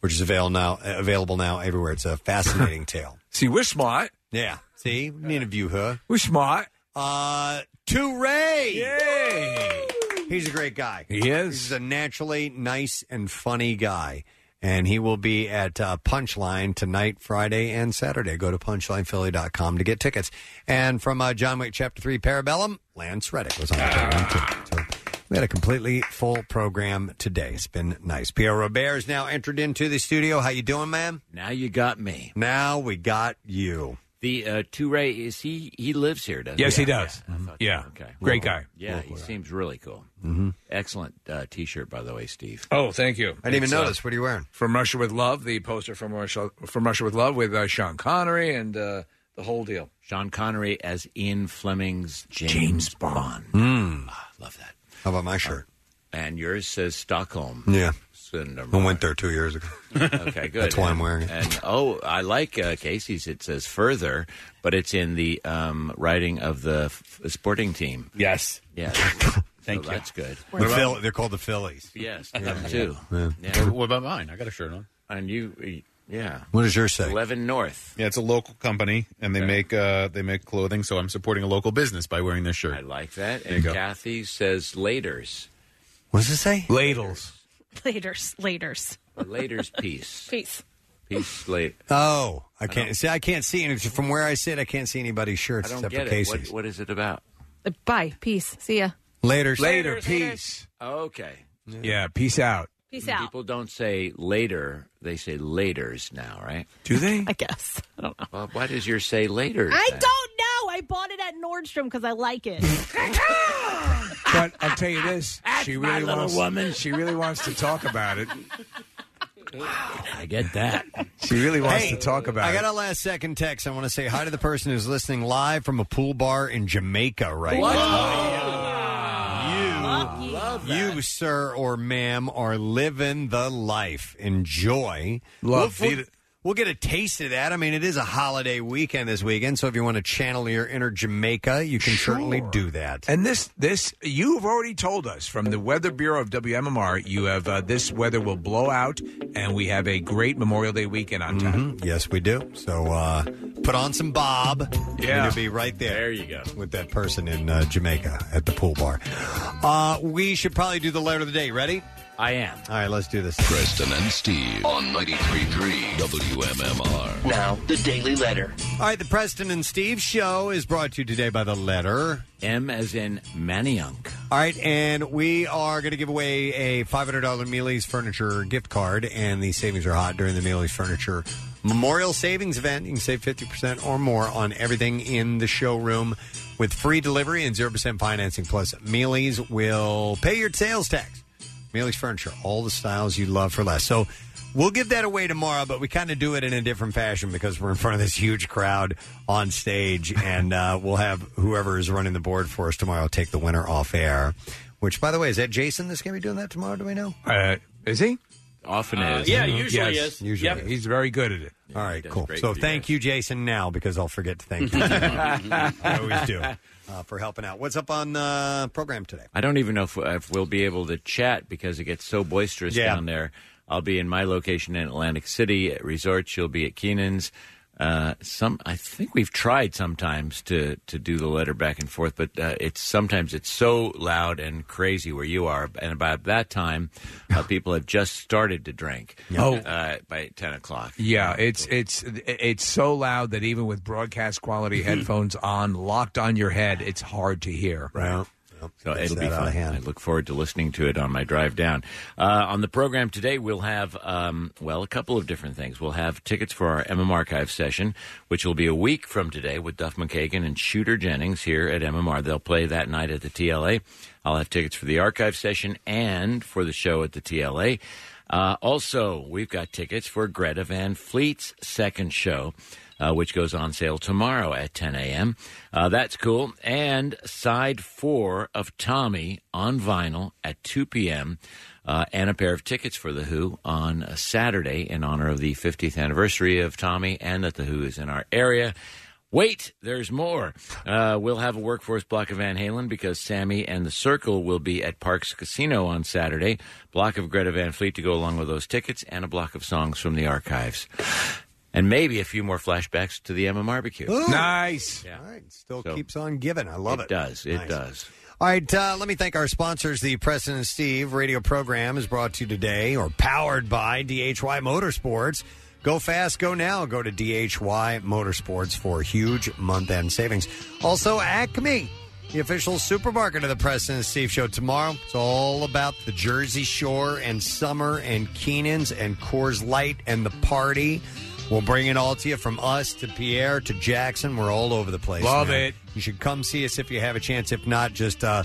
A: which is available now available now everywhere. It's a fascinating (laughs) tale.
D: See, we're smart.
A: Yeah. See, we need to view her.
D: We're smart.
A: Uh, to Ray. Yay! He's a great guy. He is. He's a naturally nice and funny guy. And he will be at uh, Punchline tonight, Friday, and Saturday. Go to punchlinephilly.com to get tickets. And from uh, John Wick Chapter 3 Parabellum, Lance Reddick was on the program, too. So we had a completely full program today. It's been nice. Pierre Robert is now entered into the studio. How you doing, man?
Q: Now you got me.
A: Now we got you.
Q: The uh, Toure is he? He lives here, doesn't
D: Yes,
Q: he?
D: he does.
Q: Yeah, I
D: Mhm.
Q: thought-
D: Yeah.
Q: Okay.
D: Great guy.
Q: Yeah, he seems really cool.
D: Mm-hmm.
Q: Excellent uh, T-shirt, by the way, Steve.
D: Oh, thank you.
Q: I didn't even
D: It's,
Q: notice.
A: What are you wearing?
D: From Russia with Love, the poster from Russia from Russia with Love with uh, Sean Connery and uh, the whole deal.
Q: Sean Connery as Ian Fleming's James, Bond.
A: hmm,
Q: Uh,
A: love that. How about my shirt?
Q: And yours says Stockholm.
A: Yeah.
Q: Syndrome.
A: I went there two years ago.
Q: (laughs)
A: (laughs)
Q: okay, good.
A: That's why I'm
Q: And-
A: wearing it.
Q: And oh, I like uh, Casey's. It says further, but it's in the um, writing of the f- sporting team.
E: Yes.
A: (laughs)
Q: Yeah.
E: Thank
Q: So
E: you.
Q: That's good.
A: The Phil- they're called the Phillies.
Q: Yes,
E: Yeah.
Q: them too.
A: Yeah.
Q: What about mine? I got a shirt on. And you, yeah.
A: What does yours say?
Q: Eleven North.
C: Yeah, it's a local company, and they make uh, they make clothing. So I'm supporting a local business by wearing this shirt. I
Q: like that.
C: There you
Q: And
C: go.
Q: Kathy says laters.
A: What does it say?
D: Ladles.
B: Laters, laters,
Q: Laters (laughs) peace.
B: peace.
Q: Peace late.
A: Oh, I can't see. I can't see anything from where I sit. I can't see anybody's shirts
Q: I don't
A: except
Q: get
A: for
Q: it. What,
A: Casey's.
Q: what is it about?
B: Uh, Bye, peace. See ya.
A: Later,
Q: Later,
D: peace.
Q: Okay.
D: Yeah, peace out.
B: Peace out.
Q: People don't say later; they say laters now, right?
D: Do they?
B: I guess. I don't know.
Q: Well, why does yours say later?
B: I don't know. I bought it at Nordstrom because I like it.
D: But I'll tell you this:
Q: (laughs)
D: she
Q: my
D: really
Q: little
D: wants
Q: woman.
D: (laughs) She really wants to talk about it.
Q: I get that.
D: She really wants
A: Hey,
D: to talk about
A: I got
D: it.
A: a last second text. I want to say hi to the person who's listening live from a pool bar in Jamaica right now. You, you, sir or ma'am, are living the life. Enjoy.
D: Love
A: we'll, we'll,
D: Vita-
A: we'll get a taste of that. I mean, it is a holiday weekend this weekend, so if you want to channel your inner Jamaica, you can certainly do that.
D: And this, this, you've already told us from the Weather Bureau of WMMR. You have uh, this weather will blow out, and we have a great Memorial Day weekend on tap.
A: Mhm. Yes, we do. So uh, put on some Bob.
D: Yeah.
A: You'll be right there. There
Q: you go.
A: With that person in uh, Jamaica at the pool bar. Uh, we should probably do the letter of the day. Ready?
Q: I am.
A: All right, let's do this.
L: Preston and Steve on 93.3 WMMR.
A: Now,
L: the Daily Letter.
A: All right, the Preston and Steve show is brought to you today by the letter
Q: M as in Maniunk.
A: All right, and we are going to give away a $500 Mealy's Furniture gift card, and the savings are hot during the Mealy's Furniture Memorial Savings Event. You can save 50% or more on everything in the showroom with free delivery and 0% financing. Plus, Mealy's will pay your sales tax. Mealy's Furniture, all the styles you love for less. So we'll give that away tomorrow, but we kind of do it in a different fashion because we're in front of this huge crowd on stage, and uh, we'll have whoever is running the board for us tomorrow take the winner off air. Which, by the way, is that Jason that's going to be doing that tomorrow? Do we know?
D: Uh, is he?
Q: Often
D: is.
E: yeah, usually
D: Yes,
E: is.
A: Uh, usually
E: Yep.
D: He's very good at it.
A: All right, cool.
D: great
A: So
D: for you
A: thank you, Jason, now because I'll forget to thank you. I always do uh, for helping out. What's up on uh, program today?
Q: I don't even know if, if we'll be able to chat because it gets so boisterous
A: Yeah.
Q: down there. I'll be in my location in Atlantic City at resorts. You'll be at Keenan's. Uh, some I think we've tried sometimes to to do the letter back and forth, but uh, it's sometimes it's so loud and crazy where you are. And about that time, uh, people have just started to drink.
D: Oh.
Q: uh, by ten o'clock.
D: Yeah, it's it's it's so loud that even with broadcast quality headphones on, locked on your head, it's hard to hear.
A: Right.
Q: So
D: Gets
Q: it'll
D: that
Q: be
D: out
Q: fun.
D: of hand.
Q: I look forward to listening to it on my drive down. Uh, on the program today, we'll have, um, well, a couple of different things. We'll have tickets for our MM Archive session, which will be a week from today with Duff McKagan and Shooter Jennings here at MMR. They'll play that night at the TLA. I'll have tickets for the archive session and for the show at the TLA. Uh, also, we've got tickets for Greta Van Fleet's second show uh, which goes on sale tomorrow at 10 a.m. Uh, that's cool. And side four of Tommy on vinyl at 2 p.m. Uh, and a pair of tickets for The Who on a Saturday in honor of the 50th anniversary of Tommy and that The Who is in our area. Wait, there's more. Uh, we'll have a workforce block of Van Halen because Sammy and the Circle will be at Parks Casino on Saturday. Block of Greta Van Fleet to go along with those tickets and a block of songs from the archives. And maybe a few more flashbacks to the MM barbecue.
A: Ooh.
D: Nice.
A: All right, still keeps on giving. I love it.
Q: It does. It
A: Nice.
Q: does.
A: All right, uh, let me thank our sponsors. The Preston and Steve radio program is brought to you today or powered by DHY Motorsports. Go fast, go now. Go to DHY Motorsports for huge month end savings. Also, Acme, the official supermarket of the Preston and Steve Show tomorrow. It's all about the Jersey Shore and summer and Keenan's and Coors Light and the party. We'll bring it all to you from us to Pierre to Jackson. We're all over the place.
D: Love
A: man.
D: it.
A: You should come see us if you have a chance. If not, just uh,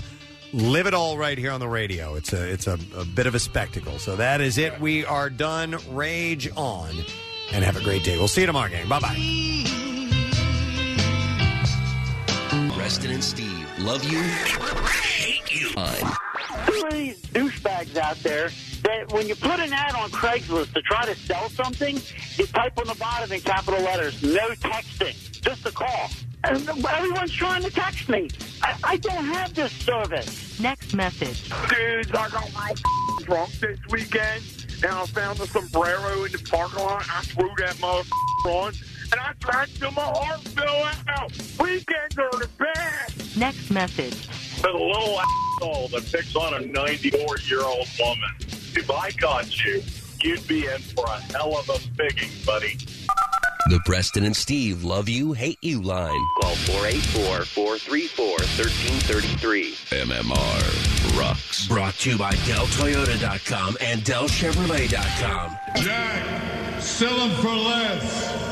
A: live it all right here on the radio. It's a it's a, a bit of a spectacle. So that is it. We are done. Rage on, and have a great day. We'll see you tomorrow, gang. Bye bye.
L: Preston and Steve love you, hate you.
M: Too many douchebags out there that when you put an ad on Craigslist to try to sell something, you type on the bottom in capital letters, no texting, just a call. And everyone's trying to text me. I, I don't have this service. Next message.
P: Dudes, I got my (laughs) drunk this weekend, and I found a sombrero in the parking lot. I threw that motherfucker on, and I drank till my heart fell out. Weekends are the best.
M: Next message.
P: The little asshole that picks on a 94-year-old woman. If I caught you, you'd be in for a hell of a bigging, buddy.
L: The Preston and Steve love you, hate you line. Call 484 434 1333. MMR rocks. Brought to you by DellToyota.com and DellChevrolet.com.
R: Jack, sell them for less.